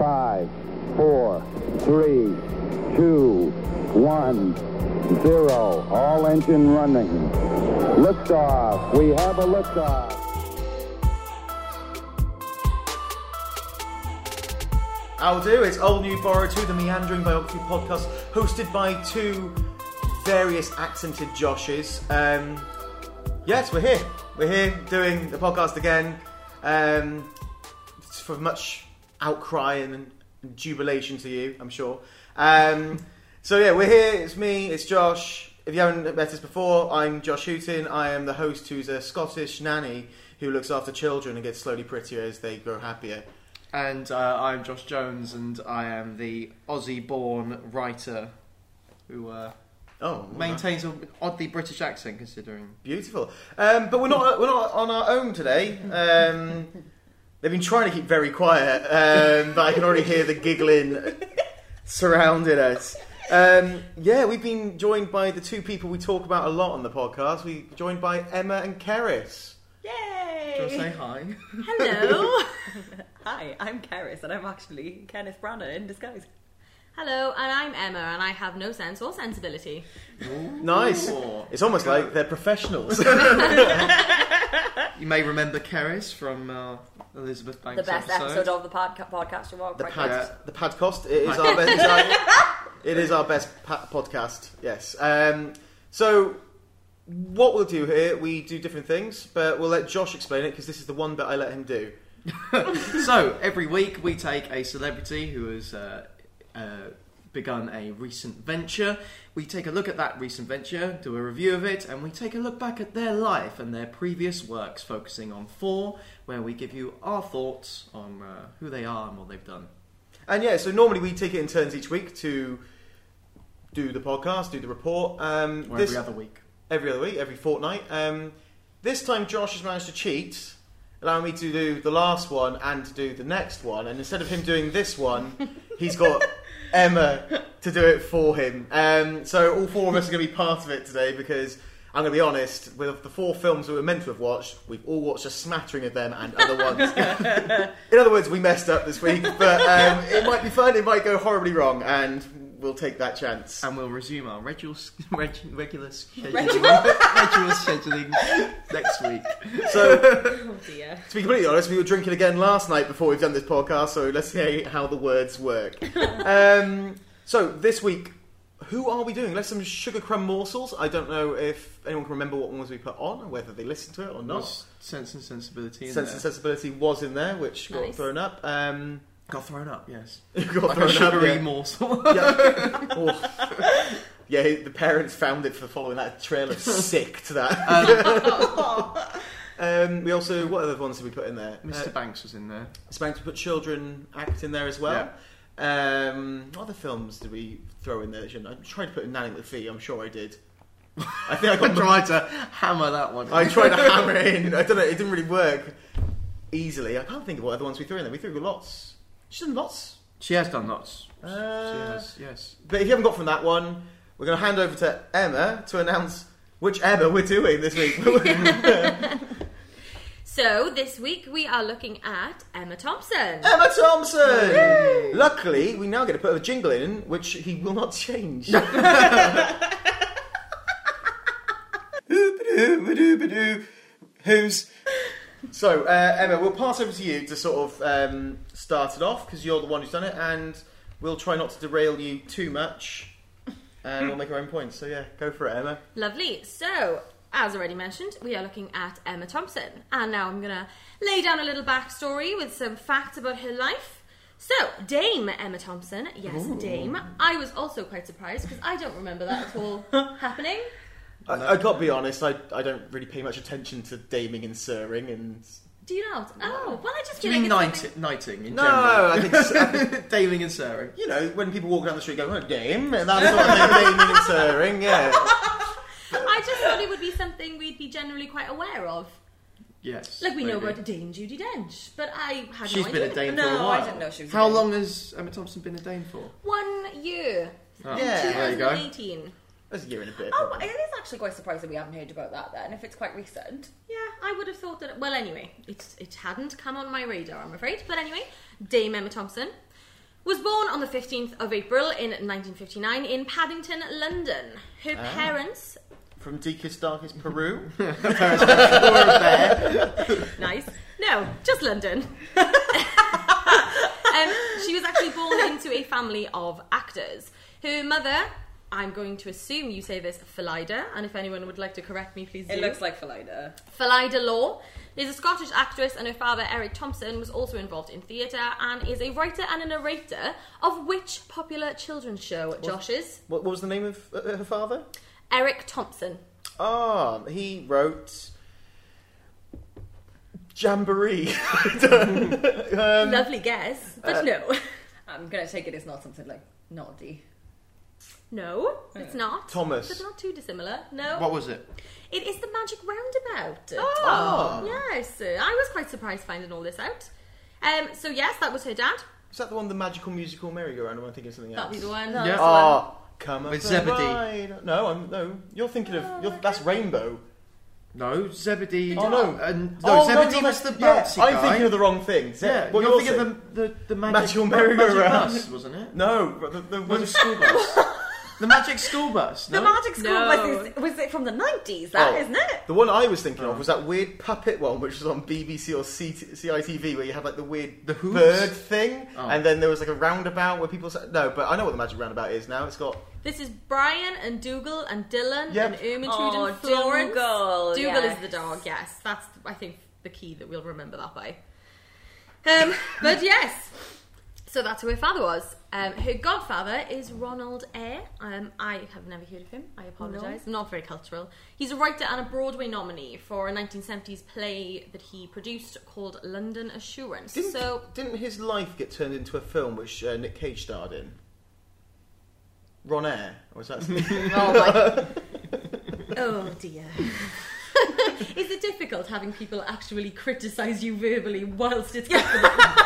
five, four, three, two, one, zero. All engine running. Liftoff. We have a liftoff. I'll do. It's Old New Borrow 2, the Meandering Biography podcast, hosted by two various accented Joshes. Um, yes, we're here. We're here doing the podcast again. Um, it's for much outcry and jubilation to you, I'm sure. Um, so, yeah, we're here. It's me, it's Josh. If you haven't met us before, I'm Josh Hooton. I am the host who's a Scottish nanny who looks after children and gets slowly prettier as they grow happier. And uh, I'm Josh Jones, and I am the Aussie-born writer who uh, Oh, maintains an oddly British accent, considering. Beautiful. Um, but we're not we're not on our own today. Um, they've been trying to keep very quiet, um, but I can already hear the giggling surrounding us. Um, yeah, we've been joined by the two people we talk about a lot on the podcast. We are joined by Emma and Keris. Do you want to say Yay! hi? Hello. Hi, I'm Keris, and I'm actually Kenneth Branagh in disguise. Hello, and I'm Emma, and I have no sense or sensibility. Nice. Ooh. It's almost like they're professionals. You may remember Keris from uh, Elizabeth Banks the best episode of the podca- podcast you are The right pad, Yeah. the pad cost. It is our best. it's our- it is our best pa- podcast. Yes. Um, so, what we'll do here, we do different things, but we'll let Josh explain it because this is the one that I let him do. so every week we take a celebrity who has uh, uh, begun a recent venture. We take a look at that recent venture, do a review of it, and we take a look back at their life and their previous works, focusing on four, where we give you our thoughts on uh, who they are and what they've done. And yeah, so normally we take it in turns each week to do the podcast, do the report. Um, Or this- every other week. every other week, every fortnight. Um, this time, Josh has managed to cheat, allowing me to do the last one and to do the next one. And instead of him doing this one, he's got Emma to do it for him. Um, so all four of us are going to be part of it today because. I'm going to be honest, with the four films we were meant to have watched, we've all watched a smattering of them and other ones. In other words, we messed up this week, but um, it might be fun, it might go horribly wrong, and we'll take that chance. And we'll resume our regular, reg, regular scheduling, Regular? regular scheduling next week. So, Oh dear. To be completely honest, we were drinking again last night before we've done this podcast, so let's see how the words work. um, so this week, who are we doing? Let's some sugar crumb morsels. I don't know if anyone can remember what ones we put on, or whether they listened to it or not. Was Sense and sensibility. In Sense and there. sensibility was in there, which got Nice. thrown up. Um, Got thrown up, yes. got Like a sugary morsel. yeah. Yeah. Oh. Yeah, the parents found it for following that trail of sick to that. Um, we also, what other ones did we put in there? Uh, Mr. Banks was in there. Spank to put children act in there as well. Um, what other films did we throw in there? Shouldn't I I tried to put in Nanny McPhee. I'm sure I did. I think I I got. the- tried to hammer that one. I tried to hammer it in. I don't know. It didn't really work easily. I can't think of what other ones we threw in there. We threw lots. She's done lots. She has done lots. she Uh, has, yes. But if you haven't got from that one, we're going to hand over to Emma to announce which Emma we're doing this week. So this week we are looking at Emma Thompson. Emma Thompson. Luckily, we now get to put a jingle in, which he will not change. Who's So, uh, Emma, we'll pass over to you to sort of um, start it off because you're the one who's done it, and we'll try not to derail you too much, and we'll make our own points. So, yeah, go for it, Emma. Lovely. So, as already mentioned, we are looking at Emma Thompson. And now I'm going to lay down a little backstory with some facts about her life. So, Dame Emma Thompson. Yes, Dame. I was also quite surprised because I don't remember that at all happening. I, I got to be honest, I, I don't really pay much attention to daming and sirring, and Do you not? Oh, well, I just Do feel you mean like it's knight, something- knighting in No, general? I think s- I Daming and Sarah. you know when people walk down the street going "Oh, dame," and that sort of thing, daming and sirring, yeah. I just thought it would be something we'd be generally quite aware of. Yes. Like we know maybe. about Dame Judy Dench, but I had She's no been a idea. Dame for a No, while. I didn't know she was. a How Dane. long has Emma Thompson been a Dame for? One year. Oh, Yeah. there you go. 2018. That's a year and a bit. Oh, it is actually quite surprising we haven't heard about that then. If it's quite recent. Yeah, I would have thought that. Well, anyway, it, it hadn't come on my radar, I'm afraid. But anyway, Dame Emma Thompson. was born on the 15th of April in 1959 in Paddington, London. Her Ah. parents, From deepest darkest Peru. nice, no, just London. um, she was actually born into a family of actors. Her mother, I'm going to assume you say this, Phillida, and if anyone would like to correct me, please do. It looks like Phillida. Phillida Law is a Scottish actress, and her father, Eric Thompson, was also involved in theatre and is a writer and a narrator of which popular children's show, Josh's? What, what was the name of uh, her father? Eric Thompson. Ah, he wrote Jamboree. Lovely guess, but no. Uh, I'm gonna take it. It's not something like naughty. No, it's not. Thomas. It's not too dissimilar. No. Oh. What was it? It is the magic roundabout. Oh. Oh. Ah. Yes, I was quite surprised finding all this out. Um, so, yes, that was her dad. Is that the one, the magical musical merry-go-round? Am I thinking of something else? That'd be the one. Yeah. That's the one. Uh, Ah, come With up and Zebedee. ride. No, I'm no. You're thinking of Oh, you're, that's Rainbow. No, Zebedee. Oh, no. and, uh, no Oh, Zebedee no, was the yeah, bouncy I'm guy. thinking of the wrong thing. Ze- yeah, what you're you're thinking thinking? of the, the, the magic, Magical magic merry-go-round. bus, wasn't it? No, but the, the Was it was school bus? the magic school bus. No? The magic school No. was, is, was it from the 90s? That Oh. not it? the one I was thinking Oh. of was that weird puppet one, which was on BBC or C- CITV, where you had like the weird The hoops? bird thing, Oh. and then there was like a roundabout where people said no. But I know what the magic roundabout is now. It's got This is Brian and Dougal and Dylan Yep. and Ermintrude Oh, and Florence. Dougal, is the yes. dog, yes. That's, I think, the key that we'll remember that by. Um, but yes, so that's who her father was. Um, her godfather is Ronald Eyre. Um, I have never heard of him. I apologise. Not very cultural. He's a writer and a Broadway nominee for a 1970s play that he produced called London Assurance. didn't so didn't his life get turned into a film which uh, Nick Cage starred in? Ron Air, or was that? Oh my. oh dear. Is it difficult having people actually criticise you verbally whilst it's happening?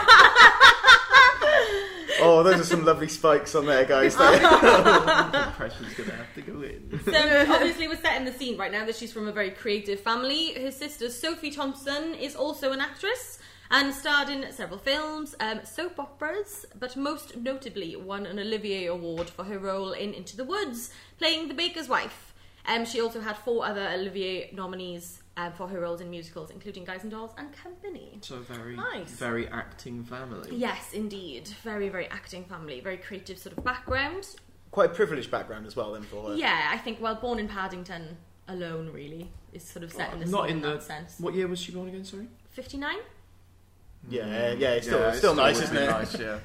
oh, those are some lovely spikes on there, guys. The pressure's gonna have to go in. so obviously we're setting the scene right now that she's from a very creative family. Her sister Sophie Thompson is also an actress and starred in several films, um, soap operas, but most notably won an Olivier Award for her role in Into the Woods, playing the baker's wife. Um, she also had four other Olivier nominees um, for her roles in musicals, including Guys and Dolls and Company. So very, Nice. very acting family. Yes, indeed. Very, very acting family, very creative sort of background. Quite a privileged background as well, then for her. Yeah, I think. Well, born in Paddington alone, really, is sort of set in the Not scene in the that sense. What year was she born again? Sorry. Fifty-nine. yeah, yeah. It's still, Yeah, it's still nice, would isn't be it? Nice, yeah.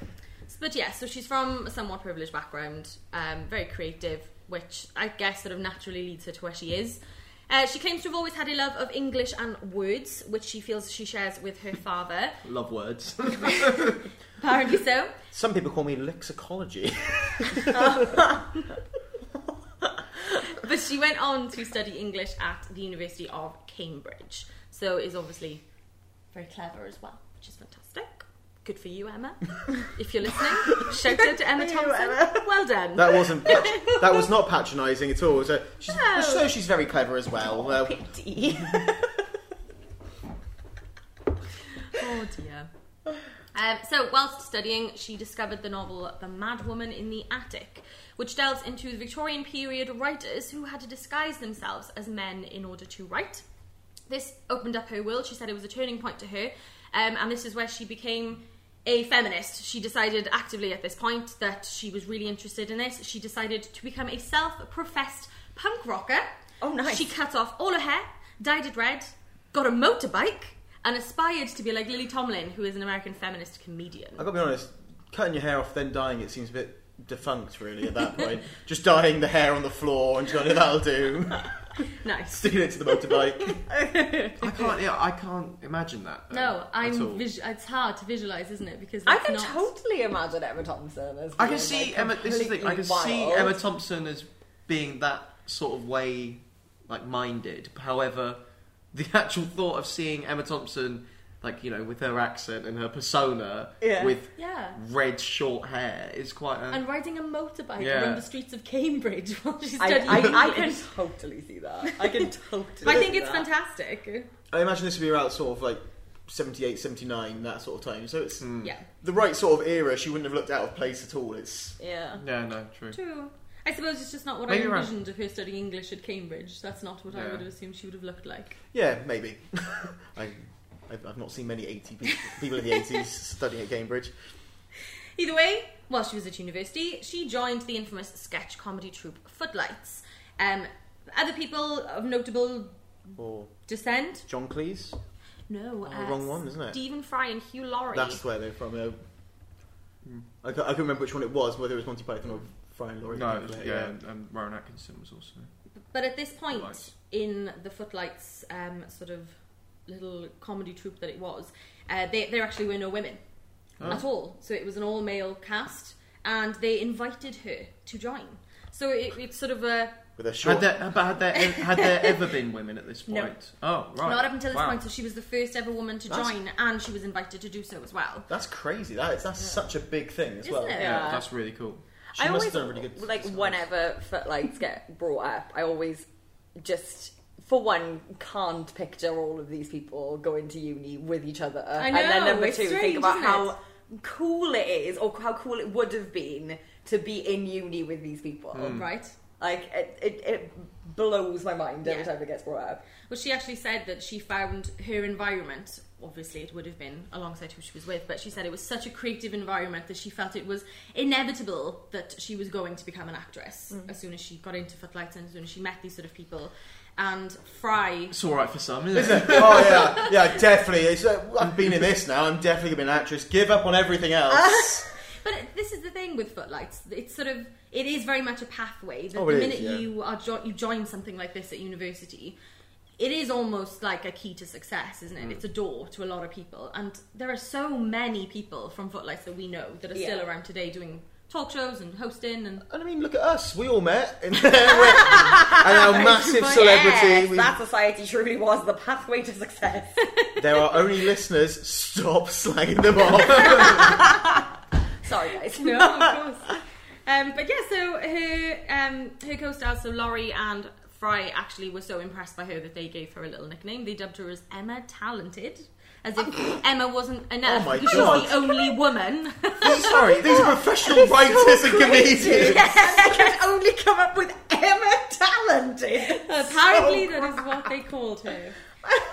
But yeah, so she's from a somewhat privileged background, um, very creative, which I guess sort of naturally leads her to where she is. Uh, she claims to have always had a love of English and words, which she feels she shares with her father. Love words. Apparently so. Some people call me lexicology. But she went on to study English at the University of Cambridge. So is obviously very clever as well, which is fantastic. Good for you, Emma. if you're listening, shout out to Emma Thompson. Well done. That wasn't pat- that was not patronising at all. So she's, so she's very clever as well. Uh, Pity. oh dear. Um, so, whilst studying, she discovered the novel The Mad Woman in the Attic, which delves into the Victorian period writers who had to disguise themselves as men in order to write. This opened up her world. She said it was a turning point to her, um, and this is where she became a feminist. She decided actively at this point that she was really interested in this. She decided to become a self professed punk rocker. Oh, nice. She cut off all her hair, dyed it red, got a motorbike, and aspired to be like Lily Tomlin, who is an American feminist comedian. Um, I've got to be honest, cutting your hair off then dyeing it seems a bit defunct, really. At that point, just dyeing the hair on the floor and going, "That'll do." Nice. Sticking it to the motorbike. I can't. Yeah, I can't imagine that. though, No, at all. I'm. Visu- it's hard to visualize, isn't it? Because I that's can not- totally imagine Emma Thompson as I can being, see like, Emma. This is the thing. I can completely see wild. Emma Thompson as being that sort of way, like minded. However, the actual thought of seeing Emma Thompson, like you know, with her accent and her persona, Yeah. with Yeah. red short hair, is quite. A, And riding a motorbike Yeah. around the streets of Cambridge while she's I, studying I, I can English. totally see that. I can totally. I think see it's that. fantastic. I imagine this would be about sort of like 78, 79, that sort of time. So it's Yeah. the right sort of era. She wouldn't have looked out of place at all. It's Yeah. Yeah, no, true. True. I suppose it's just not what Maybe I around- envisioned of her studying English at Cambridge. That's not what I Yeah. would have assumed she would have looked like. yeah, maybe. I, I've, I've not seen many eighty people, people in the eighties studying at Cambridge. Either way, while she was at university, she joined the infamous sketch comedy troupe Footlights. Um, other people of notable Or descent? John Cleese. No. uh, Oh, wrong one, isn't it? Stephen Fry and Hugh Laurie. That's where they're from. Uh, I, can't, I can't remember which one it was. Whether it was Monty Python or Fry and Laurie. No, I it think, was, yeah, and- and Rowan Atkinson was also. But at this point Footlights. in the Footlights um, sort of little comedy troupe that it was, uh, they, there actually were no women Oh. at all. So it was an all male cast, and they invited her to join. So it, it's sort of a With a Had short. there, uh, but had there, ev- had there ever been women at this point? No. Oh, right. not up until this Wow. point. So she was the first ever woman to That's- join, and she was invited to do so as well. that's crazy. That is, that's such a big thing as Isn't well. it? Yeah, Yeah. that's really cool. She I must have always done a really good. like sitcom. whenever footlights get brought up, I always just for one can't picture all of these people going to uni with each other, I and then know, number it's two, strange, think about isn't how cool it is or how cool it would have been to be in uni with these people. Um, Right? Like it, it, it blows my mind every Yeah. time it gets brought up. Well, she actually said that she found her environment. Obviously, it would have been alongside who she was with, but she said it was such a creative environment that she felt it was inevitable that she was going to become an actress Mm. as soon as she got into Footlights and as soon as she met these sort of people. And Fry, It's all right for some, isn't, it? oh yeah, yeah, definitely. It's, uh, I've been in this now. I'm definitely gonna be an actress. Give up on everything else. but this is the thing with Footlights. It's sort of it is very much a pathway. That Oh, the it is, minute yeah. you are jo- you join something like this at university, it is almost like a key to success, isn't it? Mm. It's a door to a lot of people, and there are so many people from Footlights that we know that are still Yeah. around today doing talk shows and hosting and and I mean, look at us. We all met, and, we're- and our massive celebrity. Yes, we- that society truly was the pathway to success. There are only listeners. Stop slagging them off. Sorry, guys. no, of course. Um, but yeah, so her um, her co-stars, so Laurie and Fry, actually were so impressed by her that they gave her a little nickname. They dubbed her as Emma Talented, as if Emma wasn't enough Oh my because God. she was the only woman. Sorry, these are professional writers and comedians. I can only come up with Emma Talented. Apparently, that is what they called her.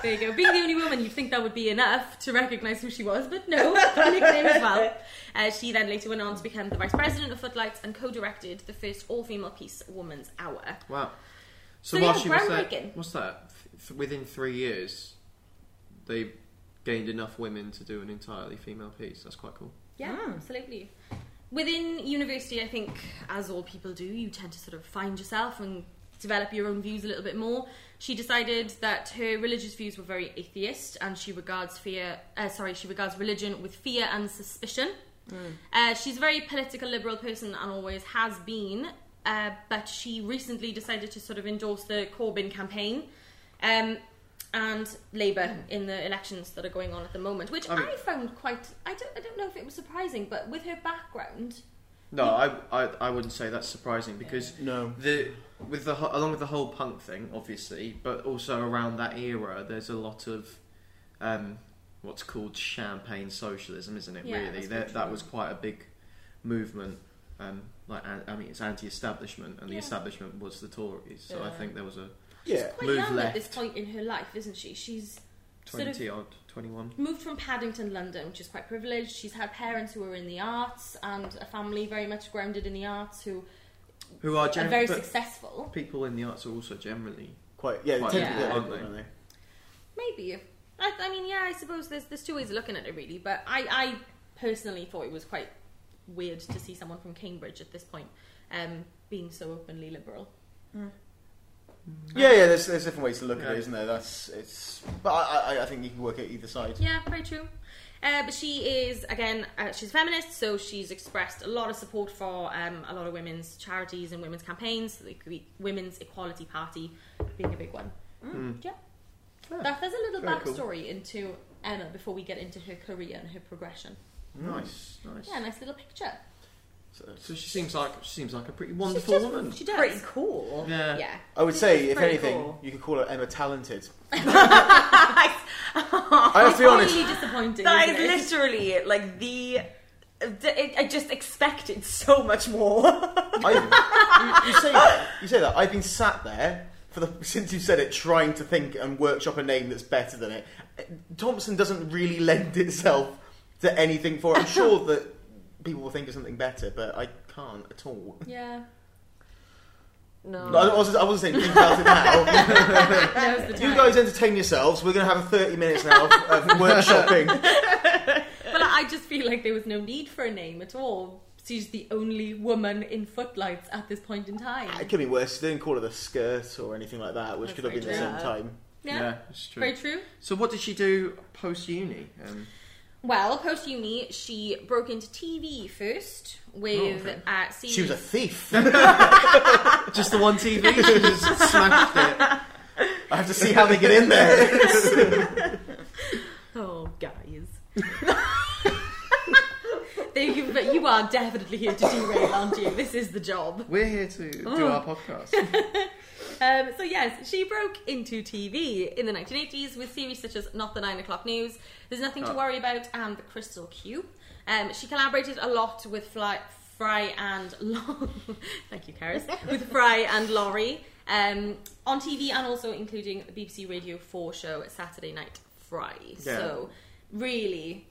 There you go. Being the only woman, you'd think that would be enough to recognise who she was, but no, a nickname as well. Uh, she then later went on to become the vice president of Footlights and co-directed the first all-female piece, Woman's Hour. Wow. So, So, while yeah, she was there, groundbreaking. what's that? Th- within three years, they gained enough women to do an entirely female piece. That's quite cool. Yeah, absolutely. Within university, I think, as all people do, you tend to sort of find yourself and develop your own views a little bit more. She decided that her religious views were very atheist, and she regards fear. Uh, sorry, she regards religion with fear and suspicion. Uh, she's a very political liberal person and always has been, uh, but she recently decided to sort of endorse the Corbyn campaign. Um, and Labour in the elections that are going on at the moment, which I mean- I found quite. I don't. I don't know if it was surprising, but with her background, No, I, I, I wouldn't say that's surprising because No. the with the ho- along with the whole punk thing, obviously, but also around that era, there's a lot of um, what's called champagne socialism, isn't it? Yeah, really, that's that good. that was quite a big movement. Um, like an- I mean, it's anti-establishment, and Yeah. the establishment was the Tories. So I Yeah. think there was a Yeah. quite Move young at this left. point in her life, isn't she? She's Sort of- twenty odd, twenty-one. moved from Paddington, London, which is quite privileged. She's had parents who were in the arts and a family very much grounded in the arts who Who are are generally very successful. people in the arts are also generally Quite, yeah, Quite typical, yeah. aren't they? Aren't Maybe. if- I, I mean, yeah, I suppose there's there's two ways of looking at it, really. But I, I personally thought it was quite weird to see someone from Cambridge at this point um, being so openly liberal. Yeah, yeah. There's, there's different ways to look at Yeah. it, isn't there? That's it's. But I, I, I think you can work at either side. Yeah, very true. Uh, but she is again, uh, she's a feminist, so she's expressed a lot of support for um, a lot of women's charities and women's campaigns. Like the Women's Equality Party being a big one. Yeah. That, there's a little Hmm. Very cool. backstory into Emma before we get into her career and her progression. nice, nice. Yeah, nice little picture. So, So she seems like she seems like a pretty She's wonderful just, woman. She does. Pretty cool. yeah. Yeah. I would She's say, just if very anything, cool. you could call her Emma Talented. I I have to be honest. Really disappointing. That isn't is it? literally like the. the- I just expected so much more. I, you, you say that. You say that. I've been sat there for the since you said it, trying to think and workshop a name that's better than it. Thompson doesn't really lend itself to anything for it. I'm sure that people will think of something better, but I can't at all. Yeah. no. No, I wasn't, I wasn't saying think about it now. Now's the time. you guys entertain yourselves. We're going to have a 30 minutes now of, of workshopping. But I just feel like there was no need for a name at all. She's the only woman in footlights at this point in It time. could be worse. They didn't call it the skirt or anything like that, which That's could have very been the same time. true. Yeah. it's true. Very true. So what did she do post uni? Um, Well, post uni, she broke into TV first with Oh, okay. uh, She was series. a thief. just the one TV. she just smashed it. I have to see how they get in there. oh, guys. There you, but you are definitely here to derail, aren't you? This is the job. We're here to do our podcast. Um, so yes, she broke into TV in the 1980s with series such as Not the Nine O'clock News, There's Nothing to Oh. Worry About, and The Crystal Cube. Um, she collaborated a lot with Fly, Fry and Laurie. Thank you, Karis. with Fry and Laurie um, on TV, and also including the BBC Radio 4 show Saturday Night Fry. So really,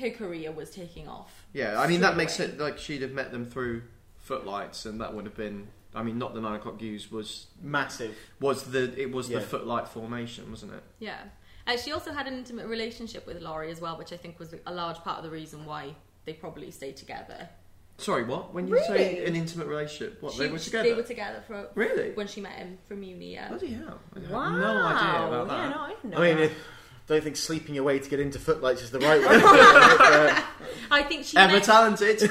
her career was taking off. Yeah, I mean that makes Straight it like she'd have met them through Footlights, and that would have been. I mean, not the nine o'clock news was Massive. was the it was Yeah. the Footlight formation, wasn't it? Yeah. Uh, she also had an intimate relationship with Laurie as well, which I think was a large part of the reason why they probably stayed together. Sorry, what? When you Really? say an intimate relationship, what they She- were together? They were together for Really? when she met him from uni. Yeah. Bloody hell! I had wow. no idea about that. Yeah, no, I didn't know. I mean, that. if, don't think sleeping away to get into footlights is the right way. Uh, I think she. Ever met- talented.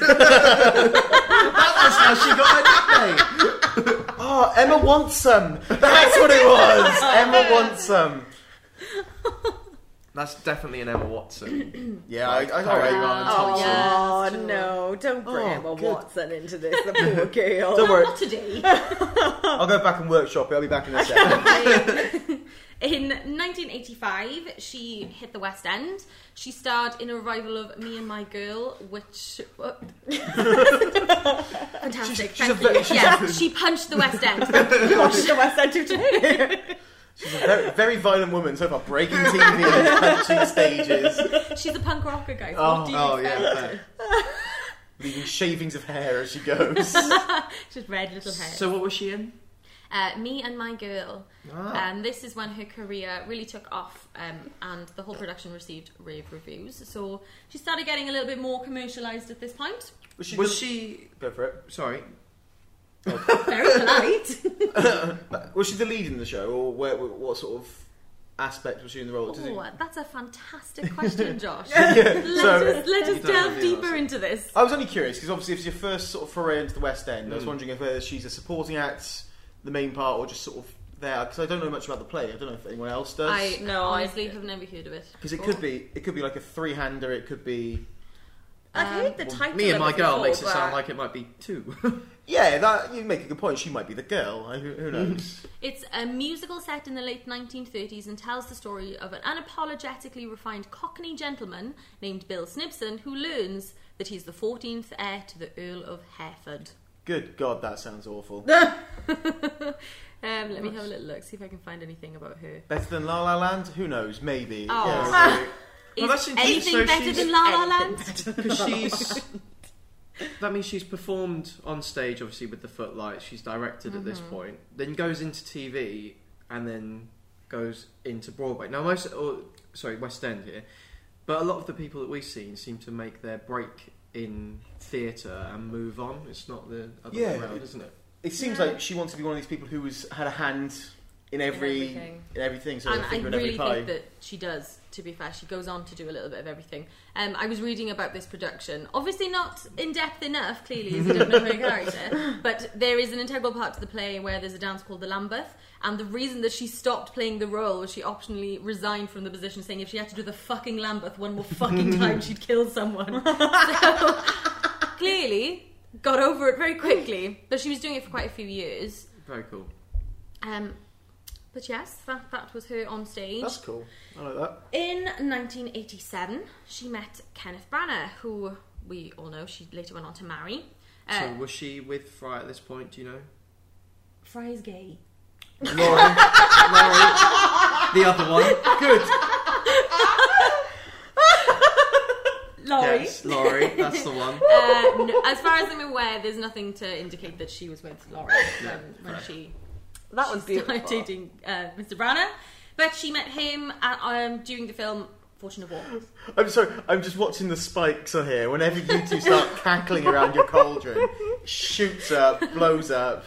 that was how she got her nickname. oh, Emma wants some. That's what it was. Emma wants some. That's definitely an Emma Watson. Yeah, I, I, Carry I, on, oh, Thompson. yeah, Thompson. no, don't bring Oh, Emma good. Watson into this. The poor girl. Don't worry. Not today. I'll go back and workshop it. I'll be back in a second. In 1985, she hit the West End. She starred in a revival of Me and My Girl, which. uh, Fantastic, she's thank a ve- you. she's a- yeah, she punched the West End. Watch the West End of today. She's a very, very violent woman so far, breaking TV and punching stages, She's a punk rocker, guys. Oh, what do you oh expect? yeah. fair. leaving shavings of hair as she goes. She had red little hair. So what was she in? uh, Me and My Girl. Ah. Um, this is when her career really took off, um, and the whole production received rave reviews. So she started getting a little bit more commercialised at this point. Was she? Was she? Go for it. Sorry. Very polite. Was she the lead in the show, or where, what sort of aspect was she in the role? Does it- oh, that's a fantastic question, Josh. Let so- us let us You don't delve really deeper answer. into this. I was only curious because obviously it's your first sort of foray into the West End. I was wondering if whether she's a supporting act, the main part, or just sort of there because I don't know much about the play. I don't know if anyone else I does. No, I- honestly have never heard of it. Because it could be, it could be like a three-hander. It could be, I've heard the title. Me and of my it girl before, makes it sound but- like it might be two. yeah. That you make a good point. She might be the girl. I, who, who knows? It's a musical set in the late 1930s and tells the story of an unapologetically refined Cockney gentleman named Bill Snibson who learns that he's the 14th heir to the Earl of Hereford. good God, that sounds awful. Um, let me have a little look, see if I can find anything about her. Better than La La Land? Who knows? Maybe. Oh. Yeah, maybe. Is Well, that's interesting. anything So better she's- than La La anything Land? Because she's. That means she's performed on stage, obviously, with the footlights. She's directed at Mm-hmm. this point, then goes into TV, and then goes into Broadway. Now, most, or sorry, West End here, but a lot of the people that we've seen seem to make their break in theatre and move on. It's not the other way Yeah. around, isn't it? It seems Yeah. like she wants to be one of these people who was had a hand in every in everything. everything. so a and I finger in really every pie. think that she does. To be fair, she goes on to do a little bit of everything. Um, I was reading about this production, obviously not in depth enough, clearly, as you don't know her character. But there is an integral part to the play where there's a dance called the Lambeth, and the reason that she stopped playing the role was she optionally resigned from the position, saying if she had to do the fucking Lambeth one more fucking time, she'd kill someone. So clearly, got over it very quickly. But she was doing it for quite a few years. Very cool. Um, But yes, that, that was her on stage. That's cool. I like that. In 1987, she met Kenneth Branagh, who we all know she later went on to marry. Uh, so was she with Fry at this point? Do you know? Fry's gay. Lauren, Lauren, the other one. Good. Laurie. Yes, Laurie. That's the one. Uh, no, as far as I'm aware, there's nothing to indicate that she was with Laurie No, when, when fair. she That was started beautiful. dating uh, Mr. Branagh. But she met him at, um, during the film Fortune of War. I'm sorry, I'm just watching the spikes on here. Whenever you two start cackling around your cauldron, shoots up, blows up.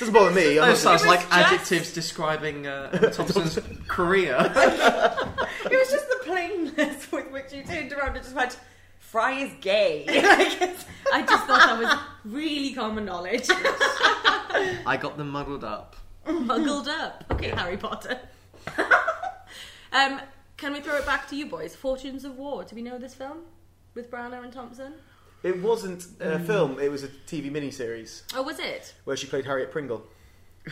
Doesn't bother me. That I'm not sounds was like just- adjectives describing uh, Emma Thompson's career. It was just the plainness with which you turned around and just went, Fry is gay. Like, it's- I just thought that was really common knowledge. I got them muddled up. Muggled Hmm. up. Okay, Harry Potter. um, can we throw it back to you boys? Fortunes of War. Do we know this film? With Branagh and Thompson? It wasn't Mm. a film, it was a TV miniseries Oh, was it? where she played Harriet Pringle.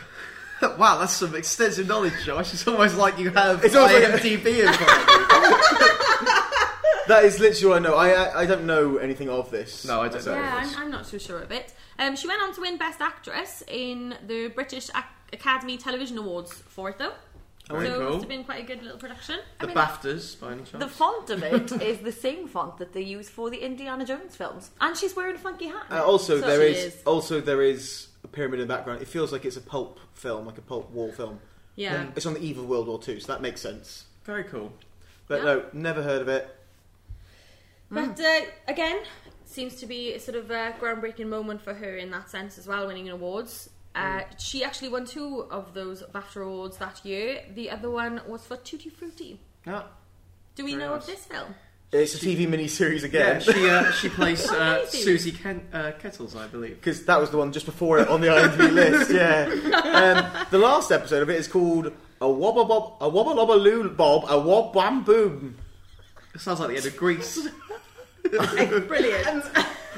wow, that's some extensive knowledge, Josh. It's almost like you have It's almost like a- IMDb in front of you. That is literally all I know. I, I, I don't know anything of this. No, I don't So- know. yeah, was. I'm, I'm not too sure of it. Um, she went on to win Best Actress in the British Ac- Academy Television Awards for it, though. Very so it Oh, cool. must have been quite a good little production. The mean, BAFTAs, by any chance. the font of it is the same font that they use for the Indiana Jones films. And she's wearing a funky hat. Uh, also, So there she is, is. also there is a pyramid in the background. It feels like it's a pulp film, like a pulp war film. Yeah. It's on the eve of World War Two, so that makes sense. Very cool. But Yeah. no, never heard of it. Mm. But uh, again, seems to be a sort of a groundbreaking moment for her in that sense as well, winning an awards. Uh, Mm. She actually won two of those BAFTA awards that year. The other one was for Tutti Frutti. Yeah, Do we Very know nice. of this film? It's a TV miniseries yeah. again. She uh, she plays uh, Amazing. Susie Ken- uh, Kettles, I believe. Because that was the one just before it on the IMDb list, yeah. Um, the last episode of it is called A Wobba Bob, A Wobba Lobba Loo Bob, A Wob Bam Boom. It sounds like the end of Greece. Brilliant.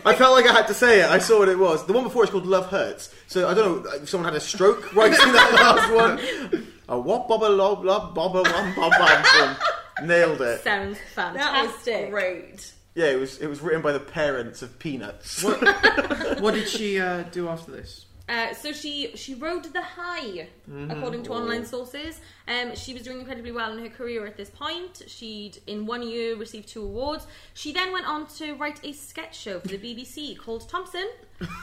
I felt like I had to say it, I saw what it was. The one before is called Love Hurts, so I don't know if someone had a stroke writing that last one. A Wob Bobba Lob Lob Bobba Wom Bob Bam Boom. Nailed it. Sounds that was fantastic. great. Yeah, it was, it was written by the parents of Peanuts. what did she uh, do after this? Uh, so she she rode the high, Mm-hmm. according to online sources. Um, she was doing incredibly well in her career at this point. She'd in one year received two awards. She then went on to write a sketch show for the BBC called Thompson,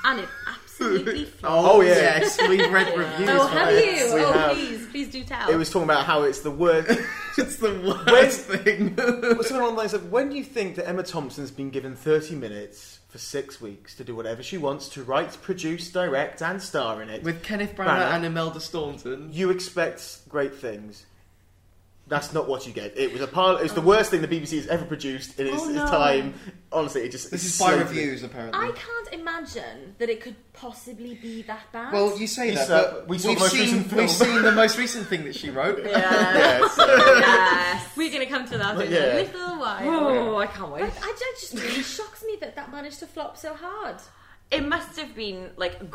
and it absolutely flopped. Oh, yeah. yes, we've read reviews. Oh, for have it. you? We oh, have. please, please do tell. It was talking about how it's the worst. It's the worst thing. Well, something along the lines of when do you think that Emma Thompson's been given 30 minutes for six weeks to do whatever she wants to write, produce, direct, and star in it? With Kenneth Branagh Branagh. and Imelda Staunton. you expect great things. That's not what you get. It was a pile. It's the worst thing the BBC has ever produced in its, Oh, its no. time. Honestly, it just This it's is by so- reviews, apparently. I can't imagine that it could possibly be that bad. Well, you say You that, saw- but we we saw have the most seen, recent we've film. seen the most recent thing that she wrote. Yeah. Yeah, so- yes. we're going to come to that in Yeah. a little while. Oh, I can't But wait. I, it just really shocks me that that managed to flop so hard. It must have been like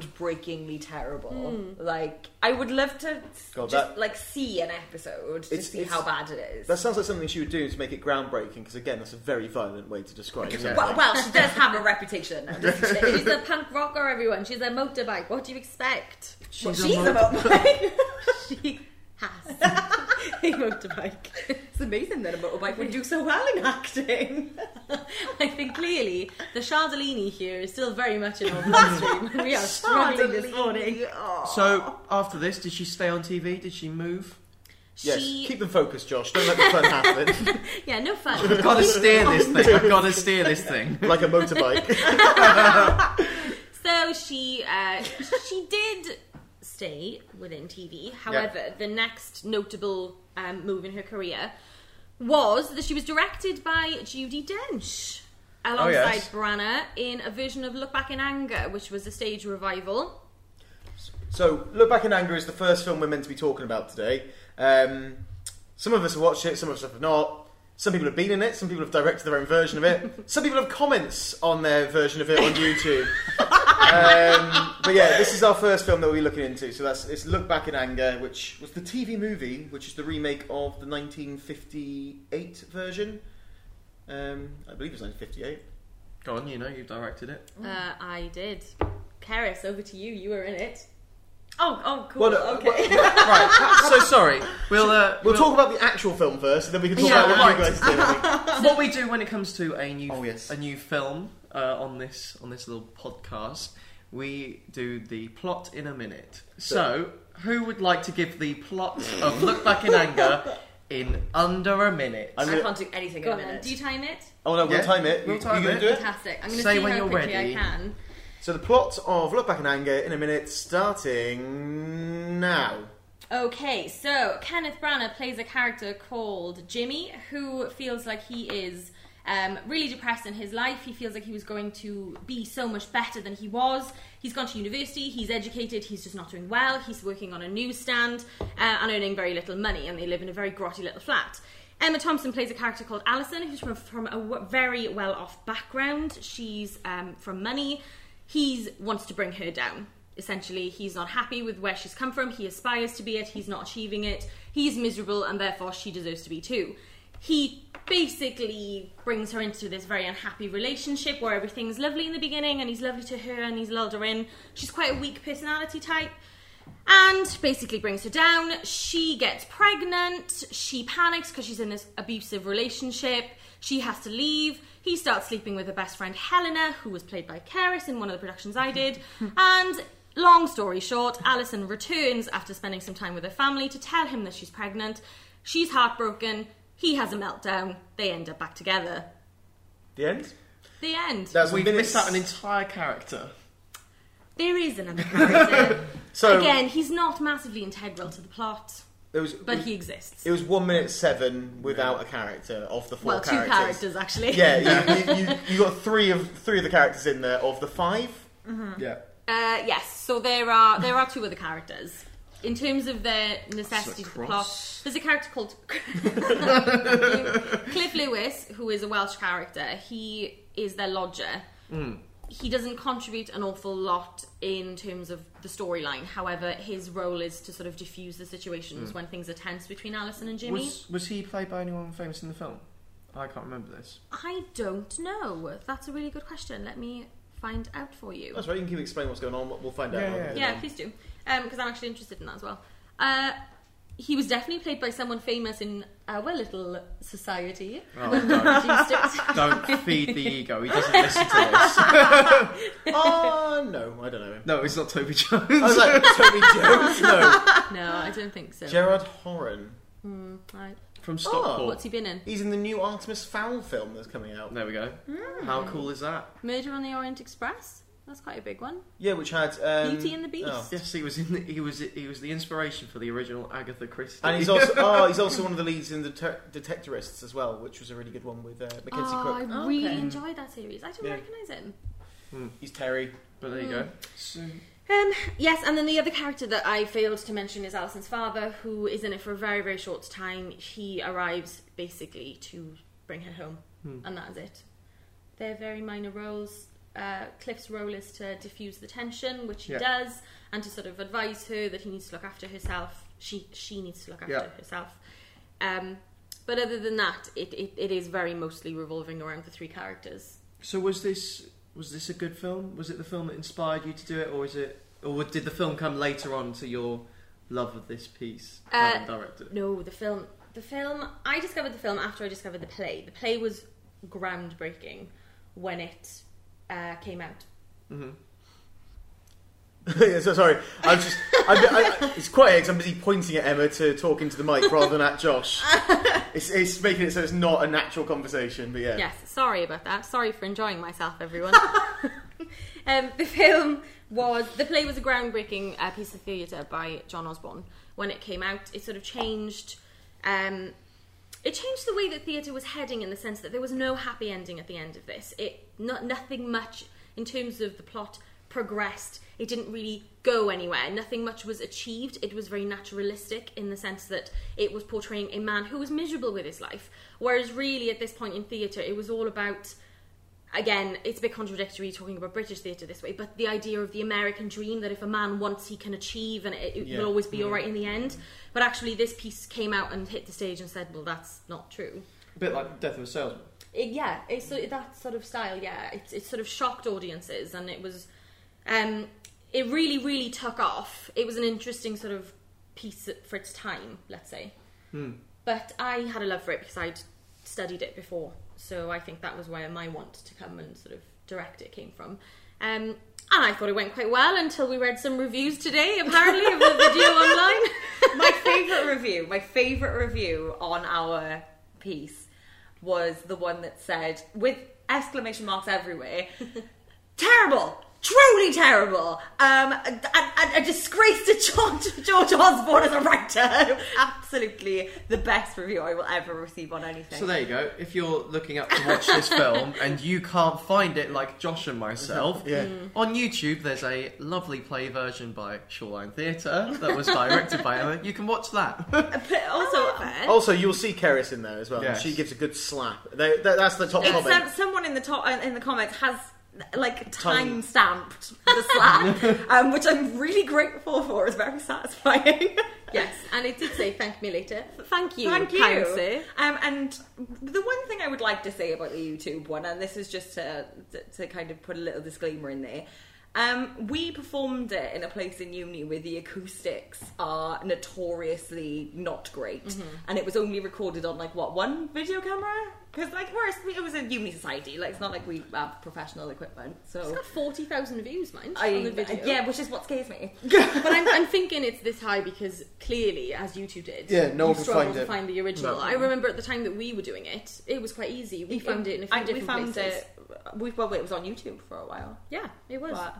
groundbreakingly terrible. Like I would love to s- God, just that- like see an episode to It's- see it's- how bad it is. that sounds like something she would do to make it groundbreaking. Because again, that's a very violent way to describe it. Well, well, she does have a reputation. now, doesn't she? She's a punk rocker, everyone. She's a motorbike. What do you expect? Well, She's, she's, a a mo- motorbike. She has a motorbike. it's amazing that a motorbike would do so well in acting. I think clearly the Chardellini here is still very much in our bloodstream. we are struggling this morning. So after this, did she stay on TV? Did she move? yes, She, keep them focused, Josh. Don't let the fun happen. yeah, no I've fun. got to steer this thing. I've got to steer this thing. like a motorbike. So she, uh, she did stay within TV. However, the next notable um, move in her career was that she was directed by Judy Dench alongside Oh, yes. Branagh in a version of Look Back in Anger, which was a stage revival. So, Look Back in Anger is the first film we're meant to be talking about today. Um, some of us have watched it, some of us have not. Some people have been in it, some people have directed their own version of it. some people have comments on their version of it on YouTube. um, but yeah, this is our first film that we're looking into. So that's it's Look Back in Anger, which was the TV movie, which is the remake of the 1958 version. Um, I believe it was 1958. Go on, you know, you directed it. Uh, I did. Karis, over to you. You were in it. Oh, oh, cool. Well, no, okay. right, so sorry. We'll, uh, We'll talk about the actual film first, and then we can talk Yeah, about what you right. guys did. I think. what we do when it comes to a new Oh, yes. a new film uh, on this on this little podcast, we do the plot in a minute. So, who would like to give the plot of Look Back in Anger in under a minute? I'm I gonna, can't do anything Go in on a then. minute. Do you time it? oh no, we'll Yeah. time it. We'll You- time you gonna it. do it? Fantastic. I'm going to Say see when how you're quickly ready. I can. So the plot of Look Back in Anger in a minute, starting now. Okay, so Kenneth Branagh plays a character called Jimmy who feels like he is um, really depressed in his life. He feels like he was going to be so much better than he was. He's gone to university, he's educated, he's just not doing well. He's working on a newsstand uh, and earning very little money, and they live in a very grotty little flat. Emma Thompson plays a character called Alison, who's from, from a w- very well off background. She's um, from money. He wants to bring her down. Essentially, he's not happy with where she's come from. He aspires to be it. He's not achieving it. He's miserable, and therefore she deserves to be too. He basically brings her into this very unhappy relationship where everything's lovely in the beginning, and he's lovely to her, and he's lulled her in. She's quite a weak personality type and basically brings her down. She gets pregnant. She panics because she's in this abusive relationship. She has to leave. He starts sleeping with her best friend Helena, who was played by Karis in one of the productions I did. and long story short, Alison returns after spending some time with her family to tell him that she's pregnant. She's heartbroken. He has a meltdown. They end up back together. The end. The end. That's We've minutes. missed out an entire character. there is another character. so Again, he's not massively integral to the plot, it was but he exists. it was one minute seven without a character of the four Well, characters. two characters actually. Yeah, you, you, you, you got three of three of the characters in there of the five. Yeah. Uh, yes. So there are there are two other characters. In terms of their necessity So to the plot, Cross. there's a character called Cliff Lewis, who is a Welsh character. He is their lodger. Hmm. He doesn't contribute an awful lot in terms of the storyline. However, his role is to sort of diffuse the situations Hmm. when things are tense between Alison and Jimmy. Was was he played by anyone famous in the film? I can't remember this. I don't know. That's a really good question. Let me find out for you. That's right. You can keep explaining what's going on. We'll find out. Yeah, when yeah. we Yeah, get please do. Because I'm actually interested in that as well. Uh, he was definitely played by someone famous in our little society. Oh, Produced it. don't, don't feed the ego. He doesn't listen to this. on. Oh no, I don't know. him. No, it's not Toby Jones. I was like Tony Jones. No, no, I don't think so. Gerard Horan. Right. From Stockport. Oh, What's he been in? He's in the new Artemis Fowl film that's coming out. there we go. Hmm. How cool is that? Murder on the Orient Express. That's quite a big one. Yeah, which had um, Beauty and the Beast. oh. Yes, he was in. The, he was. He was the inspiration for the original Agatha Christie. And he's also oh, he's also one of the leads in the ter- Detectorists as well, which was a really good one with uh, Mackenzie Oh, I Crook. really Okay. enjoyed that series. I don't Yeah. recognise him. He's Terry. but there you go. So, Um, yes, and then the other character that I failed to mention is Alison's father, who is in it for a very, very short time. He arrives basically to bring her home, Hmm. and that is it. They're very minor roles. Uh, Cliff's role is to diffuse the tension, which he Yeah. does, and to sort of advise her that he needs to look after herself. She she needs to look after Yeah. herself. Um, but other than that, it, it, it is very mostly revolving around the three characters. so was this was this a good film? Was it the film that inspired you to do it, or is it, or did the film come later on to your love of this piece? having directed. it? No, the film. The film. I discovered the film after I discovered the play. The play was groundbreaking when it uh, came out. yeah, so sorry, I'm just. I, I, it's quiet because I'm busy pointing at Emma to talk into the mic rather than at Josh. It's, it's making it so it's not a natural conversation, but yeah. Yes, sorry about that. Sorry for enjoying myself, everyone. um, the film was the play was a groundbreaking uh, piece of theatre by John Osborne. When it came out, it sort of changed. Um, it changed the way that theatre was heading in the sense that there was no happy ending at the end of this. It not nothing much in terms of the plot progressed. It didn't really go anywhere. Nothing much was achieved. It was very naturalistic in the sense that it was portraying a man who was miserable with his life. Whereas really at this point in theatre, it was all about again, it's a bit contradictory talking about British theatre this way, but the idea of the American dream that if a man wants, he can achieve, and it, it Yeah. will always be all right in the end. But actually, this piece came out and hit the stage and said, "Well, that's not true." A bit like Death of a Salesman. It, yeah, it's so- that sort of style. Yeah, it, it sort of shocked audiences, and it was, um, it really, really took off. It was an interesting sort of piece for its time, let's say. But I had a love for it because I'd studied it before, so I think that was where my want to come and sort of direct it came from. Um, and I thought it went quite well until we read some reviews today, apparently, of the video online. my favorite review, my favorite review on our piece was the one that said with exclamation marks everywhere, terrible. Truly terrible. Um, a, a, a disgrace to George, George Osborne as a writer. Absolutely the best review I will ever receive on anything. So there you go. If you're looking up to watch this film and you can't find it, like Josh and myself, Yeah. Mm. on YouTube there's a lovely play version by Shoreline Theatre that was directed by Emma. You can watch that. but also, Also, you'll see Keris in there as well. and Yes. She gives a good slap. They, that, that's the top It's comment. Some, someone in the top uh, in the comments has Tongue. like time stamped the slap, um, which I'm really grateful for. It's very satisfying. yes, and it did say, "Thank me later." Thank you, Thank kind you. sir. Um, and the one thing I would like to say about the YouTube one, and this is just to, to, to kind of put a little disclaimer in there. Um, we performed it in a place in uni where the acoustics are notoriously not great, Mm-hmm. and it was only recorded on like what one video camera because like we're a- it was a uni society, like it's not like we have professional equipment. It's So got 40,000 views, mind, I, on the video. yeah, which is what scares me. but I'm, I'm thinking it's this high because clearly, as you two did, Yeah, no you one could struggled find to it. find the original. I remember at the time that we were doing it, it was quite easy. We found it in a few I- different we found places. it. We, well, it was on YouTube for a while, Yeah, it was. but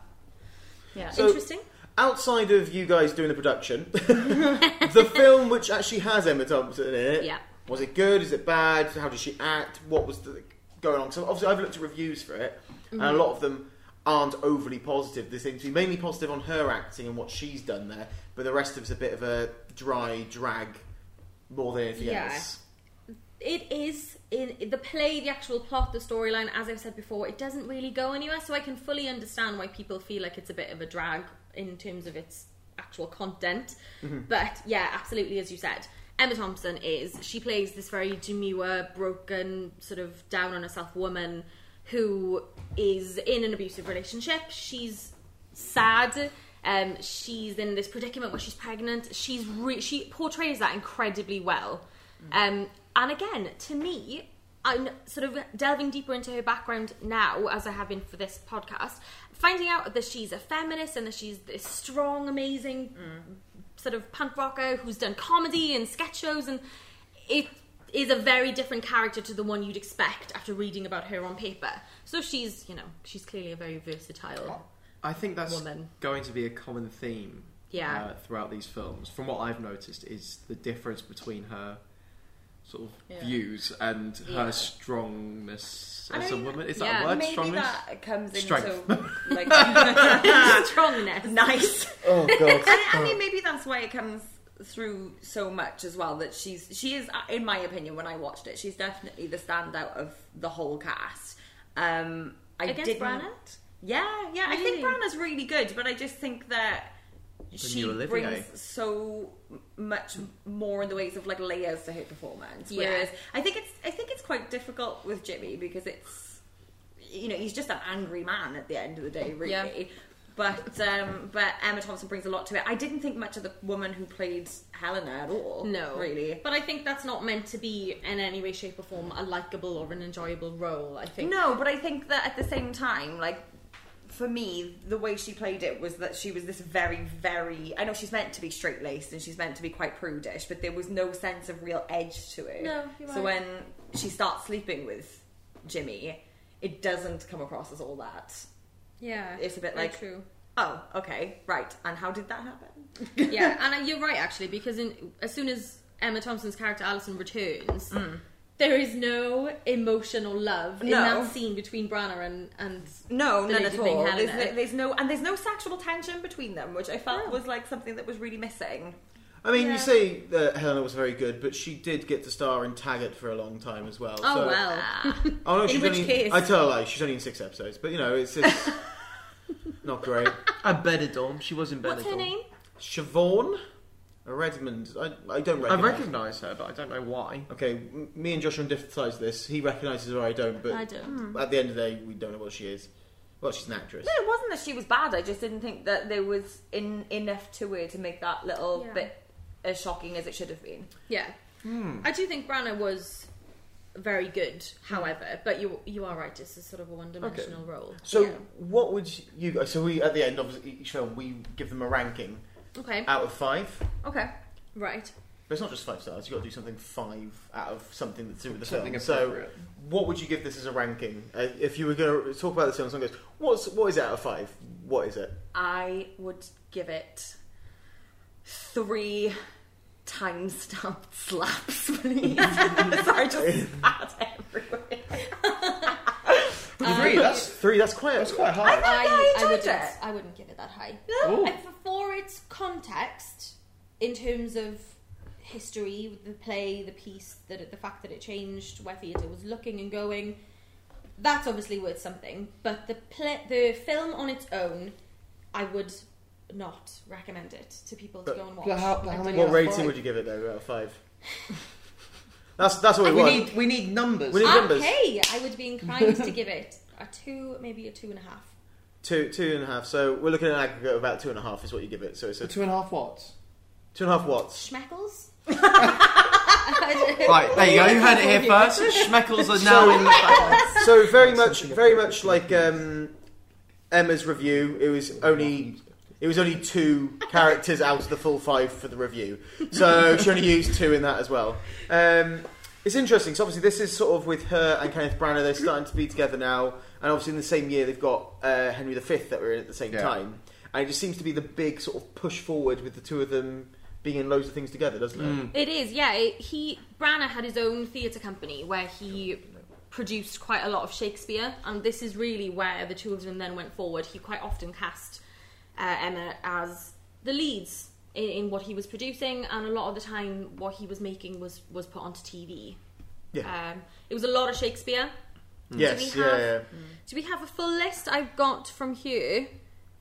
yeah. So- Interesting. Outside of you guys doing the production, the film which actually has Emma Thompson in it, Yeah. was it good? Is it bad? How does she act? What was the, going on? So obviously, I've looked at reviews for it, and Mm-hmm. a lot of them aren't overly positive. They seem to be mainly positive on her acting and what she's done there, but the rest of it's a bit of a dry drag more than anything Yeah. else. It is in the play, the actual plot, the storyline. As I've said before, it doesn't really go anywhere, so I can fully understand why people feel like it's a bit of a drag in terms of its actual content. But yeah, absolutely, as you said, Emma Thompson is she plays this very demure, broken, sort of down on herself woman who is in an abusive relationship. She's sad. Um, she's in this predicament where she's pregnant. She's re- she portrays that incredibly well. Um, and again, to me, I'm sort of delving deeper into her background now, as I have been for this podcast, finding out that she's a feminist and that she's this strong, amazing sort of punk rocker who's done comedy and sketch shows, and it is a very different character to the one you'd expect after reading about her on paper. So she's, you know, she's clearly a very versatile. I think that's Woman. going to be a common theme Yeah. uh, throughout these films. From what I've noticed, is the difference between her sort of views and her strongness I as a mean, woman. Is yeah, that a word? Maybe Strongness. that comes into Strength. like strongness. nice. Oh god! And I mean, maybe that's why it comes through so much as well. That she's she is, in my opinion, when I watched it, she's definitely the standout of the whole cast. Um, I Against didn't. Branagh? Yeah, yeah. I Really? think Branagh's really good, but I just think that she new Olivier. brings so much more in the ways of like layers to her performance. Yeah. Whereas I think it's I think it's quite difficult with Jimmy because it's you know he's just an angry man at the end of the day, really. Yeah. But um, but Emma Thompson brings a lot to it. I didn't think much of the woman who played Helena at all. No, really. But I think that's not meant to be in any way, shape, or form a likable or an enjoyable role. I think No, but I think that at the same time, like for me, the way she played it was that she was this very, very. I know she's meant to be straight laced and she's meant to be quite prudish, but there was no sense of real edge to it. No, you're so right. when she starts sleeping with Jimmy, it doesn't come across as all that. Yeah, It's a bit very like- true. Oh, okay, right. And how did that happen? yeah, and uh, you're right actually because in, as soon as Emma Thompson's character Alison returns, there is no emotional love in No. that scene between Branner and and No, the none lady at playing all. Helena. There's no, there's no, and there's no sexual tension between them, which I felt No. was like something that was really missing. I mean, Yeah. you say that Helena was very good, but she did get to star in Taggart for a long time as well. Oh so- well. Uh, Oh no, In she's which only. case- I tell a lie. She's only in six episodes, but you know, it's it's not great. A Benidorm. She was in Benidorm. What's her name? Siobhan, a Redmond. I, I don't I recognize. recognise her, but I don't know why. Okay, m- me and Josh are on different sides of this. He recognises her, I don't. But I don't. at the end of the day, we don't know what she is. Well, she's an actress. Hmm. No, it wasn't that she was bad. I just didn't think that there was in, enough to her to make that little Yeah. bit as shocking as it should have been. Yeah. Hmm. I do think Branagh was very good, however, but you you are right, it's a sort of a one dimensional role. So, Yeah. what would you? So, we at the end of each film, we give them a ranking Okay. out of five. Okay. right. But it's not just five stars. You've got to do something five out of something that's to do with the Something film. So, appropriate. what would you give this as a ranking? Uh, if you were going to talk about this film, someone goes, "What's what is it out of five? What is it?" I would give it three time stamped slaps, please. Sorry, just spat everywhere. Three. Um, That's Three. That's quite. that's quite I high. thought I, enjoyed wouldn't, it. I wouldn't give it that high. Ooh. And for, for its context, in terms of history, the play, the piece, that it, the fact that it changed where theatre was looking and going, that's obviously worth something. But the play, the film on its own, I would not recommend it to people to But- go and watch. but how- but I how don't many know. What Yeah, rating five. would you give it though? Out of five. that's that's what we, We want. need we need numbers. We need- numbers? Ah, Okay, I would be inclined to give it a two, maybe a two and a half. Two two and a half. So we're looking at an aggregate of about two and a half is what you give it. So it's a two and a half watts. two and a half watts. Schmeckles. Right, there you go. You heard it here first. Schmeckles are now in the back. So very much very much like um, Emma's review. It was only. It was only two characters out of the full five for the review, so she only used two in that as well. Um, it's interesting. So obviously, this is sort of with her and Kenneth Branagh. They're starting to be together now, and obviously in the same year they've got uh, Henry V that we're in at the same Yeah. time. And it just seems to be the big sort of push forward with the two of them being in loads of things together, doesn't Mm. it? It is, yeah. It, he Branagh had his own theatre company where he produced quite a lot of Shakespeare, and this is really where the two of them then went forward. He quite often cast uh, Emma as the leads in, in what he was producing, and a lot of the time, what he was making was was put onto TV. Yeah. Um, it was a lot of Shakespeare. yes. Do we Yeah, have- yeah. Do we have a full list? I've got from here.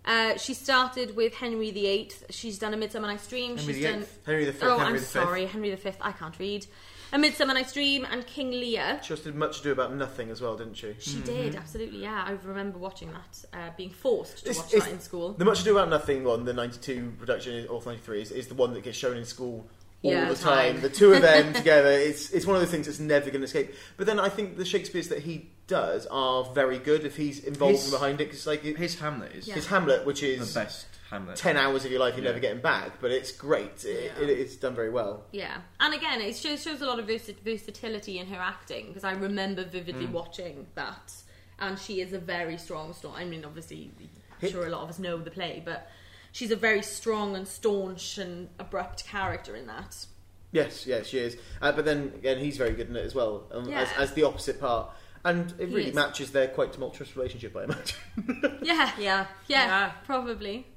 Uh, she started with Henry VIII. She's done A Midsummer Night's Dream. Henry She's VIII. done. Henry V. Oh, Henry I'm V. sorry, Henry V. I can't read. A Midsummer Night's Dream and King Lear. She also did much ado about nothing as well, didn't she? She did absolutely, yeah. I remember watching that, uh, being forced to It's- watch it's- that in school. The Much Ado About Nothing one, the 92 production or 93, is, is the one that gets shown in school all Yeah. the time. The two of them together, it's, it's one of the things that's never going to escape. But then I think the Shakespeare's that he does are very good if he's involved His- and behind it. 'cause, like, it- his, His Hamlet is Yeah. Hamlet, which the is best Hamlet. 10 hours of your life you're Yeah. never getting back, but it's great. It, Yeah. it, it's done very well. Yeah, and again, it shows, shows a lot of versi- versatility in her acting because I remember Mm. vividly watching that, and she is a very strong storm. I mean, obviously, I'm Hit- sure a lot of us know the play, but she's a very strong and staunch and abrupt character in that. Yes, yes, she is. Uh, but then again, he's very good in it as well, um, Yeah. as, as the opposite part. And it He really is. matches their quite tumultuous relationship, I imagine. Yeah, yeah, Yeah. probably.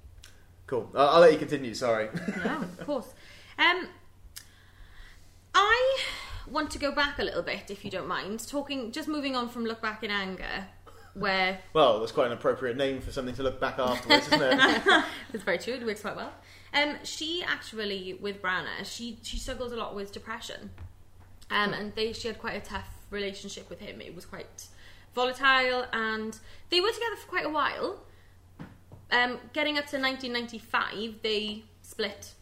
cool. I'll, I'll let you continue, sorry. Yeah, of course. Um, I want to go back a little bit, if you don't mind, talking just moving on from look back in anger, where Well, that's quite an appropriate name for something to look back afterwards, isn't it? It's very true. It works quite well. Um, she actually, with Branagh, she she struggles a lot with depression, um, and they she had quite a tough relationship with him. It was quite volatile, and they were together for quite a while. Um, getting up to 1995, they split,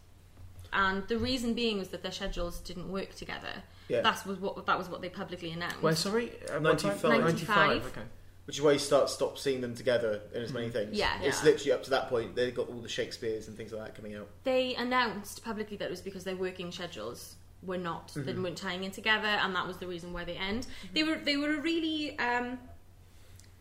and the reason being was that their schedules didn't work together. Yeah. That was what that was what they publicly announced. Where, sorry? Uh, 95. 95. Okay. Which is why you start stop seeing them together in as many things. Yeah. it's Yeah. literally up to that point they've got all the Shakespeare's and things like that coming out. they announced publicly that it was because their working schedules were not they Mm-hmm. weren't tying in together and that was the reason why they end they were they were a really um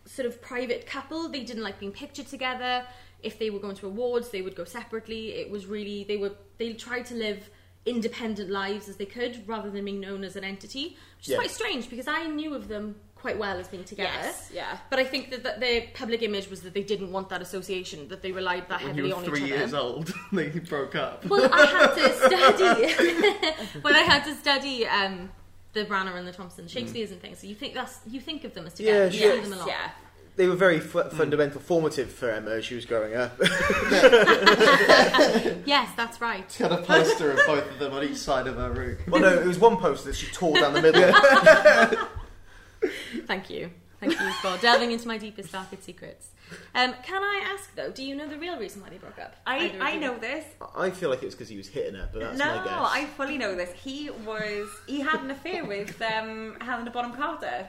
sort of private couple they didn't like being pictured together if they were going to awards they would go separately it was really they were they tried to live independent lives as they could rather than being known as an entity which is Yeah. quite strange because i knew of them quite well as being together. Yes, yeah. But I think that, that their public image was that they didn't want that association, that they relied that When heavily you were on three each other. years old, they broke up. Well, I had to study when I had to study um, the Branner and the Thompson, Shakespeare's and things. So you think that's you think of them as together. Mm. Yeah, you sure. see them a lot. yeah. They were very f- fundamental, formative for Emma as she was growing up. Yes, that's right. Got a poster of both of them on each side of her room. well, no, it was one poster that she tore down the middle. Thank you. Thank you for delving into my deepest, darkest secrets. Um, can I ask though? Do you know the real reason why they broke up? I, Either of I you? know this. I feel like it was because he was hitting her, but that's no, my guess. I fully know this. He was he had an affair with um, Helena Bonham Carter.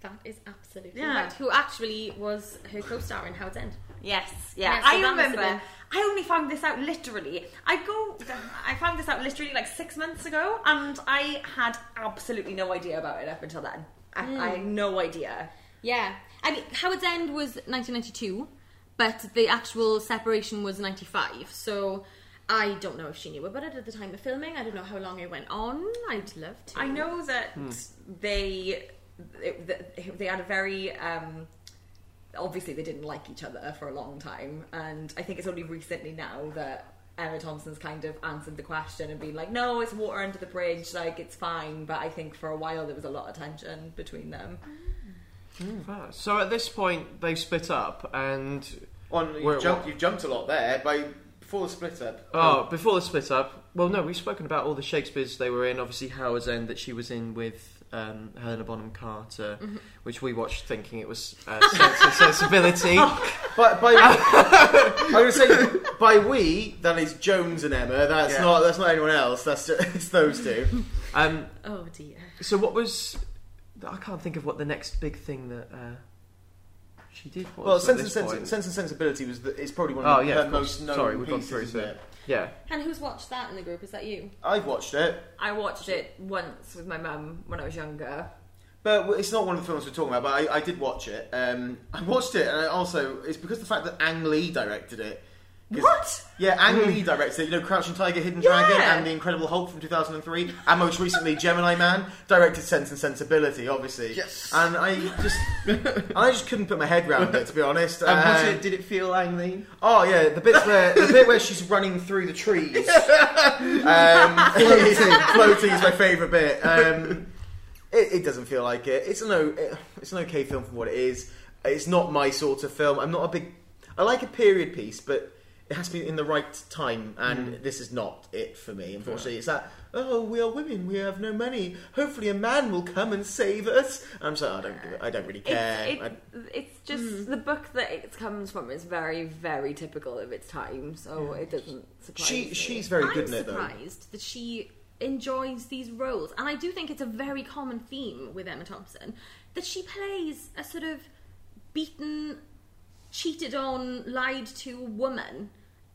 That is absolutely Yeah. right. Who actually was her co-star in Howard's End? Yes, yeah. Yeah, so I that must have remember. been- I only found this out literally. I go. I found this out literally like six months ago, and I had absolutely no idea about it up until then. I, I had no idea. Yeah, I mean Howard's End was 1992, but the actual separation was 95. So I don't know if she knew about it at the time of filming. I don't know how long it went on. I'd love to. I know that Hmm. they it, that they had a very um, obviously they didn't like each other for a long time, and I think it's only recently now that Emma Thompson's kind of answered the question and been like, "No, it's water under the bridge, like it's fine." But I think for a while there was a lot of tension between them. So at this point, they've split up, and On, you Wait, jumped, what? you've jumped a lot there by before the split up. oh, before the split up, well, no, we've spoken about all the Shakespeare's they were in. Obviously, Howard's End that she was in with um, Helena Bonham Carter, which we watched thinking it was uh, Sense and Sensibility. By, by I'm going to say by we that is Jones and Emma. That's Yeah. not that's not anyone else. That's ju- it's those two. Um, Oh dear. so what was? I can't think of what the next big thing that uh, she did was. Well, at sense and, this sense, point. sense and sensibility was the, it's probably one Oh of yeah, her of course. most known sorry, we've gone pieces. through isn't to it? yeah. And who's watched that in the group? Is that you? I've watched it, I watched it once with my mum when I was younger. but w- it's not one of the films we're talking about. But I, I did watch it. Um, I watched it, and I also it's because the fact that Ang Lee directed it. 'Cause- What? Yeah, Hmm. Ang Lee directed it. You know, Crouching Tiger, Hidden Yeah. Dragon, and The Incredible Hulk from 2003, and most recently Gemini Man directed Sense and Sensibility, obviously. Yes. And I just, I just couldn't put my head around it to be honest. And was Um, it, did it feel angry? Oh yeah, the bits where the bit where she's running through the trees, um, floating. floating is my favourite bit. Um, it, it doesn't feel like it. It's an o- it's an okay film for what it is. It's not my sort of film. I'm not a big. I like a period piece, but it has to be in the right time, and this is not it for me. Unfortunately, it's that. Oh, we are women. We have no money. Hopefully, a man will come and save us. I'm sorry, I don't. give a- I don't really care. It's, I- it, it's just the book that it comes from is very, very typical of its time, Mm. so it doesn't surprise me. she she's very I'm good in it though. surprised that she enjoys these roles, and I do think it's a very common theme with Emma Thompson that she plays a sort of beaten, cheated on, lied to woman,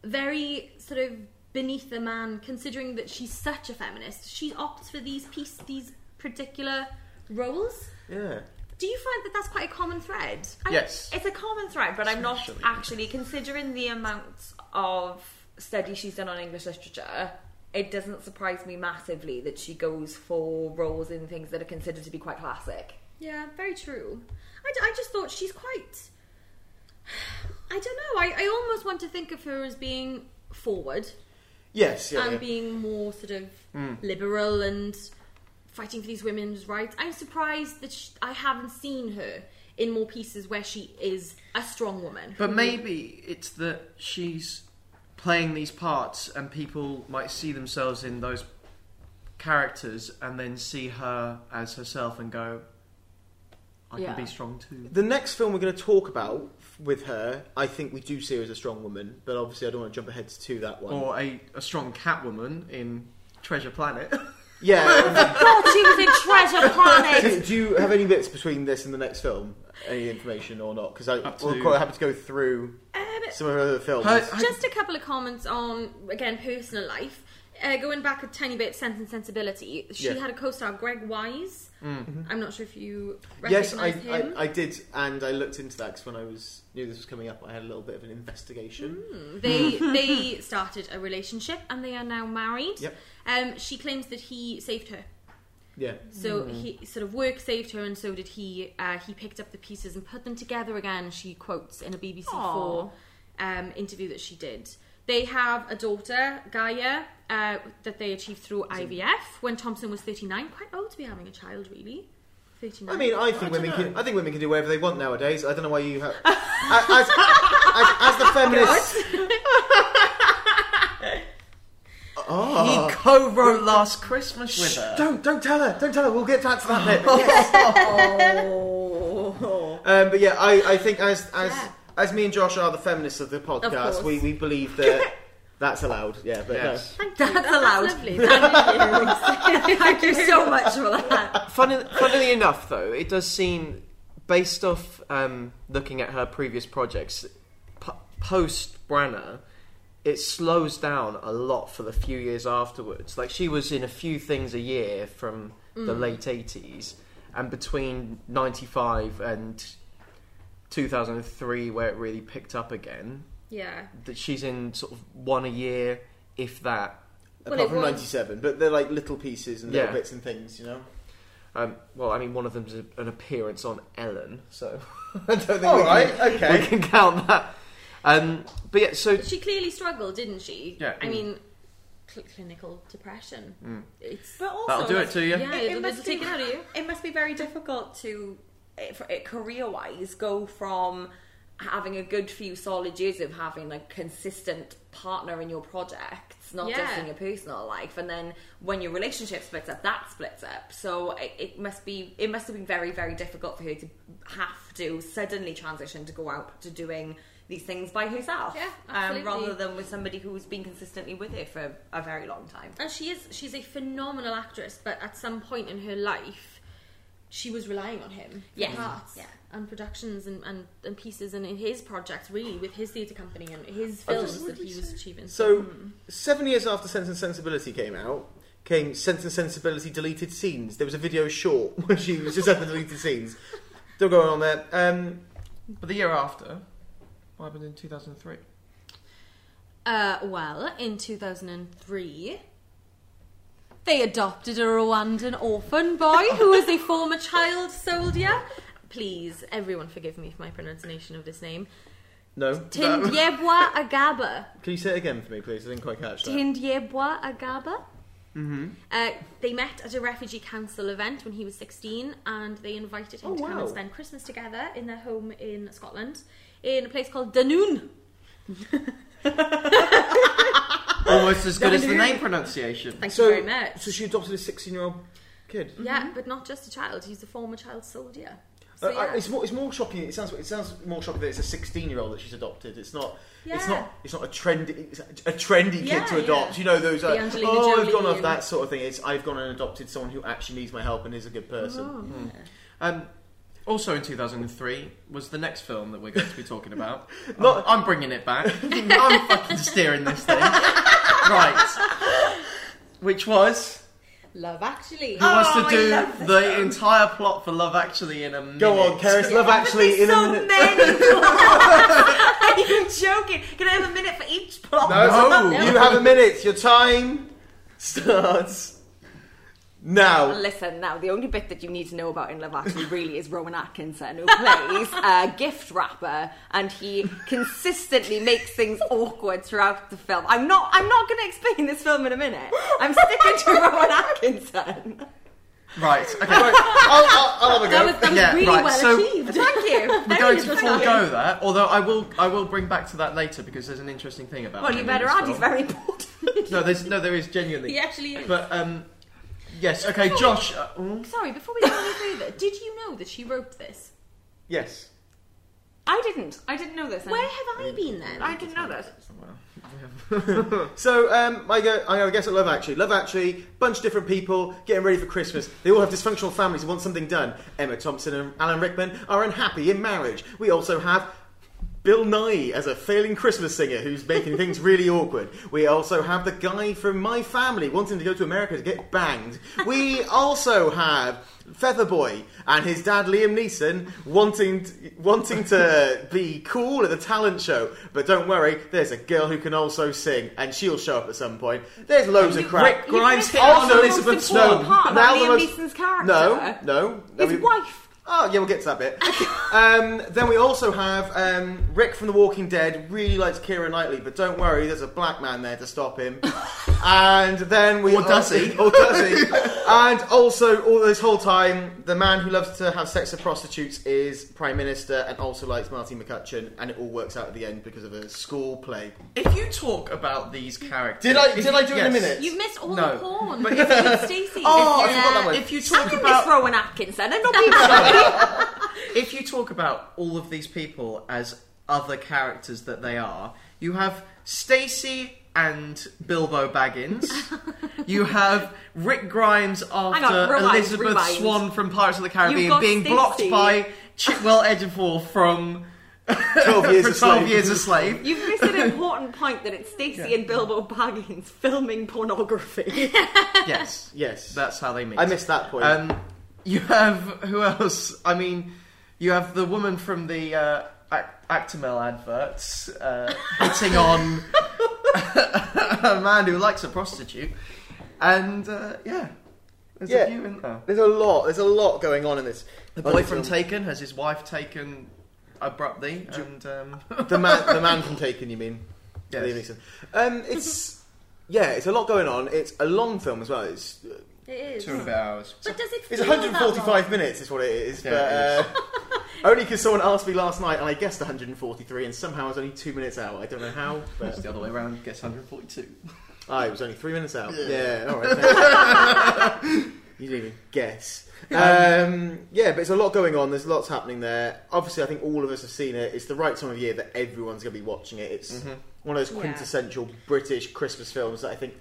very sort of beneath the man. Considering that she's such a feminist, she opts for these piece these particular roles. Yeah. Do you find that that's quite a common thread? I- Yes. It's a common thread, but I'm not actually considering the amount of study she's done on English literature. It doesn't surprise me massively that she goes for roles in things that are considered to be quite classic. Yeah, very true. I, d- I just thought she's quite. I don't know. I, I almost want to think of her as being forward Yes. Yeah. and yeah. Hmm. being more sort of liberal and fighting for these women's rights. I'm surprised that sh I haven't seen her in more pieces where she is a strong woman. But who- maybe it's that she's playing these parts and people might see themselves in those characters and then see her as herself and go, I Yeah. can be strong too. The next film we're going to talk about f- with her, I think we do see her as a strong woman, but obviously I don't want to jump ahead to that one. Or a, a strong Catwoman in Treasure Planet. Yeah. um, God, she was in Treasure Planet! do you have any bits between this and the next film? Any information or not? Because Up to- I'm quite happy to go through Um, some of her other films. Her- her- just a couple of comments on again personal life. Uh, going back a tiny bit, Sense and Sensibility. She Yeah. Mm-hmm. had a co-star, Greg Wise. I'm not sure if you recognize yes, I, him. I, I did, and I looked into that because when I was knew this was coming up, I had a little bit of an investigation. Mm. They Mm. they started a relationship and they are now married. Yep. Um, she claims that he saved her. Yeah. So Hmm. he sort of work saved her, and so did he. Uh, he picked up the pieces and put them together again. She quotes in a BBC Aw. Four um, interview that she did. They have a daughter, Gaia, uh, that they achieved through IVF when Thompson was 39. Quite old to be having a child, really. 39. I mean, I think women can. I think women can do whatever they want nowadays. I don't know why you have. as, as, as the feminist, He co-wrote Last Christmas with her. don't don't tell her. Don't tell her. We'll get back to that bit. Oh. Um, but yeah, I, I think as as Yeah. as me and Josh are the feminists of the podcast, course. we, we believe that that's allowed. Yeah, but Yes. Thank That's you. allowed. That's lovely. Thank you. Thank you so much for that. Funny, funnily enough, though, it does seem, based off um, looking at her previous projects, p- post Branner, it slows down a lot for the few years afterwards. Like she was in a few things a year from the late eighties, and between ninety five and two thousand and three, where it really picked up again, yeah. that she's in sort of one a year, if that. no. Well, apart it from was- ninety seven, but they're like little pieces and little Yeah. bits and things, you know. Um, well, I mean, one of them's a, an appearance on Ellen, so I don't think All we right, can, we can count that. Um, but yeah, so She clearly struggled, didn't she? Yeah. I mean, cl- clinical depression. It's But also, that'll do it to you. yeah, It- it it, will must it'll take be- it out of you. It must be very difficult to, eh, for- eh, career-wise, go from having a good few solid years of having a consistent partner in your projects, not just Yeah. in your personal life, and then when your relationship splits up, that splits up. So it, it must be it must have been very very difficult for her to have to suddenly transition to go out to doing these things by herself, Yeah, um, rather absolutely. than with somebody who's been consistently with her for a very long time. And she is she's a phenomenal actress, but at some point in her life, she was relying on him for Yes. parts Yeah. and productions and, and, and pieces and in his projects really with his theatre company and his I just- films that he was achieving. So seven years after Sense and Sensibility came out, came Sense and Sensibility deleted scenes. There was a video short where she was just at the deleted scenes. Still going on there. Um, But the year after, what happened in 2003? uh, well, in two thousand and three. They adopted a Rwandan orphan boy who was a former child soldier. Please, everyone forgive me for my pronunciation of this name. no. That- Tindyebwa Agaba. Can you say it again for me, please? I didn't quite catch that. Tindyebwa Agaba. Mm-hmm. Uh, they met at a refugee council event when he was 16 and they invited him Oh, to come wow. and spend Christmas together in their home in Scotland in a place called Dunoon. Almost as good as the name pronunciation. Thank so, you very much. Mm, so she adopted a 16 year old kid. Uh, yeah, but not just a child, he's a former child soldier. So, Uh, I- yeah. it's more. It's more shocking. It sounds. It sounds more shocking that it's a sixteen-year-old that she's adopted. It's not. It's Yeah. not. It's not a trendy. It's a trendy Yeah, kid to adopt. yeah. You know those. The Uh, Angelina oh, I've Jolie gone off and- that sort of thing. It's I've gone and adopted someone who actually needs my help and is a good person. Oh. Um, also in 2003 was the next film that we're going to be talking about. Not- I'm, I'm bringing it back. I'm fucking steering this thing. right. Which was. Love actually. Who wants Oh, to I do love this the entire plot for Love Actually in a minute? Go on, Keris. Love actually. In a so minute. many plots. Are you joking? Can I have a minute for each plot? No, you have a minute. Your time starts now. Listen, now the only bit that you need to know about in Love Actually really is Rowan Atkinson, who plays a gift wrapper, and he consistently makes things awkward throughout the film. I'm not, I'm not going to explain this film in a minute. I'm sticking to Rowan Atkinson. Right, okay. I'll, I'll, I'll have a That go. was, that was Yeah, really right, well so- achieved. Thank you. We're Very going to good forego that, although I will I will bring back to that later because there's an interesting thing about. Well, him you in better this add. film. He's very important. No, there's no, there is genuinely. He actually is. But um, yes, okay, Josh. Uh, mm, Sorry, before we go any further, did you know that she wrote this? Yes. I didn't. I didn't know this. Where have I been then? I didn't know that. So um, I go. I go guess at Love Actually. Love Actually. Bunch of different people getting ready for Christmas. They all have dysfunctional families and want something done. Emma Thompson and Alan Rickman are unhappy in marriage. We also have Bill Nye as a failing Christmas singer who's making things really awkward. We also have the guy from My Family wanting to go to America to get banged. We also have Featherboy and his dad Liam Neeson wanting t- wanting to be cool at the talent show. But don't worry, there's a girl who can also sing, and she'll show up at some point. There's loads of crap. Rick Grimes missed hit the on most Elizabeth important Snow. part about Now the Liam most- Neeson's character. No, no. His We- wife. Oh, yeah, we'll get to that bit. um, then we also have um, Rick from The Walking Dead really likes Kira Knightley, but don't worry, there's a black man there to stop him. and then we. Or does he? Or does he? and also, all this whole time, the man who loves to have sex with prostitutes is Prime Minister and also likes Marty McCutcheon, and it all works out at the end because of a school play. If you talk about these characters, Did I, did I do it in a Yes. minute? You've missed all No. the porn. But- But with Stacey. Oh, I yeah. forgot that one. If you I talk didn't about miss Rowan Atkinson. I'm not if you talk about all of these people as other characters that they are, you have Stacy and Bilbo Baggins. you have Rick Grimes after on, rewind, Elizabeth rewind. Swan from Pirates of the You've Caribbean got being blocked Stacey. by Chitwell Ejiofor from 12 years for a slave. 12 Years a Slave. You've missed an important point that it's Stacey and Bilbo Baggins filming pornography. Yes, Yes. that's how they meet. I missed that point. Um, you have who else? I mean, you have the woman from the uh, Ac- Actimel adverts uh, hitting on a man who likes a prostitute, and uh, yeah, there's Yeah. a few in there. there's a lot. There's a lot going on in this. The on boy this from film. Taken has his wife taken abruptly, and um, the man, the man from Taken, you mean? Yes. Liam Neeson. Um, it's yeah, it's a lot going on. It's a long film as well. It's It is. two and a bit hours. But does it feel it's that long? 145 minutes is what it is. Yeah, it but, uh, only because someone asked me last night, and I guessed 143, and somehow I was only two minutes out. I don't know how, It's but the other way around. Gets 142. I Ah, was only three minutes out. Yeah, all right. thanks. you didn't even guess. Um, yeah, but it's a lot going on. There's lots happening there. Obviously, I think all of us have seen it. It's the right time of year that everyone's going to be watching it. It's one of those Yeah. quintessential British Christmas films that I think.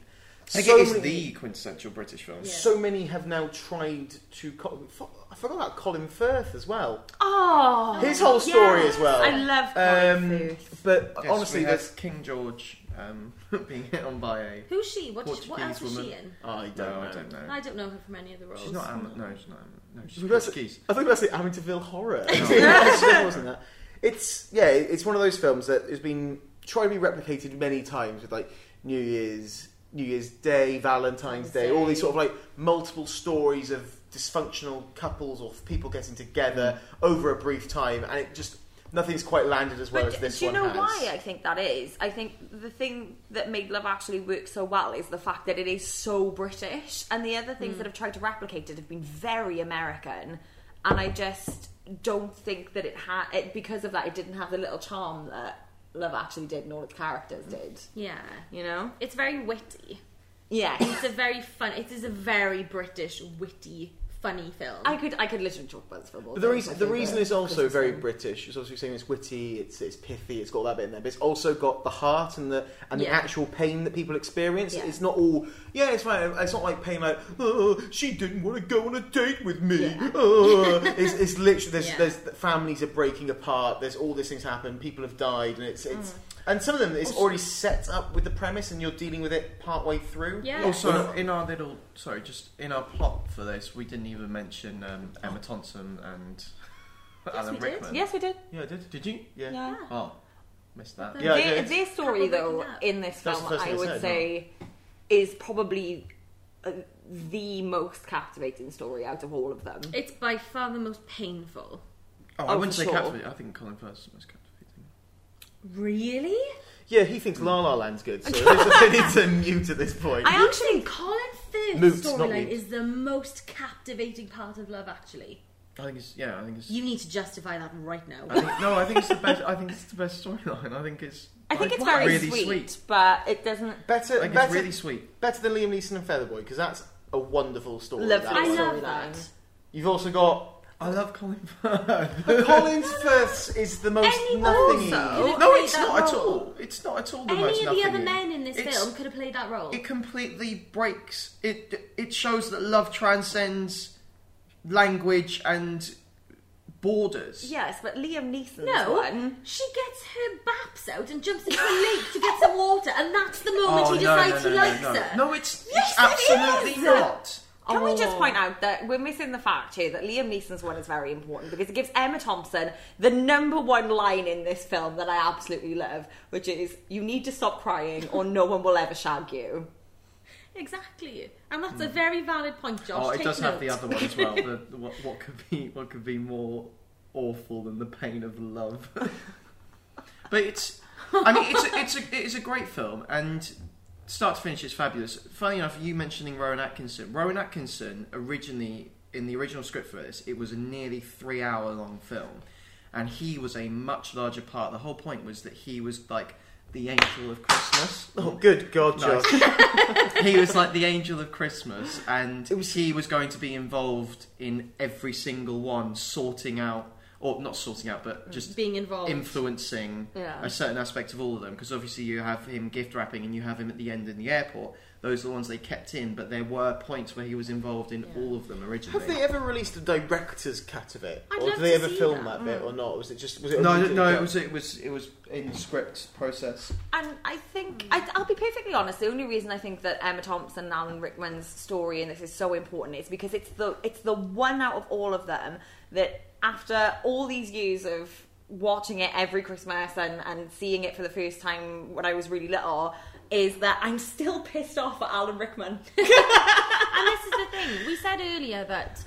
I think so it is many- the quintessential British film. Yeah. So many have now tried to. Co- fo- I forgot about Colin Firth as well. oh, His whole story yes. as well. I love Colin Um, Firth. but Yes, honestly, we have there's. King George um, being hit on by a Who's she? What, Portuguese what else was woman. she in? I don't No, know. I don't know. I don't know her from any of the roles. She's not Am- no, she's not Am- no, she's I was gonna Portuguese. I thought you were going to say Amityville Horror. it wasn't that. It's yeah, it's one of those films that has been tried to be replicated many times with like New Year's, New Year's Day, Valentine's Day, all these sort of like multiple stories of dysfunctional couples or people getting together Mm. over a brief time, and it just nothing's quite landed as well But as this do you one know has. why I think that is? I think the thing that made Love Actually work so well is the fact that it is so British, and the other Hmm. things that have tried to replicate it have been very American, and I just don't think that it had it because of that. It didn't have the little charm that Love Actually did, and all its characters did. Yeah. You know? It's very witty. Yeah. It's a very fun. It is a very British, witty, funny film. I could I could literally talk about this for more. But the reason the reason is also very British. It's also saying it's witty, it's it's pithy, it's got all that bit in there, but it's also got the heart and the and the Yeah. actual pain that people experience. Yeah. It's not all yeah, it's fine. It's not like pain like oh, she didn't want to go on a date with me. Yeah. Oh. it's, it's literally there's Yeah. there's families are breaking apart. There's all these things happen. People have died, and it's it's and some of them it's already set up with the premise, and you're dealing with it part way through. Yeah. Also, in our little sorry, just in our plot for this, we didn't even mention um, Emma Thompson and Alan we did. Rickman. Yes, we did. yeah, I did. Did you? Yeah. Yeah. Oh, missed that. But Yeah, I their, did. their story Couple though breaking up. in this That's film, the first I thing I would said, say, is probably uh, the most captivating story out of all of them. it's by far the most painful. Oh, I Oh, wouldn't for say sure. captivating. I think Colin Firth is the most captivating. Really? Yeah, he thinks La La Land's good, so they need to mute at this point. I I actually actually, Colin Moots, Firth's not storyline moots. is the most captivating part of Love Actually. I think it's yeah. I think it's. You need to justify that right now. I think, no, I think it's the best. I think it's the best storyline. I think it's. I think like, it's very really sweet, but it doesn't. Better, I think better, it's really sweet. better than Liam Neeson and Featherboy because that's a wonderful story. Lovely. that I one. love storyline. that. You've also got Oh, I love Colin Firth. Colin Firth is the most Anyone nothing. also- no, play it's that not at role. all. It's not at all the most Any of the other nothingy. men in this It's- film could have played that role. It completely breaks. It it shows that love transcends language and Borders. Yes, but Liam Neeson's No, one. she gets her baps out and jumps into a lake to get some water, and that's the moment Oh, he no, decides no, no, he no, likes no. her. No, it's, Yes, it's it absolutely is. not. Can we just Oh. point out that we're missing the fact here that Liam Neeson's one is very important because it gives Emma Thompson the number one line in this film that I absolutely love, which is "You need to stop crying, or no one will ever shag you." Exactly, and that's a very valid point, Josh. Hmm. Oh, it Take does have the note. other one as well. The, the- what, what could be what could be more awful than the pain of love? but it's, I mean, it's a, it's a it's a great film, and start to finish, it's fabulous. Funny enough, you mentioning Rowan Atkinson. Rowan Atkinson originally in the original script for this, it was a nearly three hour long film, and he was a much larger part. The whole point was that he was like the angel of Christmas. Oh, good God, Nice. Josh. he was like the angel of Christmas, and he was going to be involved in every single one, sorting out, or not sorting out, but just being involved. influencing Yeah. a certain aspect of all of them. Because obviously, you have him gift wrapping and you have him at the end in the airport. Those are the ones they kept in, but there were points where he was involved in all of them originally. Have they ever released a director's cut of it, I'd or love did they to ever see film that, that. bit, or not? Was it just was it? no, originally no, cut? it was it was it was in script process. And I think I, I'll be perfectly honest. The only reason I think that Emma Thompson and Alan Rickman's story in this is so important is because it's the it's the one out of all of them that after all these years of watching it every Christmas and and seeing it for the first time when I was really little is that I'm still pissed off at Alan Rickman. and this is the thing we said earlier that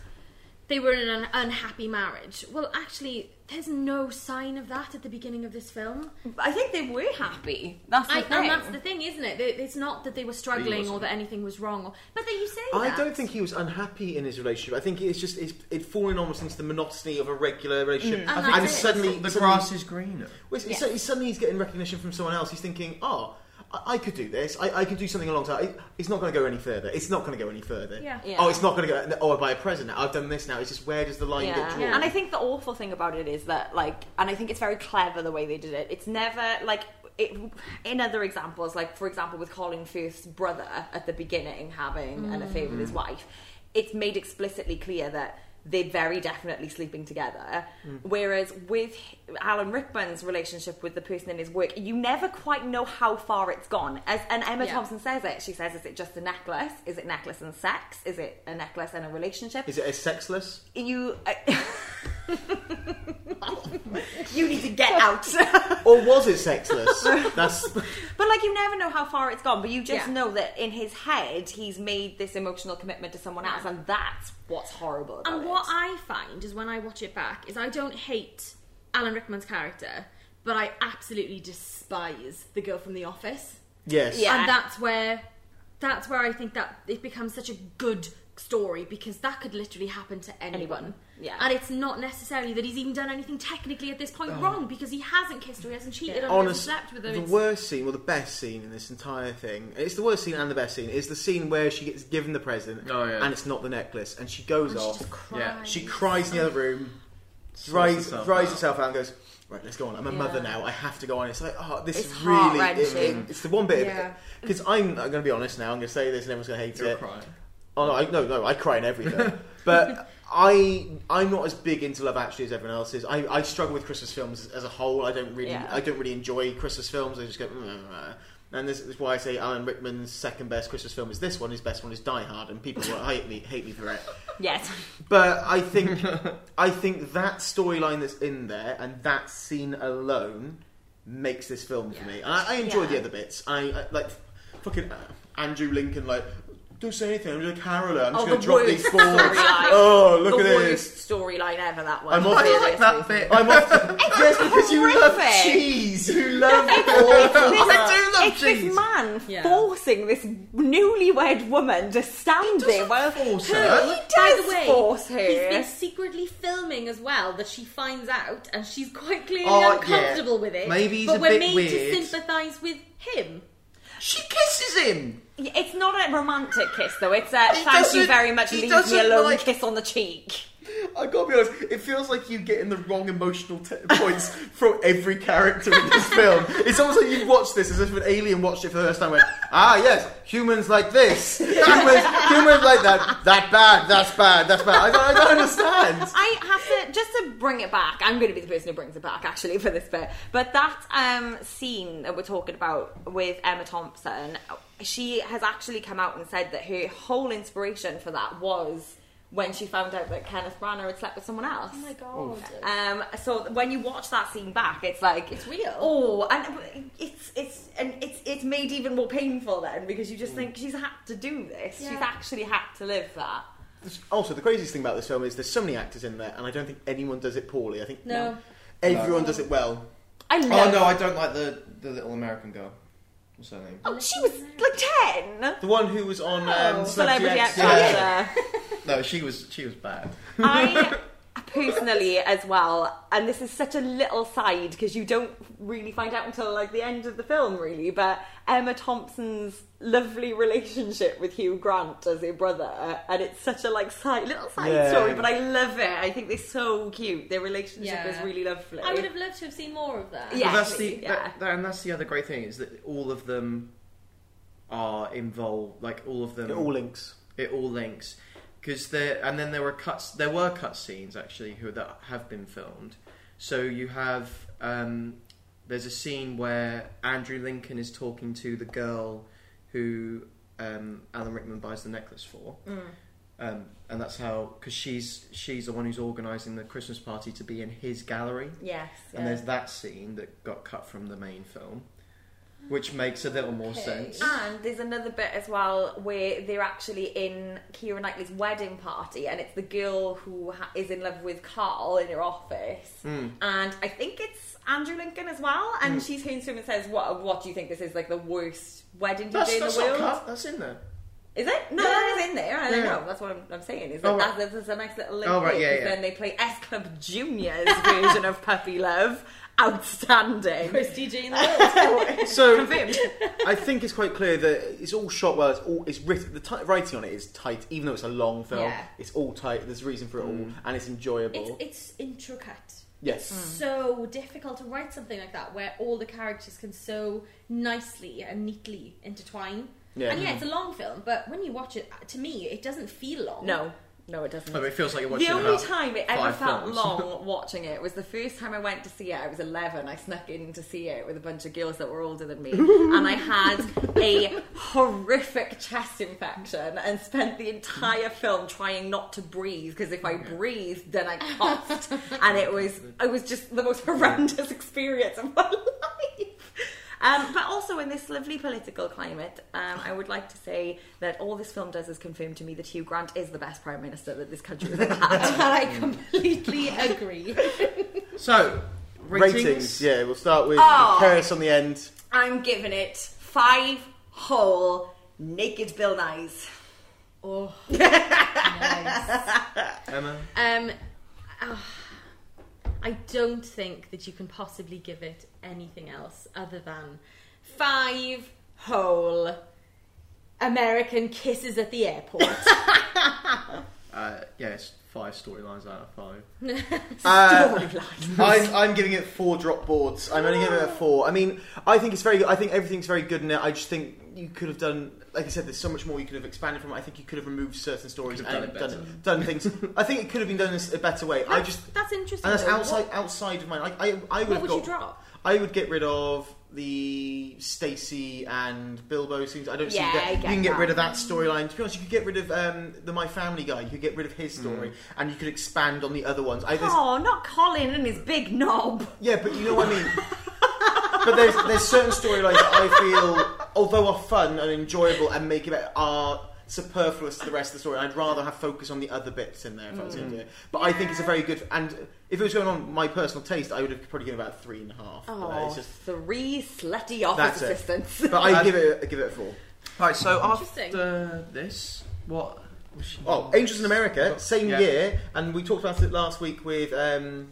they were in an unhappy marriage. Well, actually, there's no sign of that at the beginning of this film. I think they were happy. That's the I, thing. and that's the thing, isn't it? That It's not that they were struggling or wasn't. that anything was wrong. Or, but that you say I that. don't think he was unhappy in his relationship. I think it's just it's it falling almost into the monotony of a regular relationship, Mm. And and that's it. suddenly The suddenly- grass is greener. Well, it's- it's- it's suddenly he's getting recognition from someone else. He's thinking, oh, I, I could do this. I, I could do something alongside. It, it's not going to go any further. It's not going to go any further. Yeah. Yeah. Oh, it's not going to go. Oh, I buy a present now. I've done this now. It's just where does the line get Yeah. drawn? And I think the awful thing about it is that, like, and I think it's very clever the way they did it. It's never like. It, in other examples, like for example with Colin Firth's brother at the beginning having an affair with his wife, it's made explicitly clear that they're very definitely sleeping together. Whereas with Alan Rickman's relationship with the person in his work, you never quite know how far it's gone. As and Emma Yeah. Thompson says it, she says, "Is it just a necklace? Is it necklace and sex? Is it a necklace and a relationship? Is it a sexless? you you need to get out Or was it sexless? That's but like you never know how far it's gone but you just Yeah. know that in his head he's made this emotional commitment to someone else and that's what's horrible about And what it. I find is when I watch it back is I don't hate Alan Rickman's character, but I absolutely despise the girl from The Office. yes. Yeah. and that's where that's where I think that it becomes such a good story because that could literally happen to anyone. Anyone, yeah. And it's not necessarily that he's even done anything technically at this point wrong because he hasn't kissed her, he hasn't cheated on her, he hasn't Honest, slept with her. the it's- worst scene, well, the best scene in this entire thing, it's the worst scene and the best scene, is the scene where she gets given the present Oh, yeah. and it's not the necklace and she goes and she off. just cries. Yeah, She cries in the other room, rise, herself rise out. herself out and goes, Right, let's go on. I'm a Yeah. mother now. I have to go on. It's like, oh, this It's is really. it- heart-wrenching. it's the one bit Yeah. Because I'm, I'm going to be honest now. I'm going to say this and everyone's going to hate You're it. crying. Oh, no, I, no, no. I cry in everything. but I, I'm not as big into Love Actually as everyone else is. I, I struggle with Christmas films as a whole. I don't really, Yeah. I don't really enjoy Christmas films. I just go. "Mm, mm, mm." And this is why I say Alan Rickman's second best Christmas film is this one. His best one is Die Hard, and people will hate me, hate me for it. yes But I think I think that storyline that's in there and that scene alone makes this film for Yeah. me. And I, I enjoy the Yeah. other bits. I, I like fucking uh, Andrew Lincoln like don't say anything. I'm just a caroler. I'm just Oh, going the to drop worst these balls. storyline. oh, look the at this. worst storyline ever that one I'm off- I Like that bit. I'm off. To, yes, because you love horrific. cheese. You love balls. I do love it's this cheese. man Yeah. forcing this newlywed woman to stand there while force he her. does By the way, force her he's been secretly filming as well that she finds out, and she's quite clearly Oh, yeah. uncomfortable with it. Maybe he's but a we're bit made weird. to sympathise with him. She kisses him. Yeah, It's not a romantic kiss though. It's a He thank you doesn't- very much. he Leave me doesn't alone. like- Kiss on the cheek. I gotta be honest. It feels like you get in the wrong emotional t- points from every character in this film. It's almost like you've watched this as if an alien watched it for the first time. and Went, ah, yes, humans like this, humans, humans like that. That bad. That's bad. That's bad. I don't, I don't understand. I have to just to bring it back. I'm going to be the person who brings it back actually for this bit. But that um, scene that we're talking about with Emma Thompson, she has actually come out and said that her whole inspiration for that was when she found out that Kenneth Branagh had slept with someone else. Oh my god. Um, so when you watch that scene back, it's like It's real. Oh, and it's it's and it's it's made even more painful then because you just think she's had to do this. Yeah. She's actually had to live that. Also, the craziest thing about this film is there's so many actors in there, and I don't think anyone does it poorly. I think No. everyone does it well. I love. Oh no, I don't like the the little American girl. What's her name? um, Oh, she was like ten. The one who was on um, Oh, Celebrity X Yeah. Factor. No, she was she was bad. I personally, as well, and this is such a little side because you don't really find out until like the end of the film, really. But Emma Thompson's lovely relationship with Hugh Grant as her brother, uh, and it's such a like side little side Yeah. story. But I love it. I think they're so cute. Their relationship Yeah. is really lovely. I would have loved to have seen more of that. Yeah. But that's the yeah. that, that- and that's the other great thing is that all of them are involved. Like all of them, It all links. it all links because there and then there were cuts there were cut scenes actually who that have been filmed so you have um, there's a scene where andrew lincoln is talking to the girl who um, alan rickman buys the necklace for Mm. um, and that's how because she's she's the one who's organising the christmas party to be in his gallery Yes. and yeah. there's that scene that got cut from the main film which makes a little more Okay. sense And there's another bit as well where they're actually in Kira Knightley's wedding party, and it's the girl who ha- is in love with Carl in her office, Hmm. and I think it's Andrew Lincoln as well. And she turns to him and says, "What? What do you think this is? Like the worst wedding you that's, day in that's the not world? cut that's in there Is it? No, that is in there. I don't Yeah. know. That's what I'm, I'm saying. Is that Oh, right. that's, that's a nice little link? Oh, right, here, yeah, 'cause yeah. Then they play S Club Junior's version of Puppy Love. Outstanding. Most DJ in the world. So Confirmed. I think it's quite clear that it's all shot well. It's all it's written. The ti writing on it is tight, even though it's a long film. Yeah. It's all tight. There's a reason for it all, and it's enjoyable. it's, it's intricate. Hmm. yes. so difficult to write something like that where all the characters can so nicely and neatly intertwine. Yeah. And yeah, it's a long film, but when you watch it, to me, it doesn't feel long. No, no, it doesn't. Oh, it feels like you're The watching only about time it ever five felt films. long watching it was the first time I went to see it. I was 11. I snuck in to see it with a bunch of girls that were older than me. and I had a horrific chest infection and spent the entire film trying not to breathe because if I breathed, then I coughed. and it was, it was just the most horrendous experience of my life. Um, but also in this lovely political climate, um, I would like to say that all this film does is confirm to me that Hugh Grant is the best prime minister that this country has ever had. I completely agree. so Ratings. Mm. ratings Yeah, we'll start with Oh. the curse on the end. I'm giving it five whole naked Bill Nyes. oh, Emma. um, ah, I don't think that you can possibly give it anything else other than five whole American kisses at the airport. Uh, yes, five storylines out of five. Uh, I'm, I'm giving it four drop boards. I'm only giving it a four. I mean, I think it's very. good. I think everything's very good in it. I just think you could have done. Like I said, there's so much more you could have expanded from. it. I think you could have removed certain stories Could have and done done, done it things. I think it could have been done in a better way. I just that's interesting. and that's though. outside outside of mine. Like I, I would have What, what would got, you drop? I would get rid of the Stacy and Bilbo scenes. I don't Yeah, see that. I You get can get that. rid of that storyline. To be honest, you could get rid of um, the My Family guy. You could get rid of his story, Mm. and you could expand on the other ones. I, there's- Oh, not Colin and his big knob. yeah, but you know what I mean. but there's there's certain storylines that I feel, although are fun and enjoyable and make it better, are superfluous to the rest of the story. I'd rather have focus on the other bits in there if I was going Mm. to do it. But I think it's a very good and if it was going on my personal taste, I would have probably given it about three and a half. But Oh, it's just- three slutty That's office it. assistants. but I give it a, give it a four. Right, so Interesting. after this, what? was she- Oh, Angels in America, same Yeah. year, and we talked about it last week with um,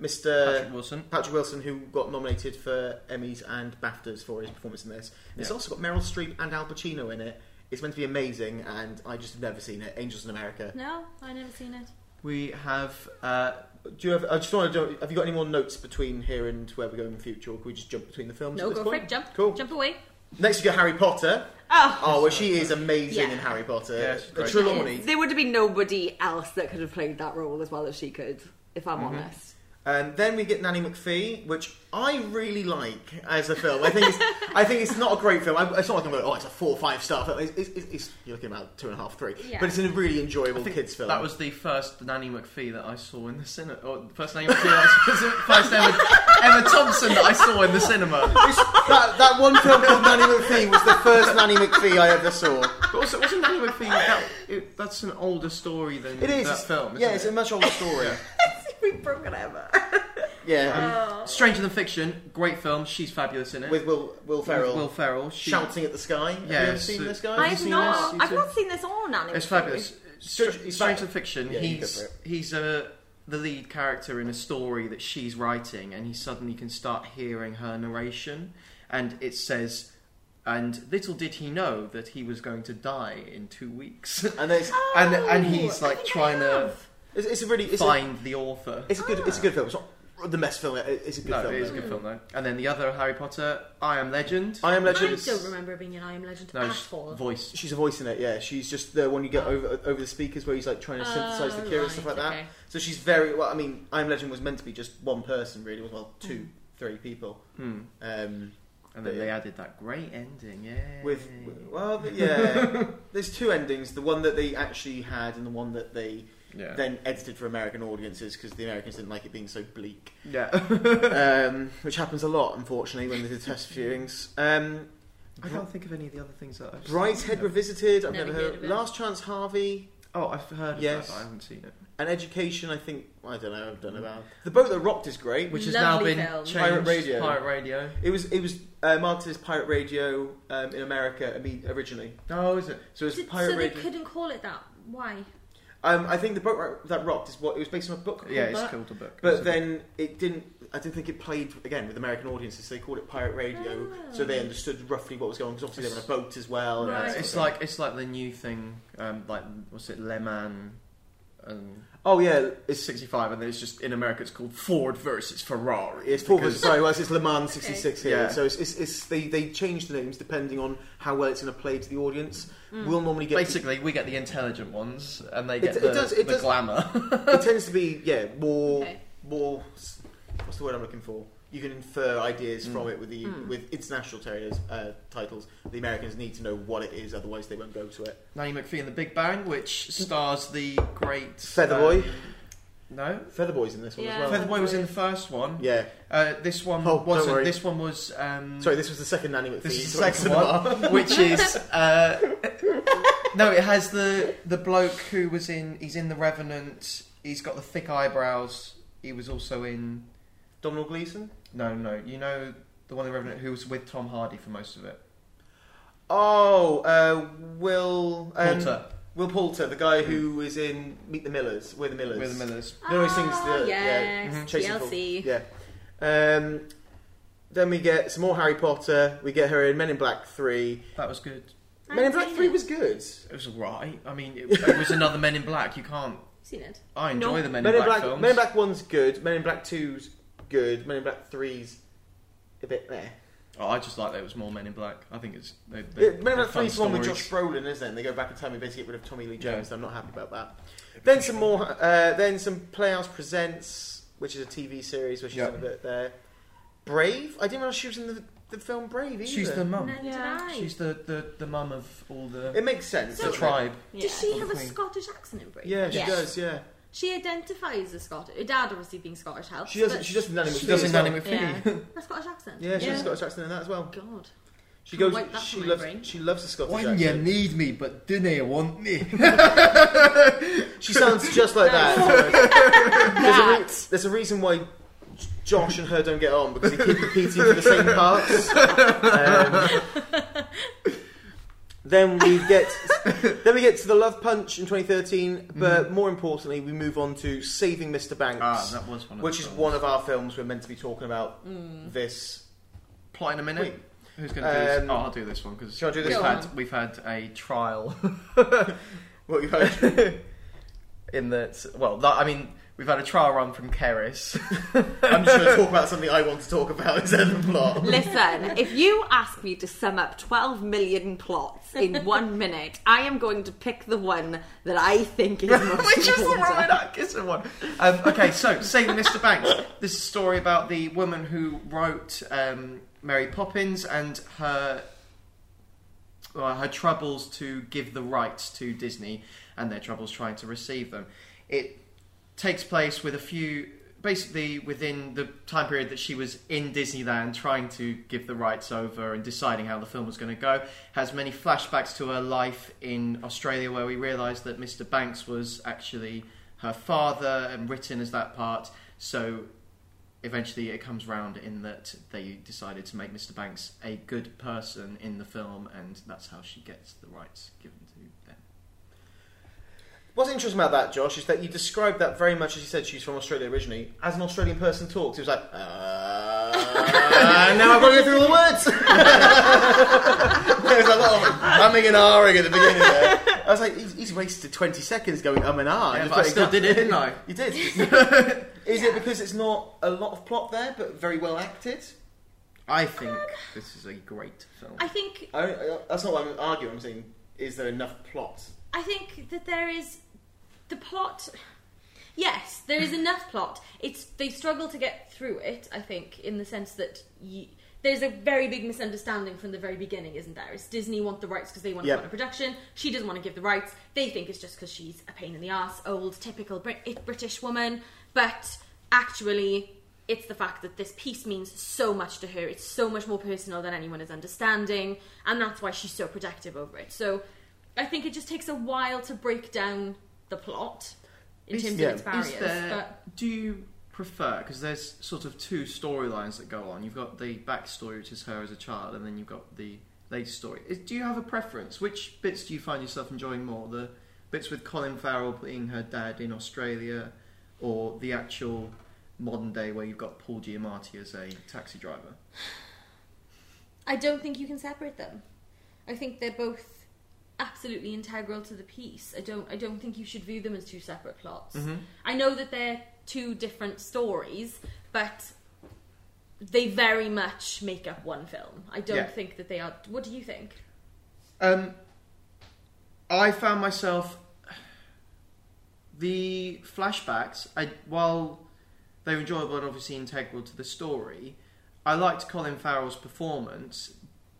Mr. Patrick Wilson. Patrick Wilson, who got nominated for Emmys and BAFTAs for his performance in this. It's Yeah. also got Meryl Streep and Al Pacino in it. It's meant to be amazing, and I just have never seen it. Angels in America. No, I never seen it. We have. Uh, Do you have? I just want to. Do, have you got any more notes between here and where we go in the future, or can we just jump between the films? No, at this go for point? it. Jump. Cool. Jump away. Next, you got Harry Potter. Oh, Oh, well, she is amazing Yeah. in Harry Potter. Yeah, she's great. Trelawney. there would have been nobody else that could have played that role as well as she could, if I'm honest. Um, then we get Nanny McPhee, which I really like as a film. I think it's, I think it's not a great film. I, it's not like I'm going, oh, it's a four or five star film. It's, it's, it's, you're looking about two and a half, three. Yeah. But it's a really enjoyable kids film. That was the first Nanny McPhee that I saw in the cinema. Or the first Nanny McPhee, that I saw, first Emma, Emma Thompson that I saw in the cinema. It's- that, that one film called Nanny McPhee was the first Nanny McPhee I ever saw. But also, wasn't Nanny McPhee that, it, that's an older story than It is that it's- film? Yeah, isn't it's it? a much older story. We've broken ever. yeah, Um, Stranger Than Fiction, great film. She's fabulous in it. with Will Will Ferrell Will Ferrell. She, shouting at the sky. Have Yeah, you ever so- seen this guy? Have you I've seen not. this? I've not seen this on anime. It's fabulous. Str- Str- Stranger Than Fiction. Yeah, you go he's for he's uh, the lead character in a story that she's writing, and he suddenly can start hearing her narration, and it says, "And little did he know that he was going to die in two weeks." And Oh, there's, and and he's like trying to it's, it's a really it's a, find the author. it's a good it's a good film. It's not the best film. it- It's a good no, film. it is a good film though. And then the other Harry Potter, I Am Legend. I Am I Legend. don't remember it being an I Am Legend no, at it's all. voice. She's a voice in it, yeah. She's just the one you get over over the speakers where he's like trying to synthesize the Oh, cure and stuff right, like that. okay. So she's very well. I mean, I'm Legend was meant to be just one person, really. Well, two, three people. Hmm. Um, And then Yeah. they added that great ending. Yeah. with well, but yeah, there's two endings: the one that they actually had and the one that they yeah. then edited for American audiences because the Americans didn't like it being so bleak, yeah. um, which happens a lot, unfortunately, when they do test viewings. Um, I can't think of any of the other things that I've Brighthead Revisited, I've never, Never heard. heard of it. Last Chance Harvey. Oh, I've heard of Yes. that, but I haven't seen it. And education, I think I don't know. Hmm. I don't know about the boat that rocked is great. Which Which has Lovely now been film. changed. Pirate Radio. Pirate Radio. it was, it was uh, marketed as pirate radio um, in America. I mean, originally, Oh, is it? so it was Did- pirate so they radio. couldn't call it that. Why? Um, I think the boat Ro- that rocked is what it was based on a book. Called Yeah, it's that. called a book. But It's a book. then it didn't. I didn't think it played again with American audiences. They called it pirate radio, so they understood roughly what was going. on Because obviously they were on a boat as well. and that Ah. Right. sort of it's thing. like it's like the new thing. Um, like what's it, Le Mans, and oh yeah, it's sixty five, and then it's just in America it's called Ford versus Ferrari. It's Paul because- versus sorry, well, it's Le Mans '66 here. Yeah. So it's, it's, it's they they change the names depending on how well it's going to play to the audience. Mm. We'll normally get Basically, we get the intelligent ones, and they get It- it the, does- it the does- glamour. it tends to be yeah more Okay. more s- what's the word I'm looking for? You can infer ideas from Mm. it with the Mm. with international terriers, uh, titles. The Americans need to know what it is, otherwise they won't go to it. Nanny McPhee in The Big Bang, which stars the great Featherboy, um, no, Featherboy's in this one Yeah. as well. Featherboy was in the first one. yeah, Uh, this one Oh, don't worry. wasn't. This one was. Um, sorry, this was the second Nanny McPhee. This is the Sorry, second cinema. one, which is uh, no, it has the the bloke who was in. He's in the Revenant. He's got the thick eyebrows. He was also in. Domhnall Gleeson. No, no, you know the one in Revenant who was with Tom Hardy for most of it. Oh, uh, Will um, Porter. Will Poulter, the guy who was in Meet the Millers, We're the Millers. with the Millers. He always sings Ah, the yes, yeah, mhm. Chasing Paul. TLC. Yeah. Mm-hmm. Um, then we get some more Harry Potter. We get her in Men in Black Three. That was good. I Men in haven't Black seen Three it. was good. It was alright. I mean, it, it was another Men in Black. You can't. Seen it? I enjoy the Men, Men in Black, films. Men in Black One's good. Men in Black Two's good. Men in Black Three's a bit there. Oh, I just like that it was more Men in Black. I think it's. They, they, Men in they're Black fun Three's the one with stories. Josh Brolin, isn't it? And they go back in time and basically get rid of Tommy Lee Jones. and I'm not happy about that. Then some more. Uh, then some Playhouse Presents, which is a TV series, which is Yeah. a bit there. Brave. I didn't realize she was in the, the film Brave either. She's the mum. Neither Yeah. did I. She's the, the, the mum of all the It makes sense. the doesn't it? tribe. Yeah. Does she Or have a Queen. Scottish accent in Britain? Yeah, she Yes. does. Yeah, She identifies as Scottish. Her dad obviously being Scottish helps. she doesn't. but- She doesn't. Nanny She does in as well. Nanny McPhee. Yeah. a Scottish accent. Oh, Yeah, she's got a Scottish accent in that as well. God. She Can't goes. wipe that She from my loves. brain. She loves the Scottish When you accent. need me, but do you want me? She sounds just like that. That. There's a reason why J- Josh and her don't get on because they keep repeating for the same parts. Um, then we get. Then we get to the Love Punch in 2013, but more importantly, we move on to Saving Mr. Banks, ah, that was one. Of which the is films. one of our films we're meant to be talking about this plot in a minute. week. Who's going to do this? Um, Oh, I'll do this one because Shall I do this we've one? had we've had a trial. What you heard? in that. Well, that, I mean, we've had a trial run from Keris. I'm just going to talk about something I want to talk about instead of the plot. Listen, if you ask me to sum up 12 million plots in one minute, I am going to pick the one that I think is most Which is the important. Robin Atkinson one. Um, okay, so Saving Mr. Banks. This is a story about the woman who wrote um, Mary Poppins and her well, uh, her troubles to give the rights to Disney and their troubles trying to receive them. It takes place with a few, basically within the time period that she was in Disneyland trying to give the rights over and deciding how the film was going to go. Has many flashbacks to her life in Australia where we realise that Mr. Banks was actually her father and written as that part. So eventually it comes round in that they decided to make Mr. Banks a good person in the film, and that's how she gets the rights given to them. What's interesting about that, Josh, is that you described that very much as you said she's from Australia originally. As an Australian person talks, it was like, uh, and now I've got to go through all the words. There's a lot of umming and ahhing at the beginning there. I was like, he's, he's wasted 20 seconds going um and ah. Yeah, Just but I putting still that- did it, didn't I? You did. is it because it's not a lot of plot there, but very well acted? I think this is a great film. I think I, I, that's not what I'm arguing. I'm saying, is there enough plot? I think that there is the plot. Yes, there is enough plot. It's they struggle to get through it. I think in the sense that y there's a very big misunderstanding from the very beginning, isn't there? It's Disney want the rights because they want Yep. to run a production. She doesn't want to give the rights. They think it's just because she's a pain in the ass, old typical Brit- British woman. But actually, it's the fact that this piece means so much to her. It's so much more personal than anyone is understanding, and that's why she's so protective over it. So I think it just takes a while to break down the plot in Is- terms yeah. of its barriers. Is there, But do you prefer because there's sort of two storylines that go on. You've got the backstory, which is her as a child, and then you've got the later story. Is, do you have a preference? Which bits do you find yourself enjoying more? The bits with Colin Farrell being her dad in Australia, or the actual modern day where you've got Paul Giamatti as a taxi driver? I don't think you can separate them. I think they're both absolutely integral to the piece. I don't I don't think you should view them as two separate plots. Mm-hmm. I know that they're two different stories, but they very much make up one film. I don't Yeah. think that they are what do you think? Um, I found myself the flashbacks. I while they were enjoyable and obviously integral to the story, I liked Colin Farrell's performance,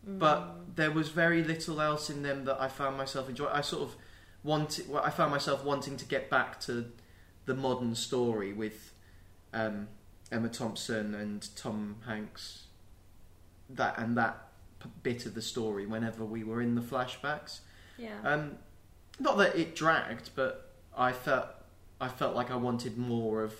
but there was very little else in them that I found myself enjoying. I sort of wanted. Well, I found myself wanting to get back to the modern story with um, Emma Thompson and Tom Hanks. That and that p- bit of the story whenever we were in the flashbacks. Yeah. Uh, Um, not that it dragged, but I felt I felt like I wanted more of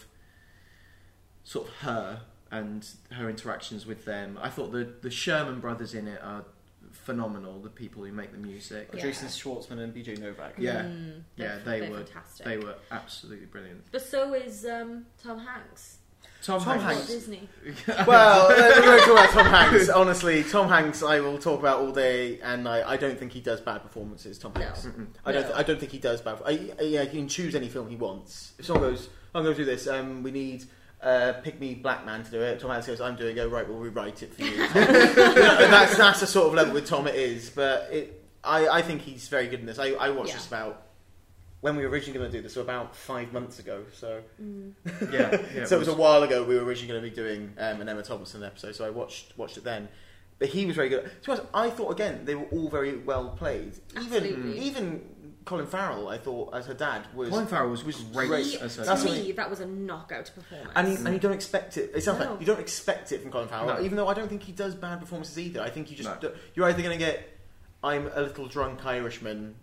sort of her and her interactions with them. I thought the the Sherman brothers in it are phenomenal. The people who make the music, Yeah. Jason Schwartzman and BJ Novak. yeah, Mm, yeah, they're- they they're were fantastic. they were absolutely brilliant. But so is um, Tom Hanks. Tom, Tom Walt Hanks. Disney. Well, uh, we're going to talk about Tom Hanks. Honestly, Tom Hanks, I will talk about all day, and I, I don't think he does bad performances. Tom Hanks, I don't, No. th- I don't think he does bad. I, I, yeah, he can choose any film he wants. If someone goes, I'm going to do this. Um, we need. Uh, pick me black man to do it. Tom Hanks goes, I'm doing it. Right, we'll rewrite it for you. Tom." that's that's the sort of level with Tom it is. But it, I, I think he's very good in this. I, I watched Yeah. this about when we were originally going to do this, so about five months ago. So yeah, yeah, so it was a while ago. We were originally going to be doing um, an Emma Thompson episode, so I watched watched it then. But he was very good. To be honest, I thought again they were all very well played. Even Absolutely. even Colin Farrell, I thought as her dad was. Colin Farrell was, was great. great. as her to That's dad. what me, that was a knockout performance. and, you, and you don't expect it. It sounds No. like you don't expect it from Colin Farrell, mm. No. even though I don't think he does bad performances either. I think you just No. don't- you're either going to get I'm a little drunk Irishman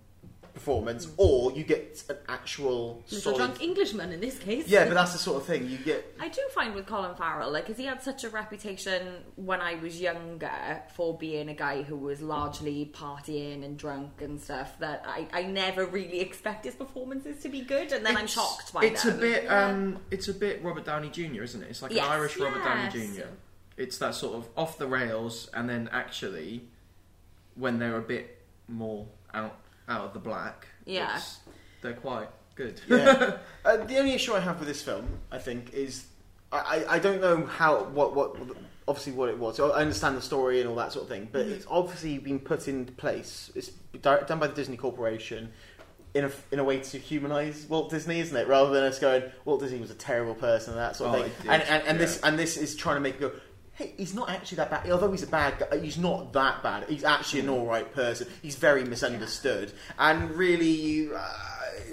performance, or you get an actual Little solid- drunk Englishman in this case. Yeah, but that's the sort of thing you get. I do find with Colin Farrell, like, because he had such a reputation when I was younger for being a guy who was largely partying and drunk and stuff, that I, I never really expect his performances to be good, and then I'm It's- shocked by it's them. a bit Yeah. um it's a bit robert downey jr isn't it it's like Yes. an irish robert downey Yes. jr it's that sort of off the rails and then actually when they're a bit more out out of the black Yeah. it's- they're quite Good. Yeah. uh, the only issue I have with this film, I think, is I, I, I don't know how what what obviously what it was. I understand the story and all that sort of thing, but Mm-hmm. it's obviously been put in place. It's di- done by the Disney Corporation. In a, in a way to humanize Walt Disney, isn't it? Rather than us going, Walt Disney was a terrible person and that sort Oh, of thing. it did, And, and, and this yeah. and this is trying to make you go, hey, he's not actually that bad. Although he's a bad guy, he's not that bad. He's actually an all right person. He's very misunderstood, and really, you uh,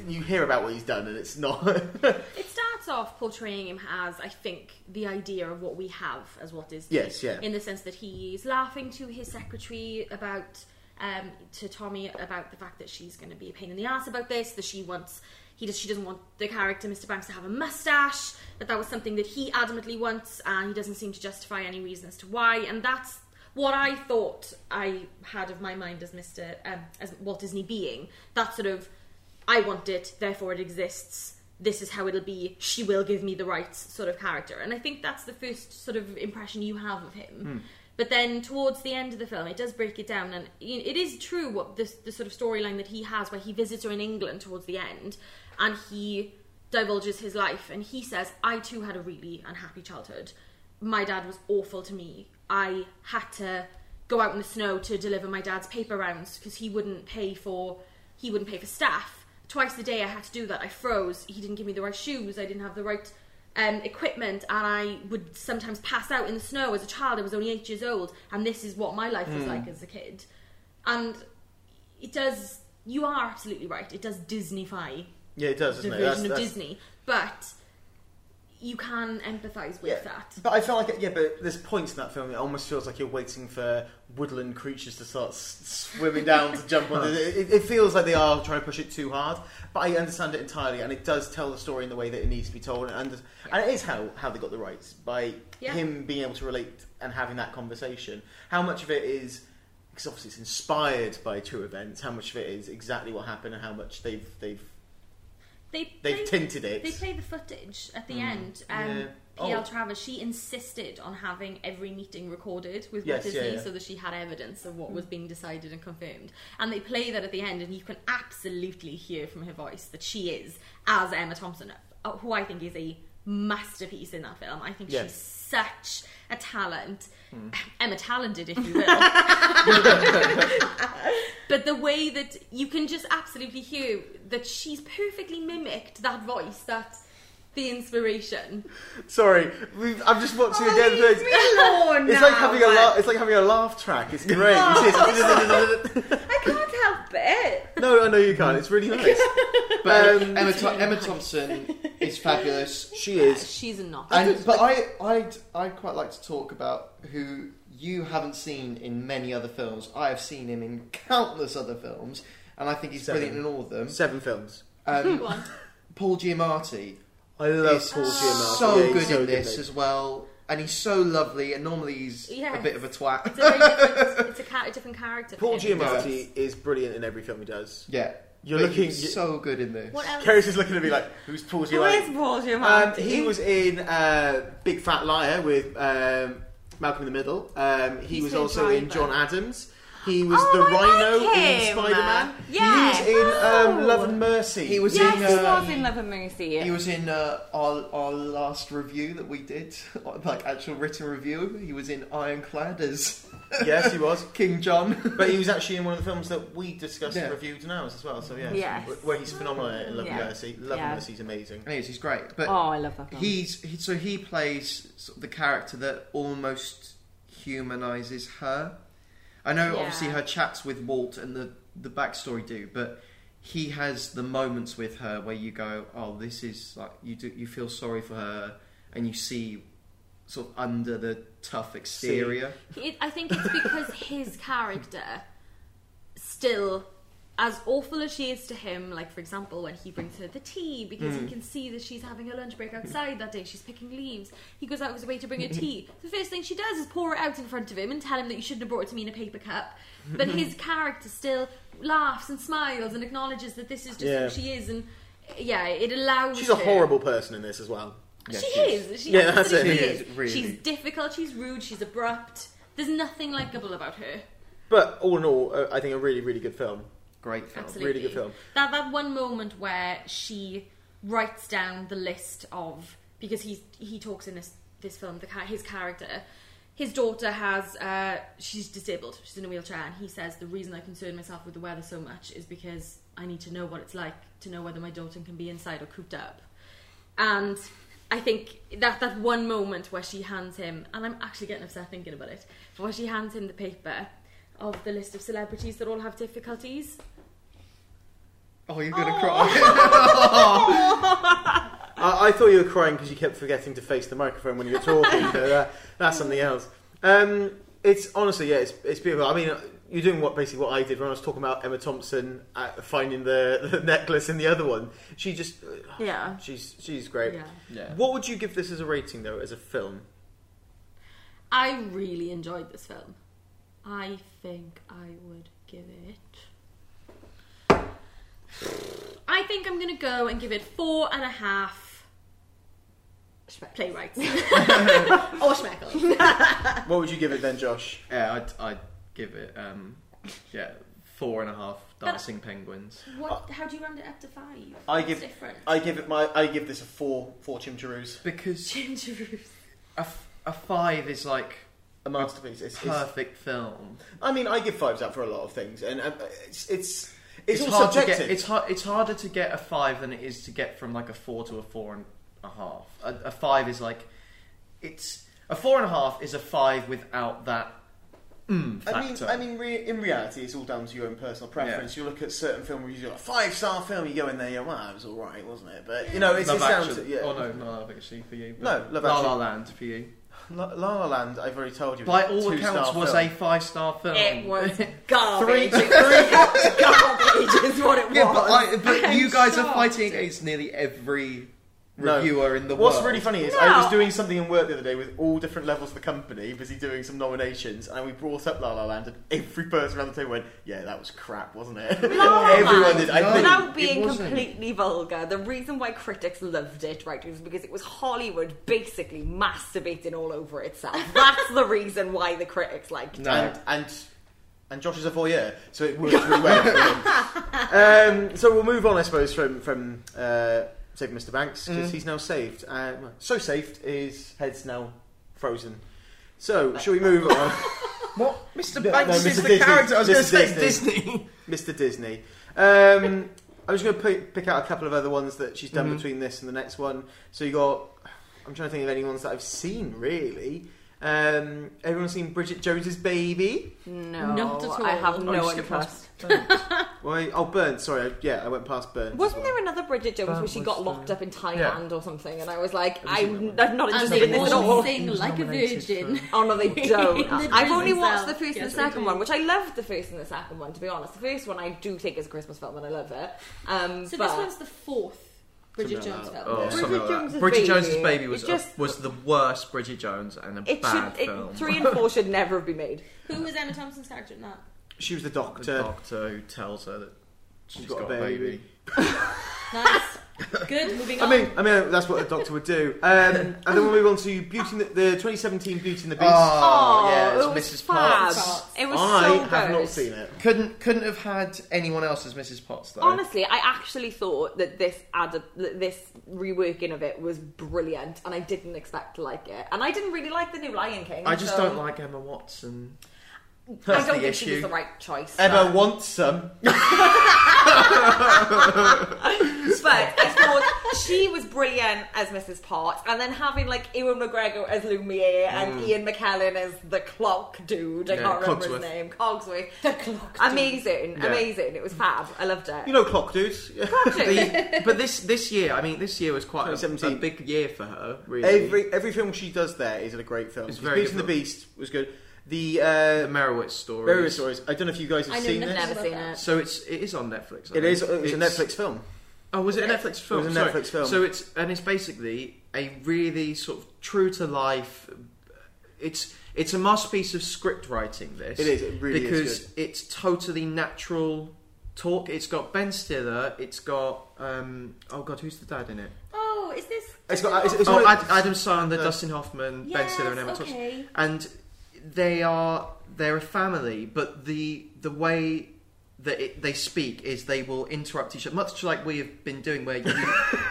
you hear about what he's done, and it's not. It starts off portraying him as, I think, the idea of what we have as Walt Disney. yes, yeah, In the sense that he's laughing to his secretary about, um, to Tommy about the fact that she's going to be a pain in the ass about this, that she wants, he does, she doesn't want the character Mr. Banks to have a mustache, that that was something that he adamantly wants, and he doesn't seem to justify any reason as to why, and that's what I thought I had of my mind as Mr. Um, as Walt Disney being that sort of I want it, therefore it exists. This is how it'll be. She will give me the rights, sort of character. And I think that's the first sort of impression you have of him. But then towards the end of the film, it does break it down, and you know, it is true what this the sort of storyline that he has, where he visits her in England towards the end, and he divulges his life, and he says, "I too had a really unhappy childhood. My dad was awful to me. I had to go out in the snow to deliver my dad's paper rounds because he wouldn't pay for he wouldn't pay for staff. Twice a day I had to do that. I froze. He didn't give me the right shoes. I didn't have the right um, equipment, and I would sometimes pass out in the snow as a child. I was only eight years old, and this is what my life was Hmm. like as a kid. And it does. You are absolutely right. It does Disneyfy yeah, it does, the doesn't it? version That's- of that's- Disney, but you can empathise with yeah. that. But I feel like, it, yeah, but there's points in that film. It almost feels like you're waiting for woodland creatures to start s- swimming down to jump on. It, it, it feels like they are trying to push it too hard. But I understand it entirely, and it does tell the story in the way that it needs to be told. And and, and it is how how they got the rights by Yeah. him being able to relate and having that conversation. How much of it is? Because obviously it's inspired by true events. How much of it is exactly what happened, and how much they've they've They they've play- tinted it. Mm. They play the footage at the end. Um, yeah. PL Oh. Travers, she insisted on having every meeting recorded with Yes, Walt Disney yeah, yeah. so that she had evidence of what was being decided and confirmed. And they play that at the end, and you can absolutely hear from her voice that she is, as Emma Thompson, uh, who I think is a masterpiece in that film. I think Yeah. she's such a talent. Hmm. Emma talented, if you will. But the way that you can just absolutely hear that she's perfectly mimicked that voice, that's the inspiration. Sorry, we've, I've just watched it again. Oh, leave me alone It's like now, having a man. laugh. It's like having a laugh track. It's great. It's just- I can't help it. no, I know you can't. It's really nice. But Um, Emma, Tho- Emma Thompson is fabulous. She is. She's not. And, but I, I'd, I'd quite like to talk about who you haven't seen in many other films. I have seen him in countless other films, and I think he's Seven. brilliant in all of them. Seven films. Go Um, on. Paul Giamatti I love is Paul Giamatti. so Yeah, he's good in good this it. as well, and he's so lovely. And normally he's Yes. a bit of a twat. It's a, very different, it's a, ca- a different character. for Paul him. Giamatti is brilliant in every film he does. yeah, You're but looking- he's so good in this. What else? Kerry's is looking at me like, "Who's Paul Who is Giamatti?" Paul Um, Giamatti? he was in uh, Big Fat Liar with um, Malcolm in the Middle. Um, he He's was the also in driver. John Adams. He was Oh, the I Rhino like in him. Spider Man. Yeah. He was in um, Oh. Love and Mercy. He was yes, in. he uh, was in Love and Mercy. He was in uh, our our last review that we did, like actual written review. He was in Ironclad as yes, he was. King John. But he was actually in one of the films that we discussed Yeah. and reviewed and ours as well. So yeah, Yes. where- where he's phenomenal in Love Yeah. and Mercy. Love Yeah. and Mercy's amazing. Anyways, he's great, but oh, I love that film. he's he, so he plays sort of the character that almost humanizes her. I know, Yeah. obviously, her chats with Walt and the the backstory do, but he has the moments with her where you go, "Oh, this is like you do." You feel sorry for her, and you see sort of under the tough exterior. It, I think it's because his character still, as awful as she is to him, like for example when he brings her the tea because Hmm. he can see that she's having her lunch break outside that day, she's picking leaves. He goes out of his way to bring her tea. The first thing she does is pour it out in front of him and tell him that you shouldn't have brought it to me in a paper cup. But his character still laughs and smiles and acknowledges that this is just Yeah. who she is and. Yeah, it allows. She's a her- horrible person in this as well. she, she is. She Yeah, that's it. absolutely She is. is, really. She's difficult. She's rude. She's abrupt. There's nothing likable about her. But all in all, uh, I think a really, really good film. Great film. Absolutely. Really good film. That that one moment where she writes down the list of because he's he talks in this this film the ca- his character his daughter has uh, she's disabled she's in a wheelchair and he says the reason I concern myself with the weather so much is because I need to know what it's like to know whether my daughter can be inside or cooped up and I think that that one moment where she hands him and I'm actually getting upset thinking about it but where she hands him the paper of the list of celebrities that all have difficulties Oh, you're gonna cry. I, I thought you were crying because you kept forgetting to face the microphone when you were talking. but that, that's something else. Um, it's honestly, yeah, it's, it's beautiful. I mean, uh, you're doing what basically what I did when I was talking about Emma Thompson uh, finding the, the necklace in the other one. She just, uh, yeah she's she's great. Yeah. yeah. What would you give this as a rating though, as a film? I really enjoyed this film. I think I would give it. I think I'm gonna go and give it four and a half playwrights or schmeckles. What would you give it then, Josh? Yeah, I'd, I'd give it um, yeah four and a half dancing penguins. What? How do you round it up to five? Uh, I What's give- different. I give it my I give this a four four chimcheroos. Because a, f- a five is like A masterpiece. It's, it's, perfect film. I mean, I give fives out for a lot of things, and um, it's it's it's, It's, all hard subjective. to get. It's hard. It's harder to get a five than it is to get from like a four to a four and a half. A, a five is like it's a four and a half is a five without that. I Mm, mean, factor. I mean, re- in reality, it's all down to your own personal preference. You look at certain film reviews, you're like five star film. You go in there, you're well, it was all right, wasn't it? But you know, it's, Love it's down Actually- to yeah. Oh no, not Love Actually for you. No, but Love La Actually. La Land for you. La, La La Land, I've already told you. was By a all two-star accounts, was film. a five star film. It was three. garbage. three garbage is what it was. Yeah, but, I, but I'm you guys are shocked. fighting against nearly every No. reviewer in the What's world. really funny is No. I was doing something in work the other day with all different levels of the company, busy doing some nominations, and we brought up La La Land, and every person around the table went, "Yeah, that was crap, wasn't it?" La Everyone Land. did. I No. think it Without being wasn't. completely vulgar, the reason why critics loved it, right, was because it was Hollywood basically masturbating all over itself. That's the reason why the critics liked it. No. and and and Josh is a four-year, so it worked really well. For him. Um, so we'll move on, I suppose, from from uh, saving Mr. Banks Mm. because he's now saved. Uh, well, so saved, his head's now frozen. So, shall we move on? What? Mr. No, Banks no, is Mr. the Disney. character. I was going Mr. to say Disney. Disney. Mr. Disney. Um, I'm just going to pick, pick out a couple of other ones that she's Mm-hmm. done between this and the next one. So you got, I'm trying to think of any ones that I've seen really. Um, everyone's seen Bridget Jones's Baby. No, Not at all. I have Oh, you no skipped interest. Well, I- oh, Burns. Sorry, I- yeah, I went past Burns. Wasn't there another Bridget Jones That where she was got the- locked up in Thailand or something? And I was like, I'm, I'm not And interested in they this at all all. sing was like a nominated virgin. Oh no, they don't. They I've do only watched themselves. the first and Yes, the they second do. one, which I loved the first and the second one. To be honest, the first one I do think is a Christmas film and I love it. Um, So but this one's the fourth Bridget Jones film. Oh, Bridget something like that. Jones's Bridget Baby. Jones's Baby was It just- a, was the worst Bridget Jones and a it bad should film. it, three and four should never have been made. Who was Emma Thompson's character in that? She was the the doctor. doctor who tells her that she's got got, a a baby. baby. Nice. Good. Moving I on. mean, I mean, that's what a doctor would do. Um, and then we'll move on to Beauty and the, the 2017 Beauty and the Beast. Oh, yeah, it's it was Mrs. fab. Potts. It was I so good. have not seen it. Couldn't couldn't have had anyone else as Mrs. Potts though. Honestly, I actually thought that this added, that this reworking of it was brilliant, and I didn't expect to like it. And I didn't really like the new Lion King. I just so don't like Emma Watson. I That's don't the think she was issue. the right choice. Emma wants some. But I thought she was brilliant as Mrs. Potts, and then having like Ewan McGregor as Lumiere and Ian McKellen as the clock dude. I Yeah, can't remember Cogsworth. his name. Cogsworth. the clock. Amazing, Yeah. amazing. It was fab. I loved it. You know, clock dudes. The- but this this year, I mean, this year was quite a, a 2017. big year for her. Really, Every every film she does there is a great film. It's Because very Beauty and the good Beast was good. The the uh, Merowitz story. Burial Stories. I don't know if you guys have I know seen nothing this. about Never seen it. So it's it is on Netflix. I It is. think. It's a Netflix film. Oh, was it a Netflix film? was a Sorry. Netflix film. So it's and it's basically a really sort of true to life. It's it's a masterpiece of script writing. This It is, it really is because good. it's totally natural talk. It's got Ben Stiller. It's got um, oh god, who's the dad in it? Oh, is this? It's got. It's, it's oh, got Ad, Adam Sandler, No. Dustin Hoffman, Ben Stiller, and Emma Yes, Thompson. okay. And they are they're a family, but the the way that it, they speak is they will interrupt each other, much like we have been doing, where you,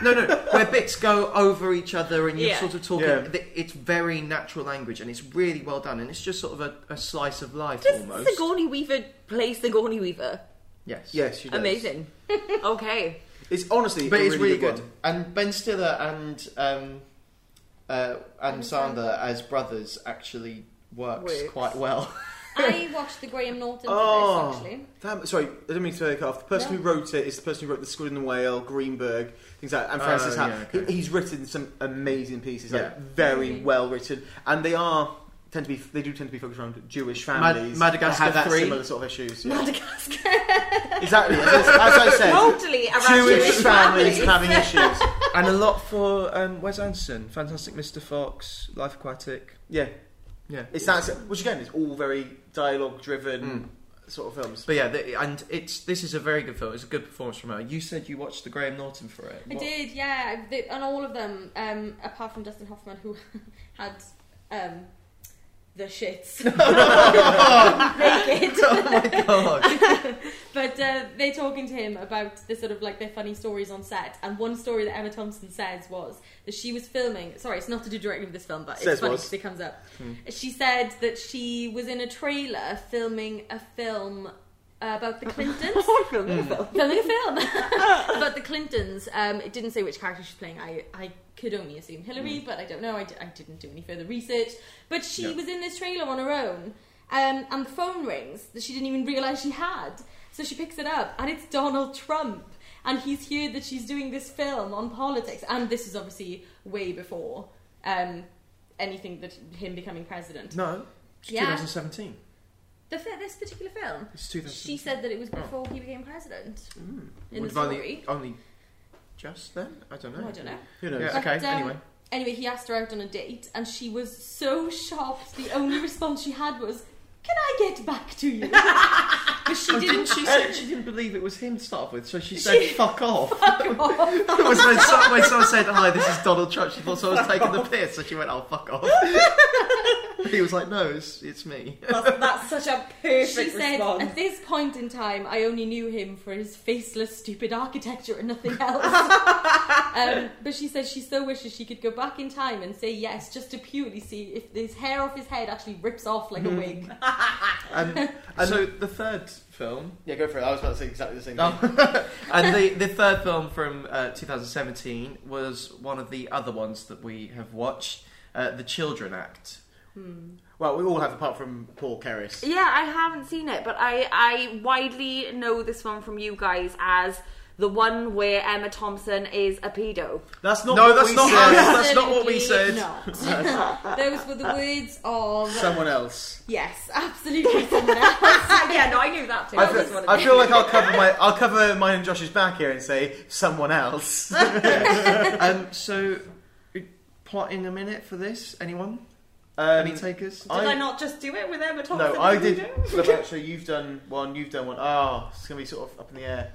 no, no, where bits go over each other and you're Yeah. sort of talking. Yeah. th- It's very natural language and it's really well done, and it's just sort of a, a slice of life Does almost. Sigourney Weaver play Sigourney Weaver? yes, Yes, she does. Amazing. okay. It's honestly, but a it's really really good. one. And Ben Stiller and um, uh, and Sander as brothers actually works, Works. quite well. I watched the Graham Norton Oh. for this actually. Damn, sorry, I didn't mean to take off. The person who wrote it is the person who wrote The Squid and the Whale, Greenberg, things like that, and Oh, Francis yeah, Hatt. okay. He- he's written some amazing pieces, Yeah. like very well written, and they are tend to be they do tend to be focused around Jewish Mad- families. Madagascar that have that 3. similar sort of issues. yeah. Madagascar. exactly, as, I- as I said, Totally around Jewish, Jewish families, families. having issues. and a lot for um, Wes Anderson, Fantastic Mr. Fox, Life Aquatic. Yeah, Yeah, it's that, which again is all very dialogue driven sort of films. But yeah, the, and it's this is a very good film. It's a good performance from her. You said you watched the Graham Norton for it. I What- did, yeah, I- the, and all of them, um, apart from Dustin Hoffman, who had um, the shits. Naked. Oh But uh, they're talking to him about the sort of like their funny stories on set, and one story that Emma Thompson says was that she was filming. Sorry, it's not to do directly with this film, but Says it's funny was. Hmm. because it comes up. She said that she was in a trailer filming a film about the Clintons. filming a film about the Clintons. Um, it didn't say which character she's playing. I, I could only assume Hillary, but I don't know. I, d- I didn't do any further research. But she was in this trailer on her own, um, and the phone rings that she didn't even realise she had. So she picks it up, and it's Donald Trump. And he's heard that she's doing this film on politics, and this is obviously way before um, anything that him becoming president. No, it's Yeah. 2017. The, fi- this particular film, It's 2017. she said that it was before he became president. In Would the have only- story. Only, just then? I don't know. Oh, I don't know. Who knows? Yeah, okay, But, um, anyway. Anyway, he asked her out on a date, and she was so shocked. The only response she had was, "Can I get back to you?" but she Oh, didn't. didn't she say she didn't believe it was him to start off with, so she said fuck off. oh, It was when, some, when someone said, Hi, this is Donald Trump, she thought someone was taking the piss, so she went, Oh, fuck off. he was like, No, it's, it's me. That's, that's such a she perfect said, response. "At this point in time, I only knew him for his faceless, stupid architecture and nothing else." um, but she said she so wishes she could go back in time and say yes, just to purely see if his hair off his head actually rips off like Hmm. a wig. Um, and so the third film Yeah, go for it. I was about to say exactly the same thing. Oh. and the, the third film from uh, 2017 was one of the other ones that we have watched, uh, The Children Act. Well, we all have, apart from Paul Kerris. Yeah, I haven't seen it, but I, I widely know this one from you guys as the one where Emma Thompson is a pedo. That's not. No, what that's we not- said. That's not what we Absolutely said. not. Those were the words of Someone else. yes, absolutely someone else. yeah, no, I knew that too. I That was one feel, of I the- feel like I'll cover my I'll cover mine and Josh's back here and say someone else. um, so, plot in a minute for this. Anyone? Um, Any takers? Did I, not just do it with Emma Thompson? no, I and did. Ludo? Look, actually, you've done one. You've done one. Ah, it's gonna be sort of up in the air.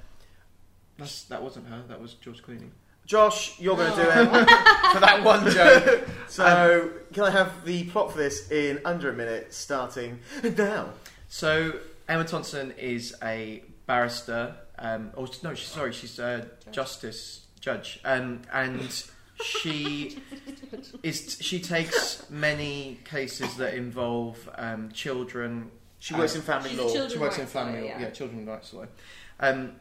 That's, that wasn't her. That was George Clooney. Josh, you're gonna do it for that one joke. So, can I have the plot for this in under a minute, starting now? So Emma Thompson is a barrister. Um, oh no, she's sorry, she's a justice judge, um, and she is. She takes many cases that involve um, children. Um, She works in family She's a law. children She works in rights family lawyer, law. yeah. Yeah, children rights law. Um,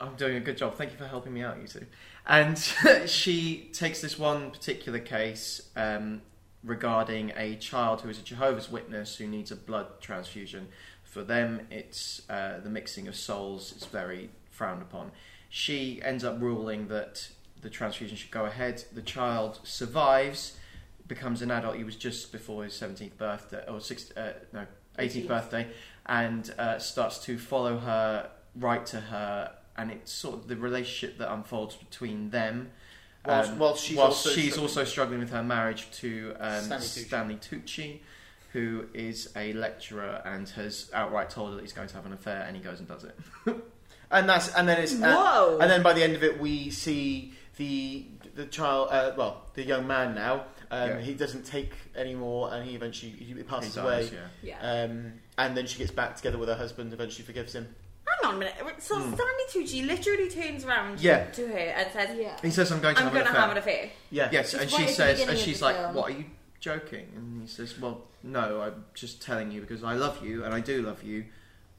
I'm doing a good job. Thank you for helping me out, you two. And she takes this one particular case um, regarding a child who is a Jehovah's Witness who needs a blood transfusion. For them, it's uh, the mixing of souls. It's very frowned upon. She ends up ruling that the transfusion should go ahead. The child survives, becomes an adult. He was just before his 17th birthday, or 6th, uh, no, 18th birthday, and uh, starts to follow her, write to her, and it's sort of the relationship that unfolds between them. Whilst- um, whilst she's also she's struggling. also struggling with her marriage to um, Stanley Stanley, Tucci. Tucci. who is a lecturer and has outright told her that he's going to have an affair, and he goes and does it. And that's and then it's uh, Whoa. and then by the end of it, we see the the child. Uh, well, the young man now. Um, Yeah. He doesn't take anymore, and he eventually he passes He dies, away. yeah. Yeah. Um, and then she gets back together with her husband. Eventually, forgives him. hang on a minute. So Stanley Tucci literally turns around Yeah. to her and says, Yeah. He says, "I'm going to I'm have going to an affair." have an affair. Yeah. Yes, It's and right she at the says, beginning and of she's the like, film. "What are you joking?" And he says, "Well, no, I'm just telling you because I love you and I do love you,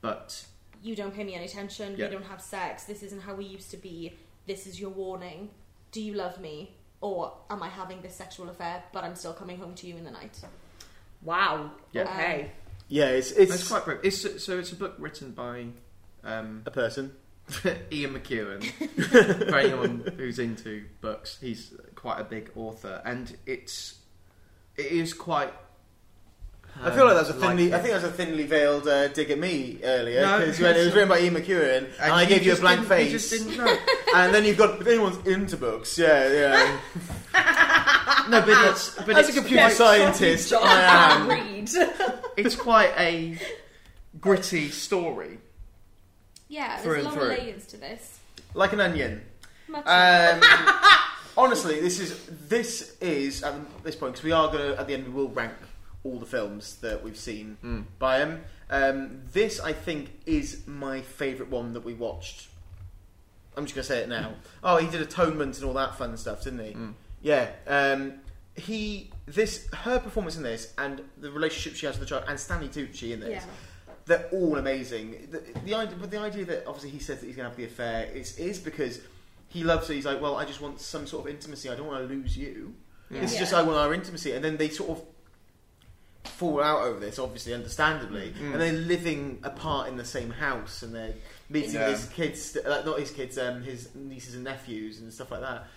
but You don't pay me any attention. Yeah. We don't have sex. This isn't how we used to be. This is your warning. Do you love me? Or am I having this sexual affair, but I'm still coming home to you in the night? Wow. Yeah. Okay. Yeah, it's it's it's quite brave." It's, so it's a book written by um, a person. Ian McEwan. For anyone who's into books, he's quite a big author, and it's it is quite. I feel like that's a um, thinly. I light-hit. think that's a thinly veiled uh, dig at me earlier No, because when it was written by Ian McEwan, and, I gave you a just blank didn't- face, You just didn't know. and then you've got if anyone's into books, yeah, yeah. no, but it's but As a it's computer scientist, I am. Read. it's quite a gritty story. Yeah, Through and there's a lot through. of layers to this. like an onion. Much Um, honestly, this is this is at this point because we are going to at the end we will rank all the films that we've seen by them. Um, this I think is my favourite one that we watched. I'm just going to say it now. Oh, he did Atonement and all that fun stuff, didn't he? Yeah. Um, he this her performance in this and the relationship she has with the child and Stanley Tucci in this yeah. they're all amazing. The, the idea, but the idea that obviously he says that he's going to have the affair is is because he loves her. He's like, well, I just want some sort of intimacy. I don't want to lose you. It's Yeah. just I want our intimacy, and then they sort of fall out over this, obviously, understandably, and they're living apart in the same house, and they're meeting Yeah. his kids, uh, not his kids, um, his nieces and nephews, and stuff like that.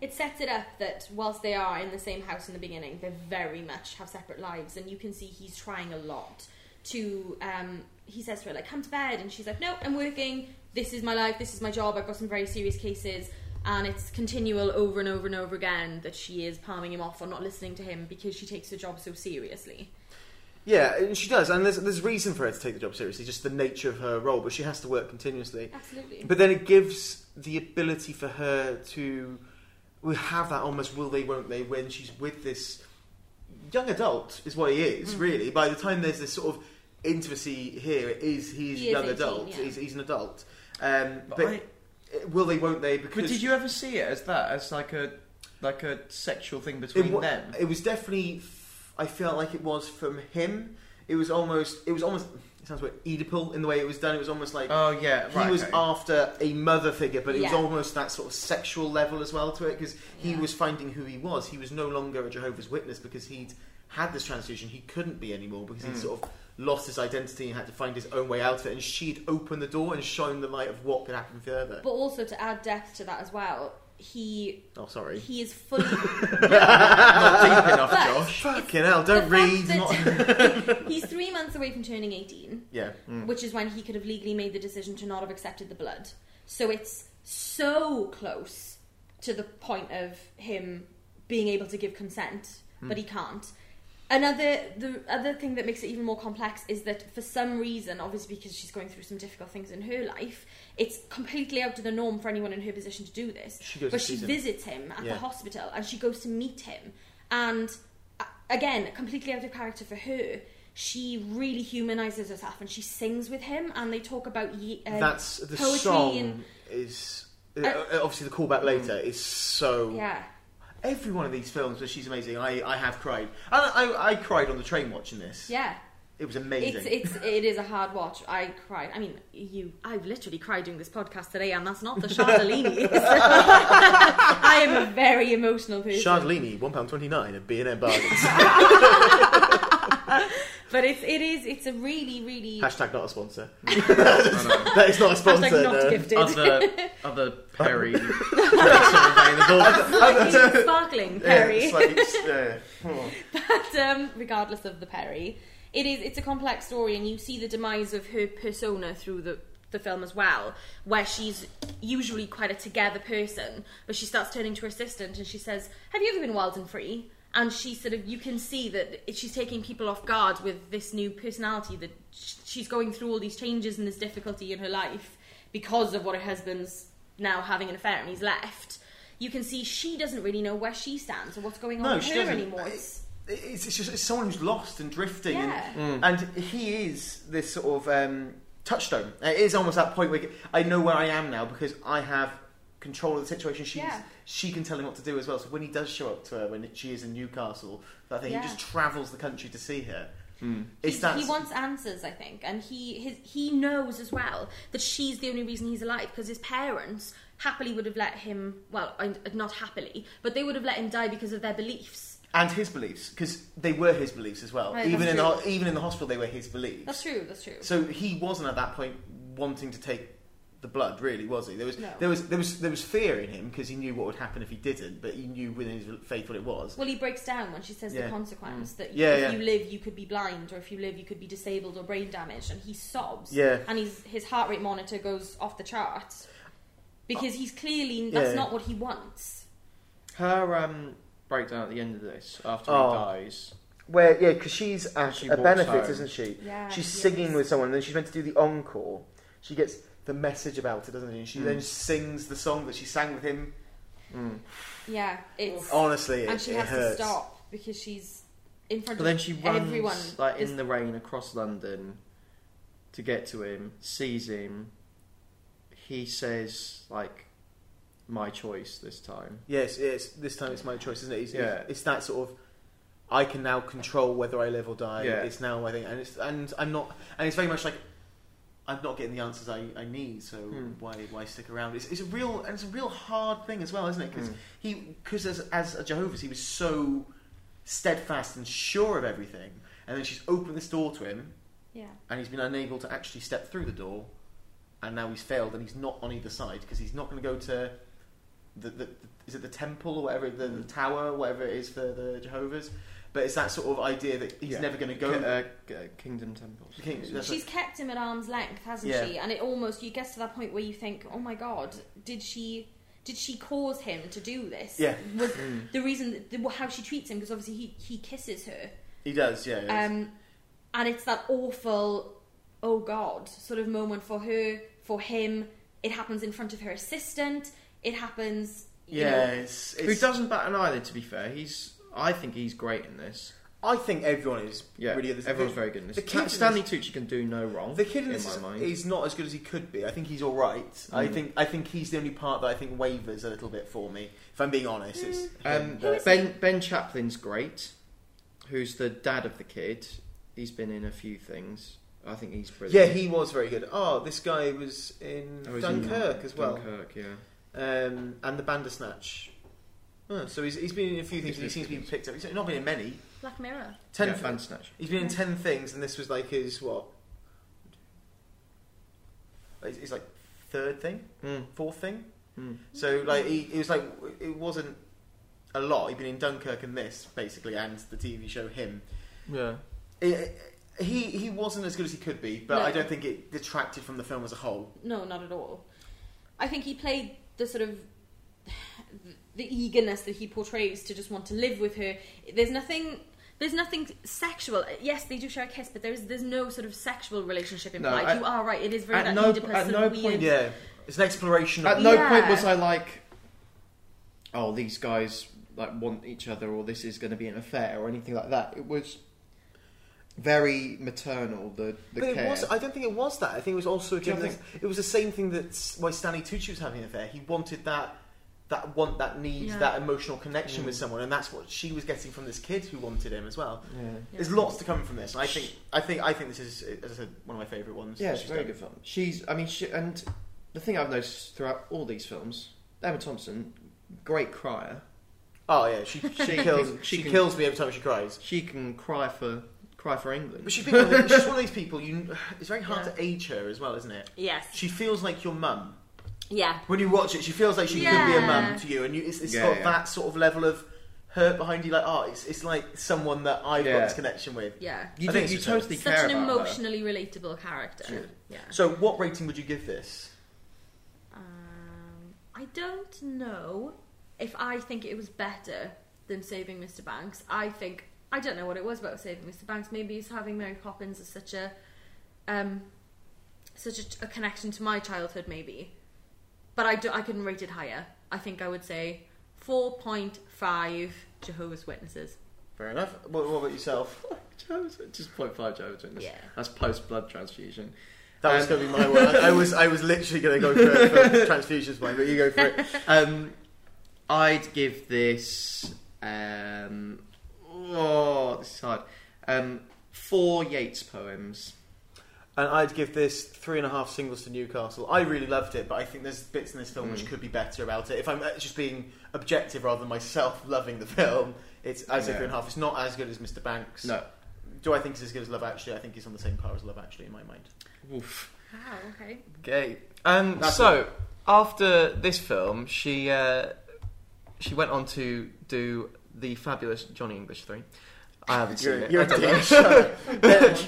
It sets it up that whilst they are in the same house in the beginning, they very much have separate lives, and you can see he's trying a lot to. Um, he says to her like, "Come to bed," and she's like, "No, I'm working. This is my life. This is my job. I've got some very serious cases." And it's continual over and over and over again that she is palming him off or not listening to him because she takes her job so seriously. Yeah, and she does, and there's there's reason for her to take the job seriously, just the nature of her role, but she has to work continuously. Absolutely. But then it gives the ability for her to we have that almost will they, won't they, when she's with this young adult, is what he is, Mm. really. By the time there's this sort of intimacy here, it is he is He a is young 18, adult, yeah. he's, he's an adult. Um, but But I- will they, won't they? Because But did you ever see it as that, as like a like a sexual thing between it, wa- them? it was definitely, f- I felt like it was from him. It was almost, it was almost, it sounds weird, Oedipal in the way it was done. It was almost like Oh yeah, he right. was okay. after a mother figure, but it was Yeah. almost that sort of sexual level as well to it because he Yeah. was finding who he was. He was no longer a Jehovah's Witness because he'd had this transfusion. He couldn't be anymore because Mm. he'd sort of lost his identity and had to find his own way out of it. And she'd opened the door and shown the light of what could happen further. But also to add depth to that as well, he oh, sorry. he is fully not deep enough, But- Josh. Fucking hell, the don't fact read. that- not- he's three months away from turning eighteen. yeah. which is when he could have legally made the decision to not have accepted the blood. So it's so close to the point of him being able to give consent, Hmm. but he can't. Another the other thing that makes it even more complex is that for some reason, obviously because she's going through some difficult things in her life, it's completely out of the norm for anyone in her position to do this. She goes but to she see them. visits him at Yeah. the hospital and she goes to meet him and uh, again, completely out of character for her. She really humanizes herself and she sings with him, and they talk about ye- uh, That's the poetry song and- is. Uh, obviously, the callback later is so yeah, every one of these films where she's amazing, I, I have cried. And I, I cried on the train watching this. yeah. It was It's amazing. it's it is a hard watch. I cried. I mean, you. I've literally cried doing this podcast today, and that's not the Chandellini. I am a very emotional person. Chandellini, £1.29 at B&M Bargains. but it's it is it's a really really Hashtag not a sponsor. that is not a sponsor. hashtag not no. gifted. Other other Perry drinks are available. Slightly sparkling Perry. Yeah, it's like, it's, yeah. But, um, regardless of the Perry, it is it's a complex story, and you see the demise of her persona through the the film as well, where she's usually quite a together person, but she starts turning to her assistant and she says, "Have you ever been wild and free?" And she sort of you can see that she's taking people off guard with this new personality that sh- she's going through all these changes and this difficulty in her life because of what her husband's now having an affair and he's left. You can see she doesn't really know where she stands or what's going on No, with she her doesn't. anymore. It's- It's, it's just it's someone who's lost and drifting. Yeah. And, and he is this sort of... Um, touchstone. It is almost that point where I know where I am now because I have control of the situation. She's Yeah. she can tell him what to do as well. So when he does show up to her when she is in Newcastle, that thing Yeah. he just travels the country to see her. He- It's that he wants answers, I think, and he his, he knows as well that she's the only reason he's alive because his parents happily would have let him. Well, I- not happily, but they would have let him die because of their beliefs. and his beliefs because they were his beliefs as well. Right, even that's in the, true. ho- even in the hospital, they were his beliefs. That's true. That's true. So he wasn't at that point wanting to take the blood, really, was he? There was No. there was there was there was fear in him because he knew what would happen if he didn't, but he knew within his faith what it was. Well, he breaks down when she says Yeah. the consequence that you, Yeah, if yeah. you live, you could be blind, or if you live, you could be disabled or brain damaged, and he sobs. Yeah. And he's, his heart rate monitor goes off the charts because he's clearly that's Yeah. not what he wants. Her um, breakdown at the end of this, after Oh. he dies, Where yeah, because she's at She a walks benefit, home. isn't she? Yeah, she's she singing is. with someone, and then she's meant to do the encore. She gets the message about it, doesn't she? And she Mm. then sings the song that she sang with him. Mm. Yeah. It's Oh, Honestly, it, and she it has hurts. to stop because she's in front but of then she runs everyone. like is- in the rain across London to get to him, sees him. He says like, "My choice this time." Yes, it's this time it's my choice, isn't it? It's, Yeah. it's that sort of I can now control whether I live or die. Yeah. It's now I think, and it's and I'm not, and it's very much like I'm not getting the answers I, I need. So Hmm. why why stick around? It's, it's a real and it's a real hard thing as well, isn't it? Because Hmm. he because as as a Jehovah's he was so steadfast and sure of everything, and then she's opened this door to him, yeah. and he's been unable to actually step through the door, and now he's failed, and he's not on either side because he's not going to go to the, the, is it the temple or whatever the, the tower whatever it is for the Jehovah's, but it's that sort of idea that he's Yeah. never going to go. Ki- uh, k- uh, Kingdom Temples. The king- that's She's kept him at arm's length, hasn't Yeah. she? And it almost you get to that point where you think, "Oh my god, did she did she cause him to do this?" Yeah. Was Hmm. the reason the, how she treats him because obviously he he kisses her. he does, yeah. he does. Um and it's that awful oh god sort of moment for her, for him. It happens in front of her assistant. It happens you yeah, know, it's, it's, Who doesn't bat an eyelid? To be fair, he's. I think he's great in this. I think everyone is Yeah, really the- everyone's the- very good in this. The kid in Stanley Tucci can do no wrong. The kid in Mm. in this my is, mind. is not as good as he could be. I think he's all right. I think I think he's the only part that I think wavers a little bit for me. If I'm being honest, it's Mm. him, Um, but- ben Ben Chaplin's great. Who's the dad of the kid? He's been in a few things. I think he's Yeah, brilliant. he was very good. Oh, this guy was in Oh, he's in Dunkirk as well, Dunkirk, yeah. Um, and the Bandersnatch. Oh, so he's, he's been in a few things. and He's He been seems to be good. picked up. He's not been in many. Black Mirror. Ten. yeah, thi- Bandersnatch. he's been in ten things, and this was like his what? It's, it's like third thing, Mm. fourth thing. Mm. So like he, it was like it wasn't a lot. He'd been in Dunkirk and this basically, and the TV show him. Yeah. It, he he wasn't as good as he could be, but No. I don't think it detracted from the film as a whole. No, not at all. I think he played the sort of the eagerness that he portrays to just want to live with her. There's nothing. There's nothing sexual. Yes, they do share a kiss, but there's there's no sort of sexual relationship No, implied. at- you are right. It is very at that no- Oedipus at sort no of point- weird. Yeah, it's an exploration. At of no Yeah. point was I like, oh, these guys like want each other, or this is going to be an affair, or anything like that. It was very maternal. The the but care. it was. I don't think it was that. I think it was also. Do you Again, think- this- it was the same thing that s- why Stanley Tucci was having an affair. He wanted that, that want, that need, Yeah. that emotional connection Mm. with someone, and that's what she was getting from this kid who wanted him as well. yeah. There's lots to come from this. I think. I think. I think this is, as I said, one of my favourite ones. Yeah, that it's a she's very done. good film. She's, I mean, she, and the thing I've noticed throughout all these films, Emma Thompson, great crier. Oh yeah, she, she She kills. can- she she can- kills me every time she cries. She can cry for cry for England. But she's, been, she's one of these people. You, it's very hard to age her as well, isn't it? Yes. She feels like your mum. Yeah. when you watch it, she feels like she could be a mum Yeah. to you, and you, it's, it's Yeah, got yeah. that sort of level of hurt behind you. Like, oh, it's, it's like someone that I've got Yeah. this connection with. Yeah. you I do, think you so. totally care Such an about her. emotionally relatable character. Yeah. So, what rating would you give this? Um, I don't know if I think it was better than Saving Mr. Banks. I think I don't know what it was about Saving Mr. Banks. Maybe it's having Mary Poppins as such a um, such a, a connection to my childhood, maybe. But I do, I couldn't rate it higher. I think I would say four point five Jehovah's Witnesses. Fair enough. What, what about yourself? Joe's- Just point five Joe Witness. Yeah. That's post blood transfusion. That was going to be my one. Um, I was I was literally going to go for, for transfusions one, but you go for it. Um, I'd give this. Um, oh, this is hard. Um, four Yeats poems. And I'd give this three and a half singles to Newcastle. I really loved it, but I think there's bits in this film which could be better about it. If I'm uh, just being objective rather than myself loving the film, it's as a Yeah. three and a half. It's not as good as Mr. Banks. No. Do I think it's as good as Love Actually? I think it's on the same par as Love Actually in my mind. Oof. Wow, okay. Okay. Um, That's so after this film, she uh, she went on to do the fabulous Johnny English three. I haven't seen You're, it. you're I a don't dick. know. Shut up. Then-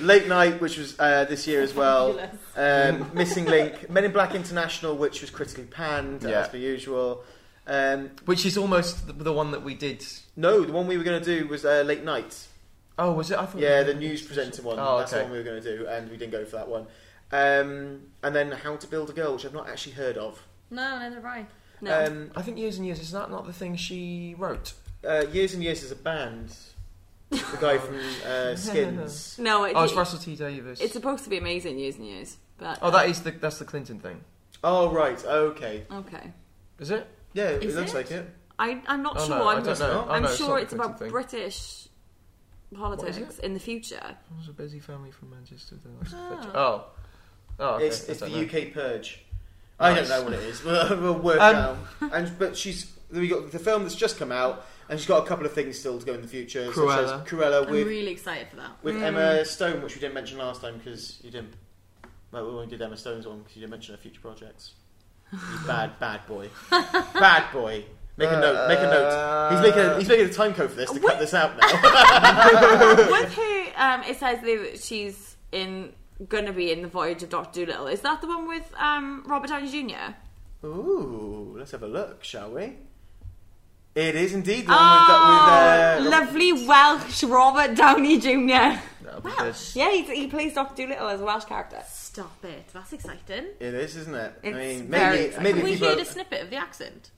Late Night, which was uh, this year as well. Um, Missing Link, Men in Black International, which was critically panned Yeah. as per usual. Um, Which is almost the, the one that we did. no, the one we were going to do was uh, Late Night. Oh, was it? I thought. Yeah, the news presenter one. Oh, That's the okay. one we were going to do, and we didn't go for that one. Um, and then How to Build a Girl, which I've not actually heard of. No, neither have I. No. Um, I think years and years. Is that not the thing she wrote? uh, years and Years is a band. The guy from uh, Skins. no, it, Oh, it's Russell T Davis. it's supposed to be amazing years and years, but oh, that is the that's the Clinton thing. Oh, right, okay. okay. Is it? Yeah, it Is looks it? like it. I, I'm not Oh sure. no, I I'm, don't just, know. Oh, I'm no, sure not it's the Clinton about thing. British politics in the future. It was a busy family from Manchester. that lost their Ah. fetch- Oh. Oh, okay. It's, I it's the don't know. UK purge. I don't Nice. know what it is. We'll, we'll work Um, out. And but she's we got the film that's just come out, and she's got a couple of things still to go in the future. such as Cruella. Cruella I'm with really excited for that. with Mm. Emma Stone, which we didn't mention last time because you didn't. Well, we only did Emma Stone's one because you didn't mention her future projects. You bad, bad boy, bad boy. Make a note. Make a note. He's making a, he's making a time code for this to cut this out now. With her, um, it says there that she's in gonna be in the Voyage of Doctor Dolittle. Is that the one with um, Robert Downey Jr.? Ooh, let's have a look, shall we? It is indeed the one Oh, with, that, with uh, lovely Welsh Robert Downey Jr. That'll be good. Yeah, he, he plays Doctor Dolittle as a Welsh character. Stop it. That's exciting. It is, isn't it? It's I mean, very maybe, exciting. maybe Can we people- hear a snippet of the accent?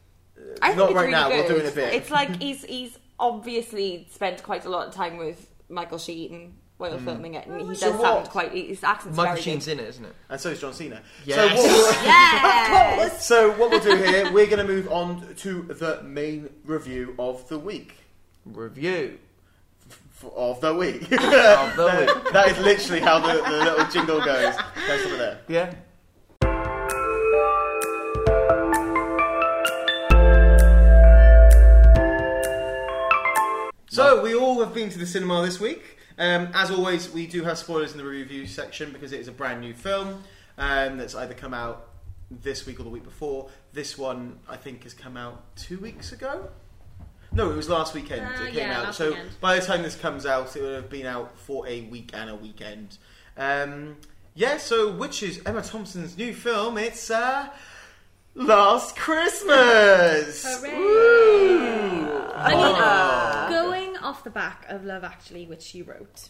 I think Not it's right really now, we'll Good. do it in a bit. It's like he's he's obviously spent quite a lot of time with Michael Sheen while Hmm. filming it, and he does So what? sound quite. His accent's Michael very Sheen's good. in it, isn't it? and so is John Cena. Yes. So, what we'll, so what we'll do here, we're going to move on to the main review of the week. Review F- Of the week. of the week. that is literally how the, the little jingle goes. That's over there. Yeah. So we all have been to the cinema this week. Um, as always, we do have spoilers in the review section because it is a brand new film um, that's either come out this week or the week before. This one, I think, has come out two weeks ago. No, it was last weekend. Uh, it came yeah, out. last so weekend. by the time this comes out, it would have been out for a week and a weekend. Um, yeah. So which is Emma Thompson's new film? It's uh, Last Christmas. Oh. I mean, going off the back of Love Actually, which she wrote,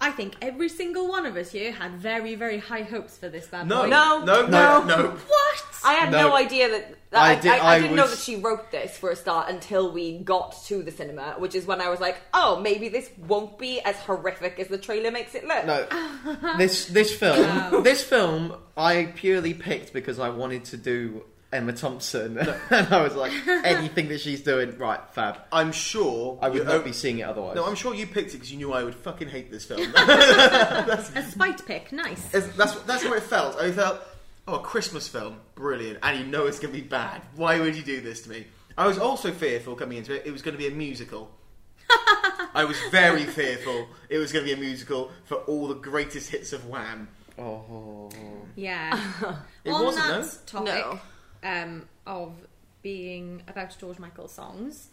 I think every single one of us here had very, very high hopes for this bad No, boy. no, no, no, no. What? I had no, No. idea that, that I I, did- I, I I didn't know was- that she wrote this for a start until we got to the cinema, which is when I was like, oh, maybe this won't be as horrific as the trailer makes it look. No, this this film, this film, I purely picked because I wanted to do Emma Thompson, and I was like, anything that she's doing, right, fab. I'm sure I would you uh, not owe- be seeing it otherwise. No, I'm sure you picked it because you knew I would fucking hate this film. A spite pick, nice. that's that's how it felt. I felt, oh, a Christmas film, brilliant, and you know it's going to be bad. Why would you do this to me? I was also fearful coming into it. It was going to be a musical. I was very fearful. It was going to be a musical for all the greatest hits of Wham. Oh, Yeah. It On wasn't, that no? topic No. um, of being about George Michael songs,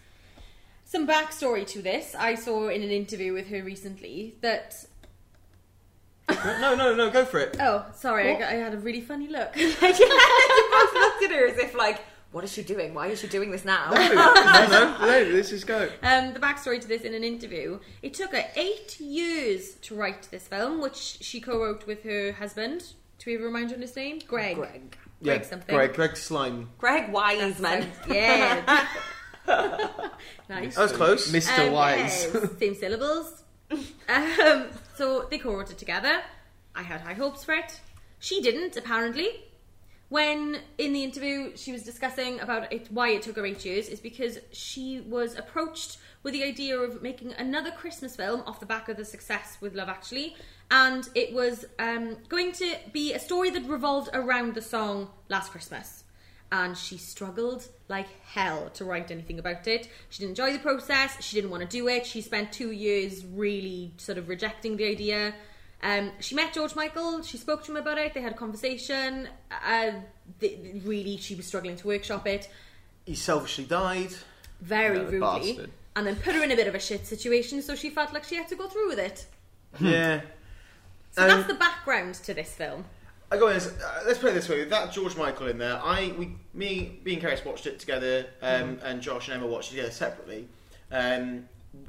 some backstory to this. I saw in an interview with her recently that. No, no, no, go for it. Oh, sorry, I, got- I had a really funny look. you both looked at her as if, like, what is she doing? Why is she doing this now? no, no, no, this is go. Um, the backstory to this in an interview. It took her eight years to write this film, which she co-wrote with her husband. Do we ever remind you on his name? Greg. Greg. Yeah, Greg something. Greg, Greg Slime. Greg Wiseman. Yeah. nice. That was close. Mr. Um, Wise. yes, same syllables. um, so they co-wrote it together. I had high hopes for it. She didn't, apparently. When in the interview she was discussing about it, why it took her eight years, is because she was approached with the idea of making another Christmas film off the back of the success with Love Actually, and it was um, going to be a story that revolved around the song Last Christmas and she struggled like hell to write anything about it. She didn't enjoy the process. She didn't want to do it. She spent two years really sort of rejecting the idea. Um, she met George Michael. She spoke to him about it. They had a conversation. Uh, th- th- really, she was struggling to workshop it He selfishly died. very Yeah, the rudely, bastard. and then put her in a bit of a shit situation. So she felt like she had to go through with it. Hmm. yeah. So Um, that's the background to this film. I go in, uh, let's put it this way: with that George Michael in there, I, we, me, me and Karis watched it together, um, Mm-hmm. and Josh and Emma watched it together separately. Um,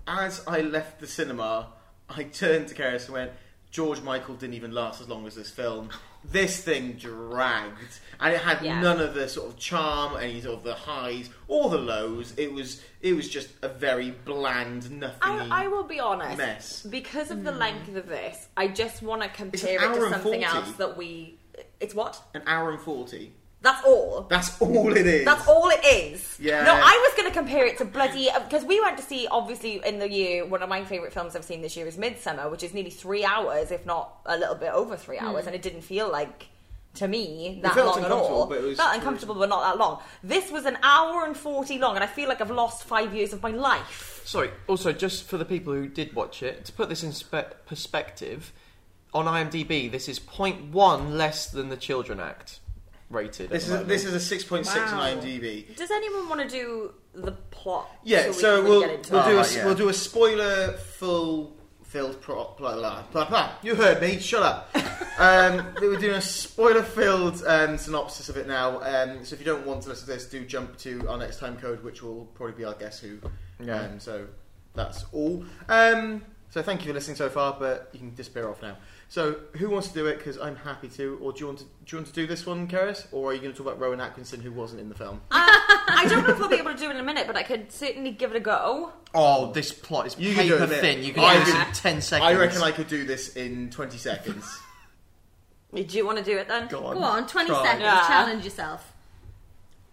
as I left the cinema, I turned to Karis and went, "George Michael didn't even last as long as this film. This thing dragged, and it had Yeah. none of the sort of charm, any sort of the highs or the lows. It was, it was just a very bland, nothing. I, I will be honest. mess. Because of the length of this, I just want to compare it hour to and something 40. else that we. It's what? An hour and forty. That's all. That's all it is. That's all it is. Yeah. No, I was going to compare it to bloody because we went to see obviously in the year one of my favorite films I've seen this year is Midsummer, which is nearly three hours, if not a little bit over three hours, and it didn't feel like to me that Hmm. felt long at all. uncomfortable, but it was- felt uncomfortable, but not that long. This was an hour and forty long, and I feel like I've lost five years of my life. Sorry, also, just for the people who did watch it, to put this in spe- perspective, on IMDb, this is 0.1 less than the Children Act rated. This is this is a six point six on IMDb. Does anyone want to do the plot? Yeah, we so can we'll get we'll into do a, it? Uh, Alright, Ah, yeah. we'll do a spoiler full filled pro, blah, blah, blah, blah. You heard me. Shut up. um, we're doing a spoiler filled um, synopsis of it now. Um, so if you don't want to listen to this, do jump to our next time code, which will probably be our guess who. Yeah. Um, so that's all. Um, so thank you for listening so far, but you can disappear off now. So who wants to do it? Because I'm happy to. Or do you want to? Do you want to do this one, Keris? Or are you going to talk about Rowan Atkinson, who wasn't in the film? I don't know if I'll be able to do it in a minute, but I could certainly give it a go. Oh, this plot is You can do it paper a bit. thin. You can I do this can- in 10 seconds. I reckon I could do this in 20 seconds. Do you want to do it then? Go Go on, 20 Try. seconds, Yeah. challenge yourself.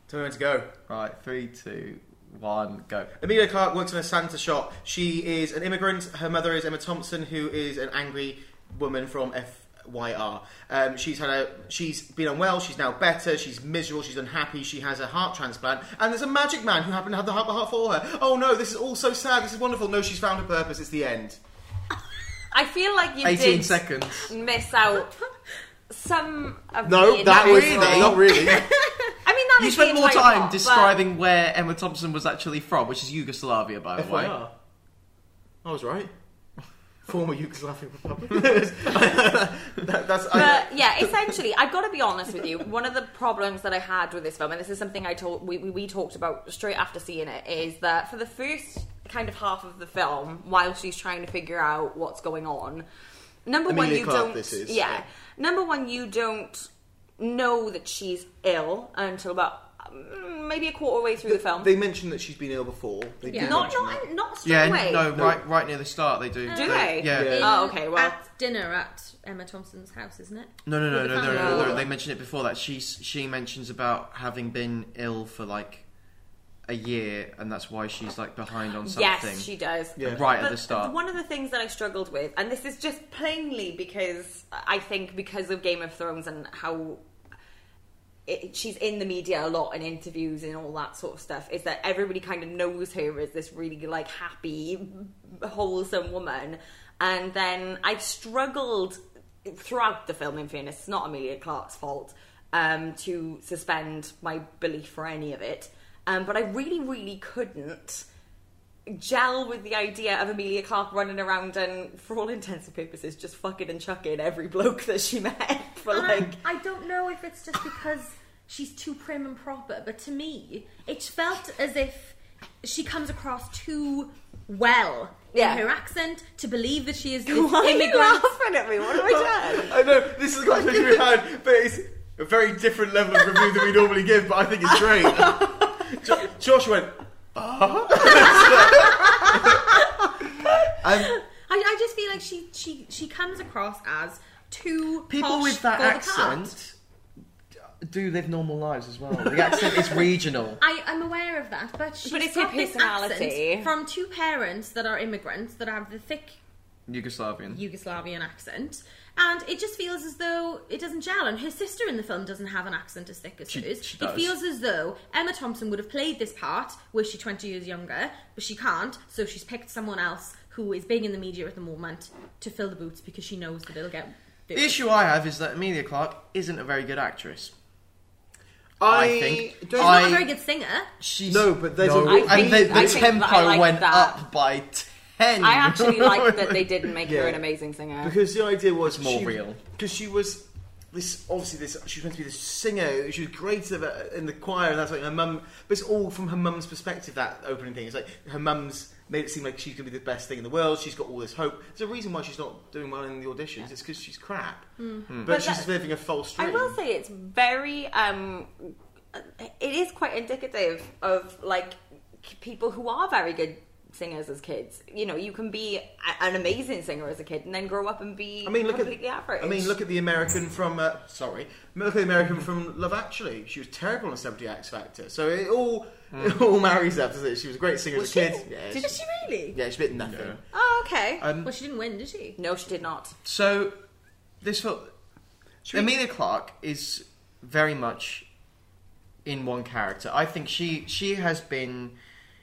Tell me when to go. Right, three, two, one, go. Amelia Clark works in a Santa shop. She is an immigrant. Her mother is Emma Thompson, who is an angry woman from FYR. Um, she's had a. She's been unwell. She's now better. She's miserable. She's unhappy. She has a heart transplant, and there's a magic man who happened to have the heart, the heart for her. Oh no! This is all so sad. This is wonderful. No, she's found her purpose. It's the end. I feel like you 18 did seconds. miss out some of the really, original- not really. I mean, that you is the spent more entire time plot, but describing where Emma Thompson was actually from, which is Yugoslavia, by the way. FYR. I was right. Former Yugoslavian Republic. That- that's. I, But yeah, essentially, I've got to be honest with you. One of the problems that I had with this film, and this is something I told we, we, we talked about straight after seeing it, is that for the first kind of half of the film, while she's trying to figure out what's going on, number one, Amelia you Clarke, don't. this is, yeah, yeah. number one, you don't know that she's ill until about mm, maybe a quarter way through the film. they mentioned that she's been ill before. They do Yeah. not mention that. not not straight Yeah, away. no, right, right near the start they do. Do they? Yeah. Yeah. Oh, okay, well- At dinner at Emma Thompson's house, isn't it? No, no, no, With the no, no, family. no, no. They mention it before that. She she mentions about having been ill for like a year, and that's why she's like behind on something. Yes, she does. Yeah. right at But the start. One of the things that I struggled with, and this is just plainly because I think because of Game of Thrones and how it, she's in the media a lot in interviews and all that sort of stuff, is that everybody kind of knows her as this really like happy, wholesome woman. And then I struggled throughout the film, in fairness, it's not Amelia Clark's fault, um, to suspend my belief for any of it. Um, but I really, really couldn't gel with the idea of Amelia Clark running around and, for all intents and purposes, just fucking and chucking every bloke that she met for Um, like. I don't know if it's just because she's too prim and proper, but to me, it felt as if she comes across too well Yeah. in her accent to believe that she is this Why are you immigrant. laughing at me? What have I done? I know this is the conversation we had, but it's a very different level of review than we normally give. But I think it's great. jo- Josh went. I, I just feel like she she she comes across as too People posh with that for the part. accent do live normal lives as well. The accent is regional. I, I'm aware of that, but she's But it's got her this accent personality. from two parents that are immigrants that have the thick Yugoslavian. Yugoslavian accent, and it just feels as though it doesn't gel. And her sister in the film doesn't have an accent as thick as She- hers. she it does. feels as though Emma Thompson would have played this part were she 20 years younger, but she can't, so she's picked someone else who is big in the media at the moment to fill the boots because she knows that it'll get. The issue I have is that Amelia Clark isn't a very good actress. I, think don't- She's not I- a very good singer. She's No, but there's a- and I think- the, the I think tempo that I like went that. up by ten. I actually like that they didn't make Yeah. her an amazing singer. because the idea was It's more real. because she was this obviously this she was meant to be this singer she was great at the- in the choir and that's like her mum but it's all from her mum's perspective that opening thing it's like her mum's made it seem like she's gonna be the best thing in the world she's got all this hope there's a reason why she's not doing well in the auditions it's because she's crap Hmm. but, Mm. But she's that- living a false dream I will say it's very. Um, it is quite indicative of like c- people who are very good singers as kids. You know, you can be a- an amazing singer as a kid and then grow up and be. I mean, look completely at average. I mean, look at the American from uh, sorry, look at the American from Love Actually. She was terrible on Celebrity X Factor, so it all Hmm. it all marries up, doesn't it? She was a great singer as a kid. Yeah, Did she really? Yeah, she's a bit nothing. Oh, okay. Um, Well, she didn't win, did she? no, she did not. So this film, Amelia Clark is very much in one character. I think she she has been.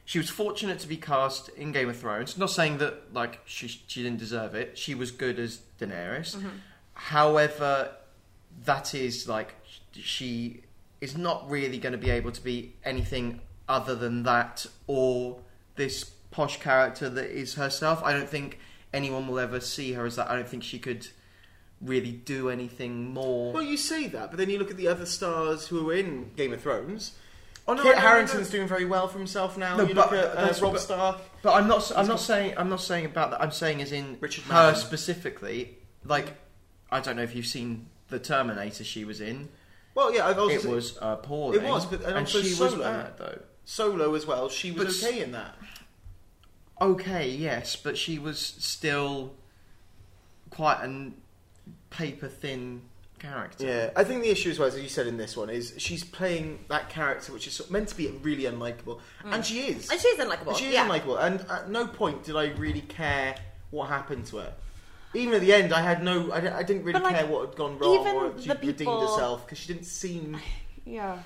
She was fortunate to be cast in Game of Thrones. Not saying that like she she didn't deserve it. She was good as Daenerys. However, that is like she is not really going to be able to be anything other than that or this posh character that is herself. I don't think anyone will ever see her as that. I don't think she could really do anything more. Well, you say that, but then you look at the other stars who were in Game of Thrones. Oh, no, Kit no, no, Harrington's no. doing very well for himself now. No, you but- look at uh, that's- Rob but- Stark. But I'm not. I'm not saying. I'm not saying about that. I'm saying as in Richard her Madden. specifically. Like, I don't know if you've seen the Terminator she was in. Well, yeah, I've also It seen was appalling. It was, but- and also she was Solo. bad though. Solo as well. She But was s- okay in that. okay, yes, but she was still quite an paper thin character. Yeah, I think the issue as well, as you said in this one, is she's playing that character which is sort of meant to be really unlikable, and she is. Mm. And she's unlikable. She is yeah. unlikable, and at no point did I really care what happened to her. Even at the end, I had no, I, di- I didn't really But, like, care what had gone wrong, even or if she the redeemed people- herself because she didn't seem. Yeah.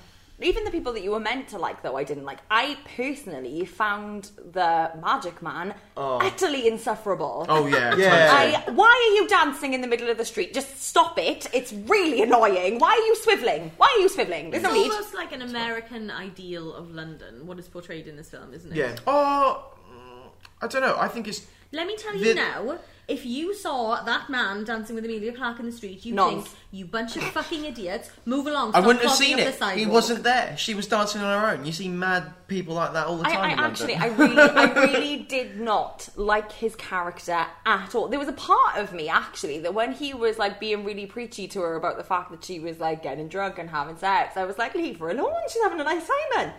Even the people that you were meant to like, though, I didn't like. I personally found the Magic Man utterly insufferable. Oh yeah, Yeah. I, uh, why are you dancing in the middle of the street? Just stop it. It's really annoying. Why are you swiveling? Why are you swiveling? There's It's no need. almost like an American ideal of London, what is portrayed in this film, isn't it? Yeah, Or Oh, I don't know. I think it's Let me tell you The- now, if you saw that man dancing with Amelia Clark in the street, you Nonce. think, you bunch of fucking idiots, move along. I stop wouldn't have clogging seen up it. the He sidewalk." wasn't there. She was dancing on her own. You see mad people like that all the I, time. I in London. actually, I really, I really did not like his character at all. There was a part of me actually that when he was like being really preachy to her about the fact that she was like getting drunk and having sex, I was like, leave her alone. She's having a nice time.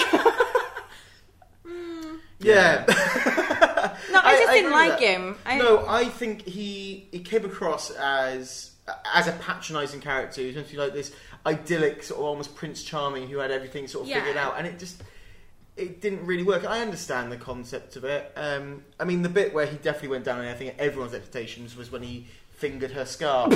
Then. yeah. No, I, just didn't agree with that. like him. I, No, I think he he came across as as a patronising character. He was meant to be like this idyllic, sort of almost Prince Charming, who had everything sort of Yeah. figured out, and it just it didn't really work. I understand the concept of it. Um, I mean, the bit where he definitely went down, and I think everyone's expectations was when he fingered her scarf.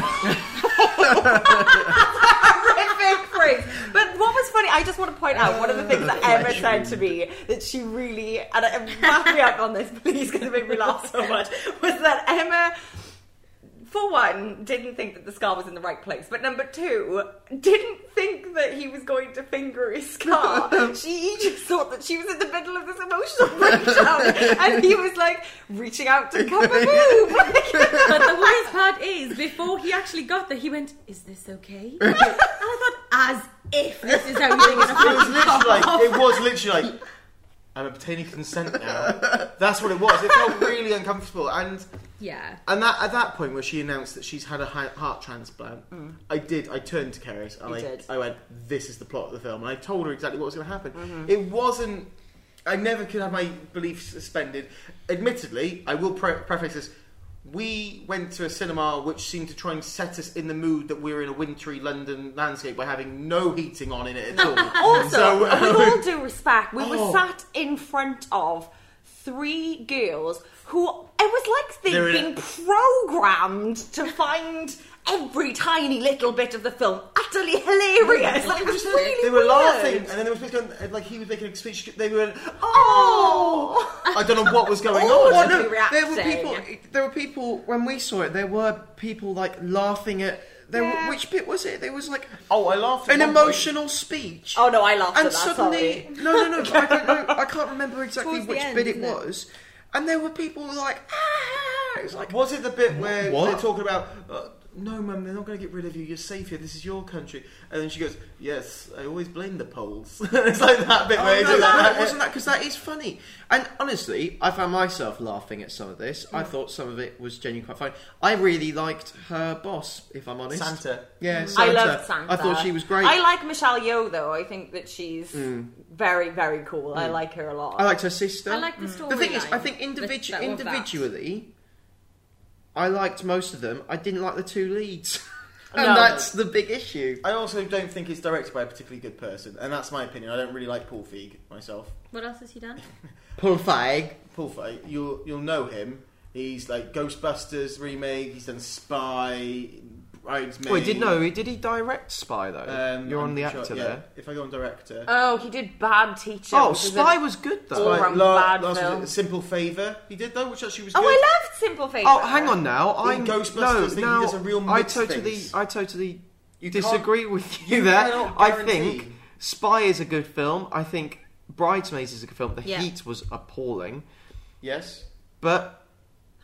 horrific phrase. But what was funny, I just want to point out one of the things that Emma said to me that she really, and I- and back me up on this, please, because it made me laugh so much, was that Emma. For one, didn't think that the scar was in the right place, but number two, didn't think that he was going to finger his scar. she just thought that she was in the middle of this emotional breakdown, and he was like reaching out to cover move. But the worst part is, before he actually got there, he went, Is this okay? and I thought, As if this is how you're going to it was literally like it was literally like I'm obtaining consent now. That's what it was. It felt really uncomfortable, and Yeah. And that at that point where she announced that she's had a hi- heart transplant, I did. I turned to Keris and I, Mm. did. I went, "This is the plot of the film." And I told her exactly what was going to happen. Mm-hmm. It wasn't. I never could have my beliefs suspended. Admittedly, I will pre- preface this. we went to a cinema which seemed to try and set us in the mood that we were in a wintry London landscape by having no heating on in it at all. Also, So, with uh, all due respect, we Oh. were sat in front of three girls who it was like They're they'd in been programmed to find every tiny little bit of the film utterly hilarious. Like, it was really they were weird. laughing, and then they were supposed to go and, like he was making a speech. They were, Oh, I don't know what was going on. Well, to Oh, no, be there were reacting. people. There were people when we saw it. There were people like laughing at. There were, which bit was it? There was like Oh, I laughed. at an one point. emotional speech. oh no, I laughed and at that. suddenly, sorry. no, no, no, I don't know. I can't remember exactly Towards the which end, bit it isn't it? was. And there were people like, ah, it was like, Was it the bit where What? they're talking about? Uh, no, mum, they're not going to get rid of you. You're safe here. This is your country. And then she goes, "Yes, I always blame the Poles." it's like that bit Oh, where no, it's like, no, it wasn't that because that is funny. And honestly, I found myself laughing at some of this. I thought some of it was genuinely quite funny. I really liked her boss, if I'm honest. Santa. Yeah, Santa. I loved Santa. I thought she was great. Hmm. I like Michelle Yeoh though. I think that she's very, very cool. I like her a lot. I liked her sister. I like the The thing is, I storyline think individu- that- that were that. individually, I liked most of them. I didn't like the two leads. and No. that's the big issue. I also don't think it's directed by a particularly good person, and that's my opinion. I don't really like Paul Feig myself. What else has he done? Paul Feig. Paul Feig, you'll you'll know him. He's like Ghostbusters remake. He's done Spy, Bridesmaid. Wait, did no? Did he direct Spy though? Um, You're on I'm the sure- actor yeah, there. If I go on director, oh, he did Bad Teacher. Oh, which was a- Spy was good though. Or Right, a bad last film. was it Simple Favour. He did though, which actually was Oh, good. I loved Simple Favor. Oh, hang on now. I In Ghostbusters, no, they- now there's a real I mix totally, things. I totally You can't- disagree with you, you there. cannot I guarantee. think Spy is a good film. I think Bridesmaids is a good film. The Yeah. heat was appalling, Yes. but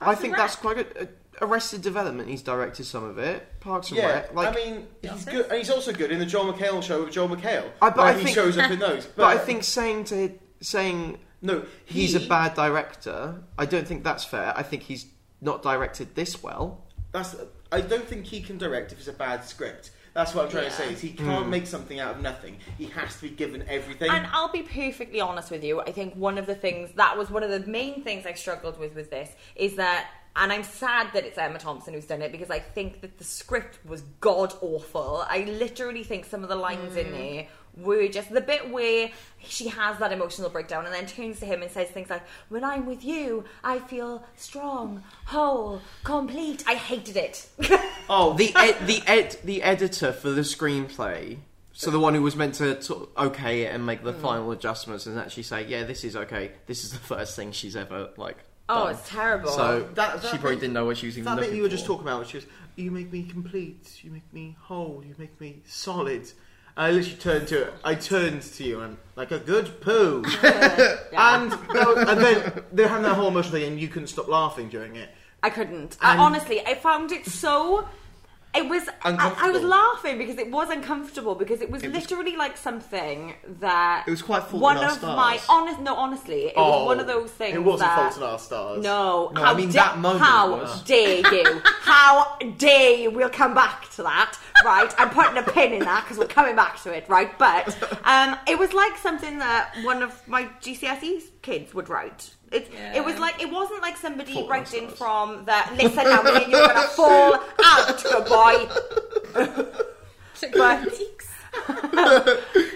I Parks think and that's quite good. Uh, Arrested Development, he's directed some of it. Parks and Yeah, Rec, like. I mean, he's good, and he's also good in the Joel McHale show with Joel McHale, I- but where I he think- shows up in those. But, but I think saying to saying no, he's he- a bad director, I don't think that's fair. I think he's not directed this well. That's I don't think he can direct if it's a bad script. That's what I'm trying to say. Is he Hmm. can't make something out of nothing. He has to be given everything. And I'll be perfectly honest with you. I think one of the things that was one of the main things I struggled with with this is that, and I'm sad that it's Emma Thompson who's done it because I think that the script was god awful. I literally think some of the lines in there were just the bit where she has that emotional breakdown and then turns to him and says things like, When I'm with you, I feel strong, whole, complete. I hated it. Oh, the ed- the ed- the editor for the screenplay, so the one who was meant to sort of okay it and make the final adjustments and actually say, yeah, this is okay. This is the first thing she's ever like. Oh, done. it's terrible. So That- that she probably bit- didn't know what she was even that looking bit you were just for. talking about, which is you make me complete, you make me whole, you make me solid. I literally turned to I turned to you and like a good poo. and, no, and then they're having that whole emotional thing, and you couldn't stop laughing during it. I couldn't. I, honestly, I found it so. It was. I, I was Uncomfortable. laughing because it was uncomfortable because it was literally like something that. It was quite Fault in One Our of my Stars. Oh, honest. No, honestly, it was one of those things. It wasn't that, Fault in Our Stars. No, No, I how mean da- that moment How was. dare you? how dare you? We'll come back to that, right? I'm putting a pin in that because we're coming back to it, right? But um, it was like something that one of my GCSE kids would write. It, it was like it wasn't like somebody Fault in Our writing Stars. from the listen now me and you're gonna fall out, good boy. But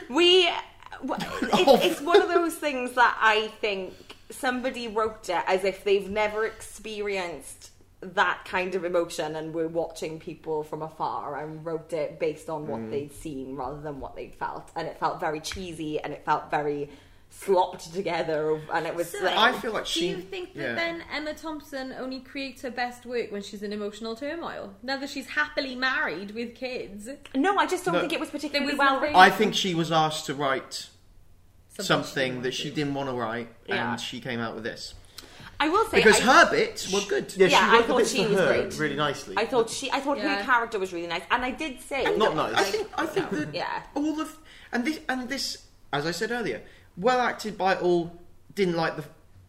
we, Oh. it's, it's one of those things that I think somebody wrote it as if they've never experienced that kind of emotion and were watching people from afar and wrote it based on Mm. what they'd seen rather than what they'd felt. And it felt very cheesy and it felt very slopped together and it was So- like, I feel like she. Do you think that yeah. then Emma Thompson only creates her best work when she's in emotional turmoil? Now that she's happily married with kids, no, I just don't No. think it was particularly was well nothing- written. I think she was asked to write something, didn't that want she to. didn't want to write, Yeah. and she came out with this I will say because I- her bits were good. Yeah, Yeah, I she wrote the thought bits she for was her great. really nicely. I thought she, I thought Yeah. her character was really nice, and I did say Not that, nice. I like, think I think that Yeah. all of and this and this as I said earlier, well acted by all. Didn't like the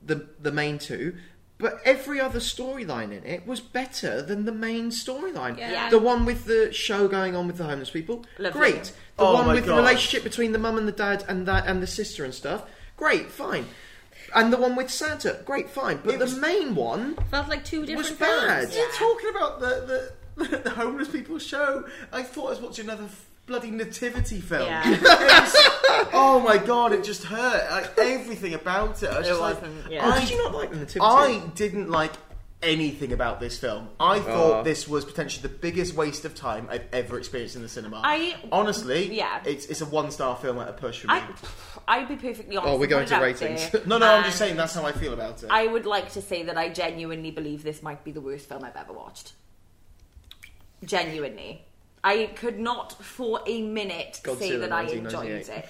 the the main two. But every other storyline in it was better than the main storyline. Yeah. The one with the show going on with the homeless people, Lovely. great. The Oh one my with the God. relationship between the mum and the dad and that and the sister and stuff, great, fine. and the one with Santa, great, fine. But It the was- main one Felt like two different was bad. films. You're talking about the, the, the homeless people show. I thought I was watching another f- bloody nativity film. Yeah. It was- oh my god, it just hurt. Like, everything about it. I was It just like, wasn't, Oh, yeah. I- did you not like the nativity? I didn't like anything about this film. I thought Oh. this was potentially the biggest waste of time I've ever experienced in the cinema. I- honestly, yeah. it's it's a one star film at a push for me. I, I'd be perfectly honest. Oh, we're and going put to it out ratings. there. no, no, I'm just Um, saying that's how I feel about it. I would like to say that I genuinely believe this might be the worst film I've ever watched. Genuinely. I could not for a minute say Godzilla, that I enjoyed 1998. it.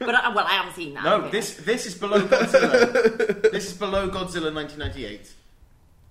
But I, well, I haven't seen that. no, haven't this this is below Godzilla. this is below Godzilla 1998.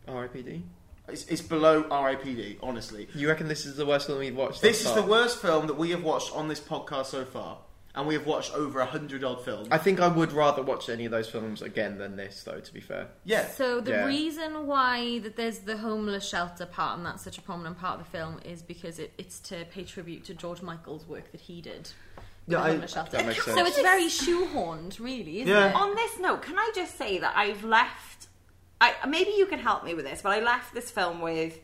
R.I.P.D. It's, it's below R.I.P.D. Honestly, You reckon this is the worst film we've watched? this thus is the far? worst film that we have watched on this podcast so far, and we have watched over a hundred odd films. I think I would rather watch any of those films again than this, though. To be fair, yeah, So the Yeah. reason why that there's the homeless shelter part and that's such a prominent part of the film is because it, it's to pay tribute to George Michael's work that he did. with Yeah, the I- homeless shelter. that makes So sense. it's very shoehorned, really, isn't Yeah. it? On this note, can I just say that I've left? I maybe you can help me with this, but I left this film with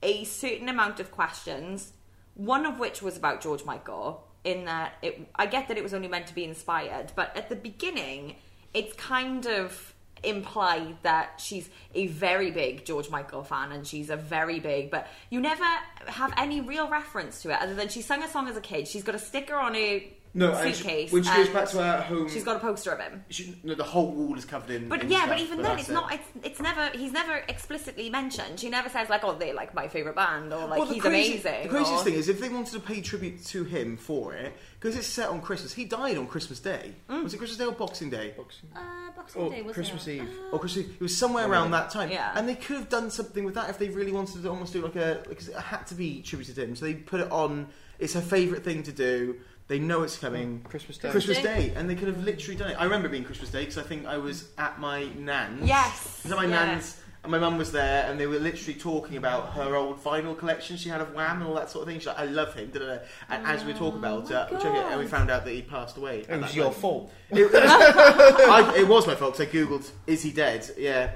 a certain amount of questions. One of which was about George Michael. In that, it I get that it was only meant to be inspired, but at the beginning, it's kind of implied that she's a very big George Michael fan and she's a very big, but you never have any real reference to it other than she sang a song as a kid. She's got a sticker on her No, and she- suitcase. when she goes and back to her home- she's got a poster of him. She- no, the whole wall is covered in. But in yeah, stuff, but even then, that's it's it. not. It's it's never. He's never explicitly mentioned. She never says like, "Oh, they like my favorite band," or like, the "He's crazy- amazing." Oh. The craziest or- thing is, if they wanted to pay tribute to him for it, because it's set on Christmas, he died on Christmas Day. Mm. Was it Christmas Day or Boxing Day? Uh, Boxing Or Day was Oh, Christmas Eve. Or Christmas Eve. It was somewhere around that time. Yeah. And they could have done something with that if they really wanted to almost do like a. Because it had to be tributed to him. So they put it on. It's her favourite thing to do. They know it's coming. Mm. Christmas Day. Christmas Day. Day. And they could have literally done it. I remember it being Christmas Day because I think I was at my nan's. Yes, I was at my yeah. nan's. And my mum was there, and they were literally talking about her old vinyl collection she had of Wham and all that sort of thing. She's like, "I love him," da, da, da. and as we talk about it, we check it, and we found out that he passed away. It was your fault. It, I, it was my fault because I googled, "Is he dead?" Yeah,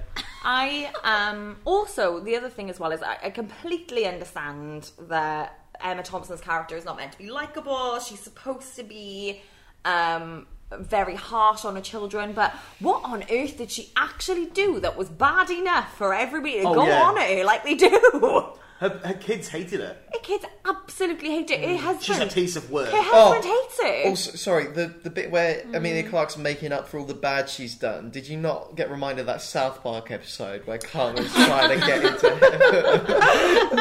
I um also the other thing as well is I, I completely understand that Emma Thompson's character is not meant to be likable. She's supposed to be um very harsh on her children, but what on earth did she actually do that was bad enough for everybody to Oh, go yeah. on at her like they do? her, her kids hated her. Her kids absolutely hate it. Her husband. Mm, She's a piece of work. Her husband hates it. Oh, Also, sorry, the the bit where Amelia Clark's making up for all the bad she's done. Did you not get reminded of that South Park episode where Carmen's trying to get into heaven?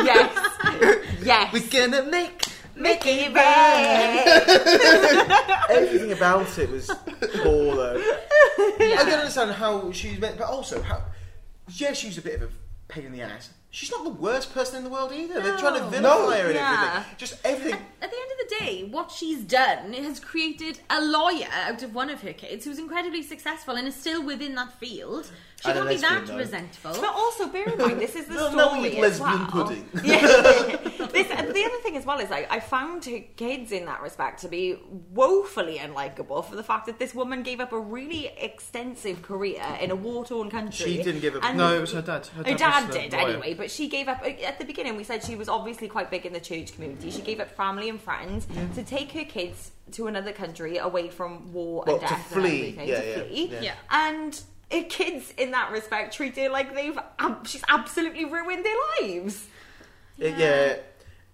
yes. yes. We're gonna make Mickey Ray. Everything about it was poor though. I don't understand how she's meant, but also how. Yeah, she's a bit of a pain in the ass. She's not the worst person in the world either. They're trying to No. vilify her and Yeah. everything. Just everything. At the end of the day, what she's done has created a lawyer out of one of her kids who's incredibly successful and is still within that field. She And a can't be lesbian, that though. resentful. But also bear in mind, this is the No, story no, eat as lesbian well. pudding. Yeah. this, uh, the other thing as well is I, I found her kids in that respect to be woefully unlikable for the fact that this woman gave up a really extensive career in a war-torn country. She didn't give up- And- No, it was her dad. Her dad, Her was dad the did lawyer. anyway, but she gave up uh, at the beginning. We said she was obviously quite big in the church community. She gave up family and friends to take her kids to another country away from war Well, and to death flee. and everything Yeah, to yeah, flee. yeah. Yeah. And her kids in that respect treat her like they've um, she's absolutely ruined their lives. It- Uh, Yeah.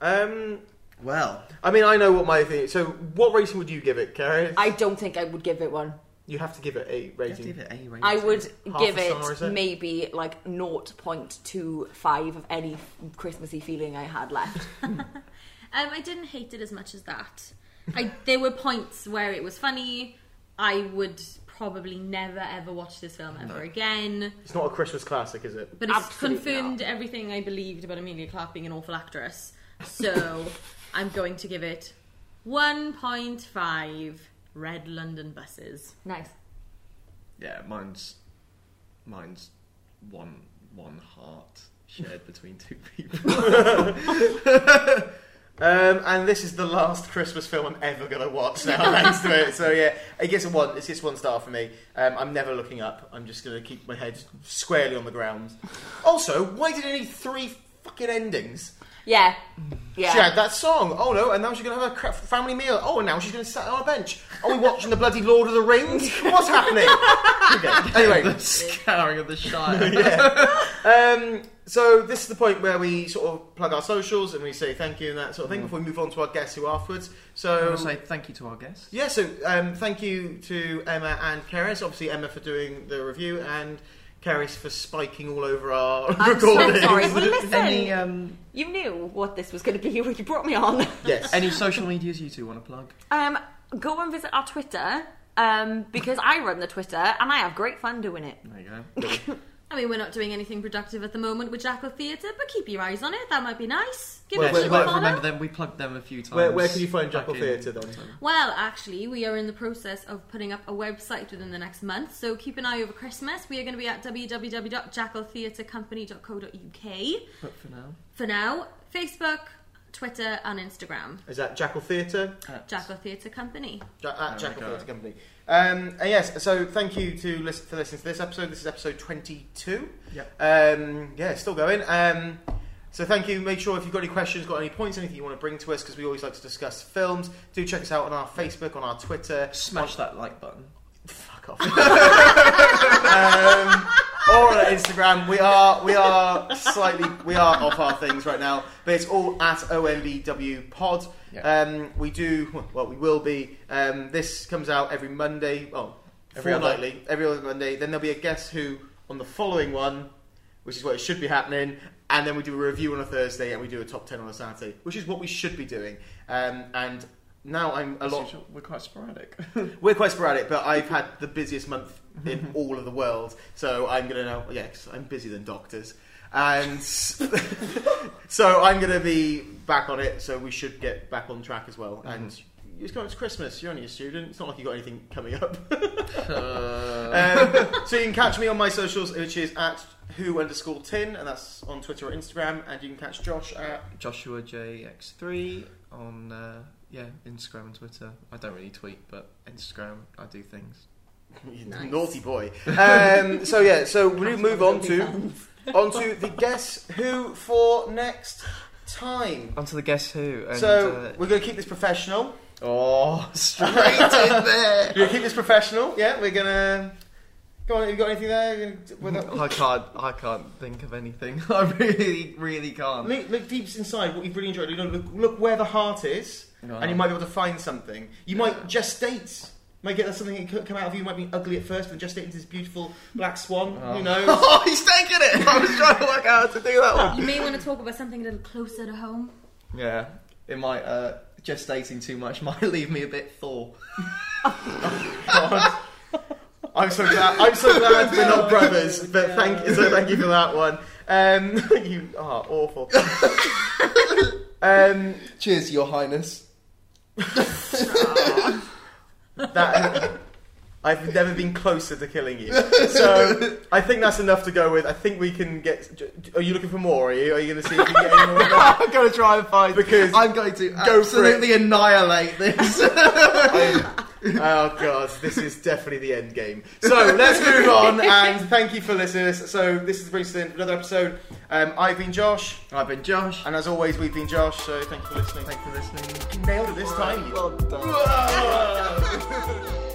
Um. Well, I mean, I know what my thing. So, what rating would you give it, Carrie? I don't think I would give it one. you have to give it a you have to rating. give it A rating. I would Half give a star, is it it? maybe like 0.25 of any Christmassy feeling I had left. Um, I didn't hate it as much as that. I there were points where it was funny. I would probably never ever watch this film ever again. It's not a Christmas classic, is it? But it's Absolutely confirmed not. everything I believed about Amelia Clark being an awful actress. So I'm going to give it 1.5 red London buses. nice. Yeah, mine's mine's one one heart shared between two people. Um, and this is the last Christmas film I'm ever going to watch now, thanks to it. So yeah, it gets a one. It gets one star for me. Um, I'm never looking up. I'm just going to keep my head squarely on the ground. Also, why did it need three fucking endings? Yeah. She Yeah. had that song. Oh no, and now she's going to have a crap family meal. Oh, and now she's going to sit on a bench. Are we watching the bloody Lord of the Rings? What's happening? Okay. Anyway, the scouring of the Shire. um, so this is the point where we sort of plug our socials and we say thank you and that sort of Mm. thing before we move on to our guests who afterwards. I So want to say thank you to our guests. Yeah, so um, thank you to Emma and Keris. Obviously, Emma for doing the review and Keris for spiking all over our I'm so recording. sorry. Well, listen, uh, Any um, you knew what this was going to be when you brought me on. Yes. any social medias you two want to plug? Um, go and visit our Twitter um, because I run the Twitter and I have great fun doing it. There you go. I mean, we're not doing anything productive at the moment with Jackal Theatre, but keep your eyes on it. That might be nice. Give Well, it well, a well, little But follow. remember them. We plugged them a few times. where, where can you find back Jackal in- Theatre then? Well, actually, we are in the process of putting up a website within the next month, so keep an eye over Christmas. We are going to be at www.jackaltheatrecompany.co.uk But for now, for now. Facebook, Twitter, and Instagram. Is that Jackal Theatre? at- Jackal Theatre Company. Ja- at we Jackal go. Theatre Company. Um, and yes, so thank you to listen, for listening to this episode. This is episode 22. Yep. Um, yeah, it's still going. Um, so thank you. Make sure if you've got any questions, got any points, anything you want to bring to us, because we always like to discuss films, do check us out on our Facebook, on our Twitter. Smash that like button. Fuck off. um, or on Instagram. We are we are slightly we are off our things right now, but it's all at OMBW Pod. Yeah. Um, we do well. We will be. Um, this comes out every Monday. Oh, Every other- fortnightly. Every other Monday. Then there'll be a guess who on the following one, which is what it should be happening. And then we do a review on a Thursday, and we do a top ten on a Saturday, which is what we should be doing. Um, and now I'm a As lot. usual, We're quite sporadic. We're quite sporadic, but I've had the busiest month in all of the world, so I'm gonna know. Yeah, i I'm busier than doctors, and s- so I'm gonna be back on it. So we should get back on track as well. And it's going to Christmas. You're only a student. It's not like you have got anything coming up. um, so you can catch me on my socials, which is at who underscore tin, and that's on Twitter or Instagram. And you can catch Josh at Joshua JX3 on uh, yeah Instagram and Twitter. I don't really tweet, but Instagram I do things. You Naughty boy. Um, so yeah, so we move on to on to the guess who for next time. Onto the guess who. And, so uh, we're gonna keep this professional. oh, straight in there. We're gonna keep this professional. Yeah, we're gonna. Go on, have you got anything there? You're gonna- with that- I can't. I can't think of anything. I really, really can't. Look, look deep inside what you've really enjoyed. You know, Look, look where the heart is, and you might be able to find something. You might gestate. Might get something that could come out of you. Might be ugly at first, but gestate into this beautiful black swan. Who knows? Oh, he's taking it. I was trying to work out how to do that one. You may want to talk about something a little closer to home. Yeah, it might. Uh, gestating too much might leave me a bit Thor. I'm so glad. I'm so glad we're not brothers. But thank you. So thank you for that one. Um, you are awful. um, Cheers, Your Highness. that I've never been closer to killing you. So I think that's enough to go with. I think we can get. Are you looking for more? Are you? Are you going to see if you can get any more? I'm gonna try and find Because I'm going to for it. absolutely annihilate this. oh god, this is definitely the end game. So let's move on. And thank you for listening. So this is brings us in another episode. Um, I've been Josh, I've been Josh. and as always, we've been Josh. So thank you for listening. Thanks for listening. nailed it this time. you- Well done. Whoa!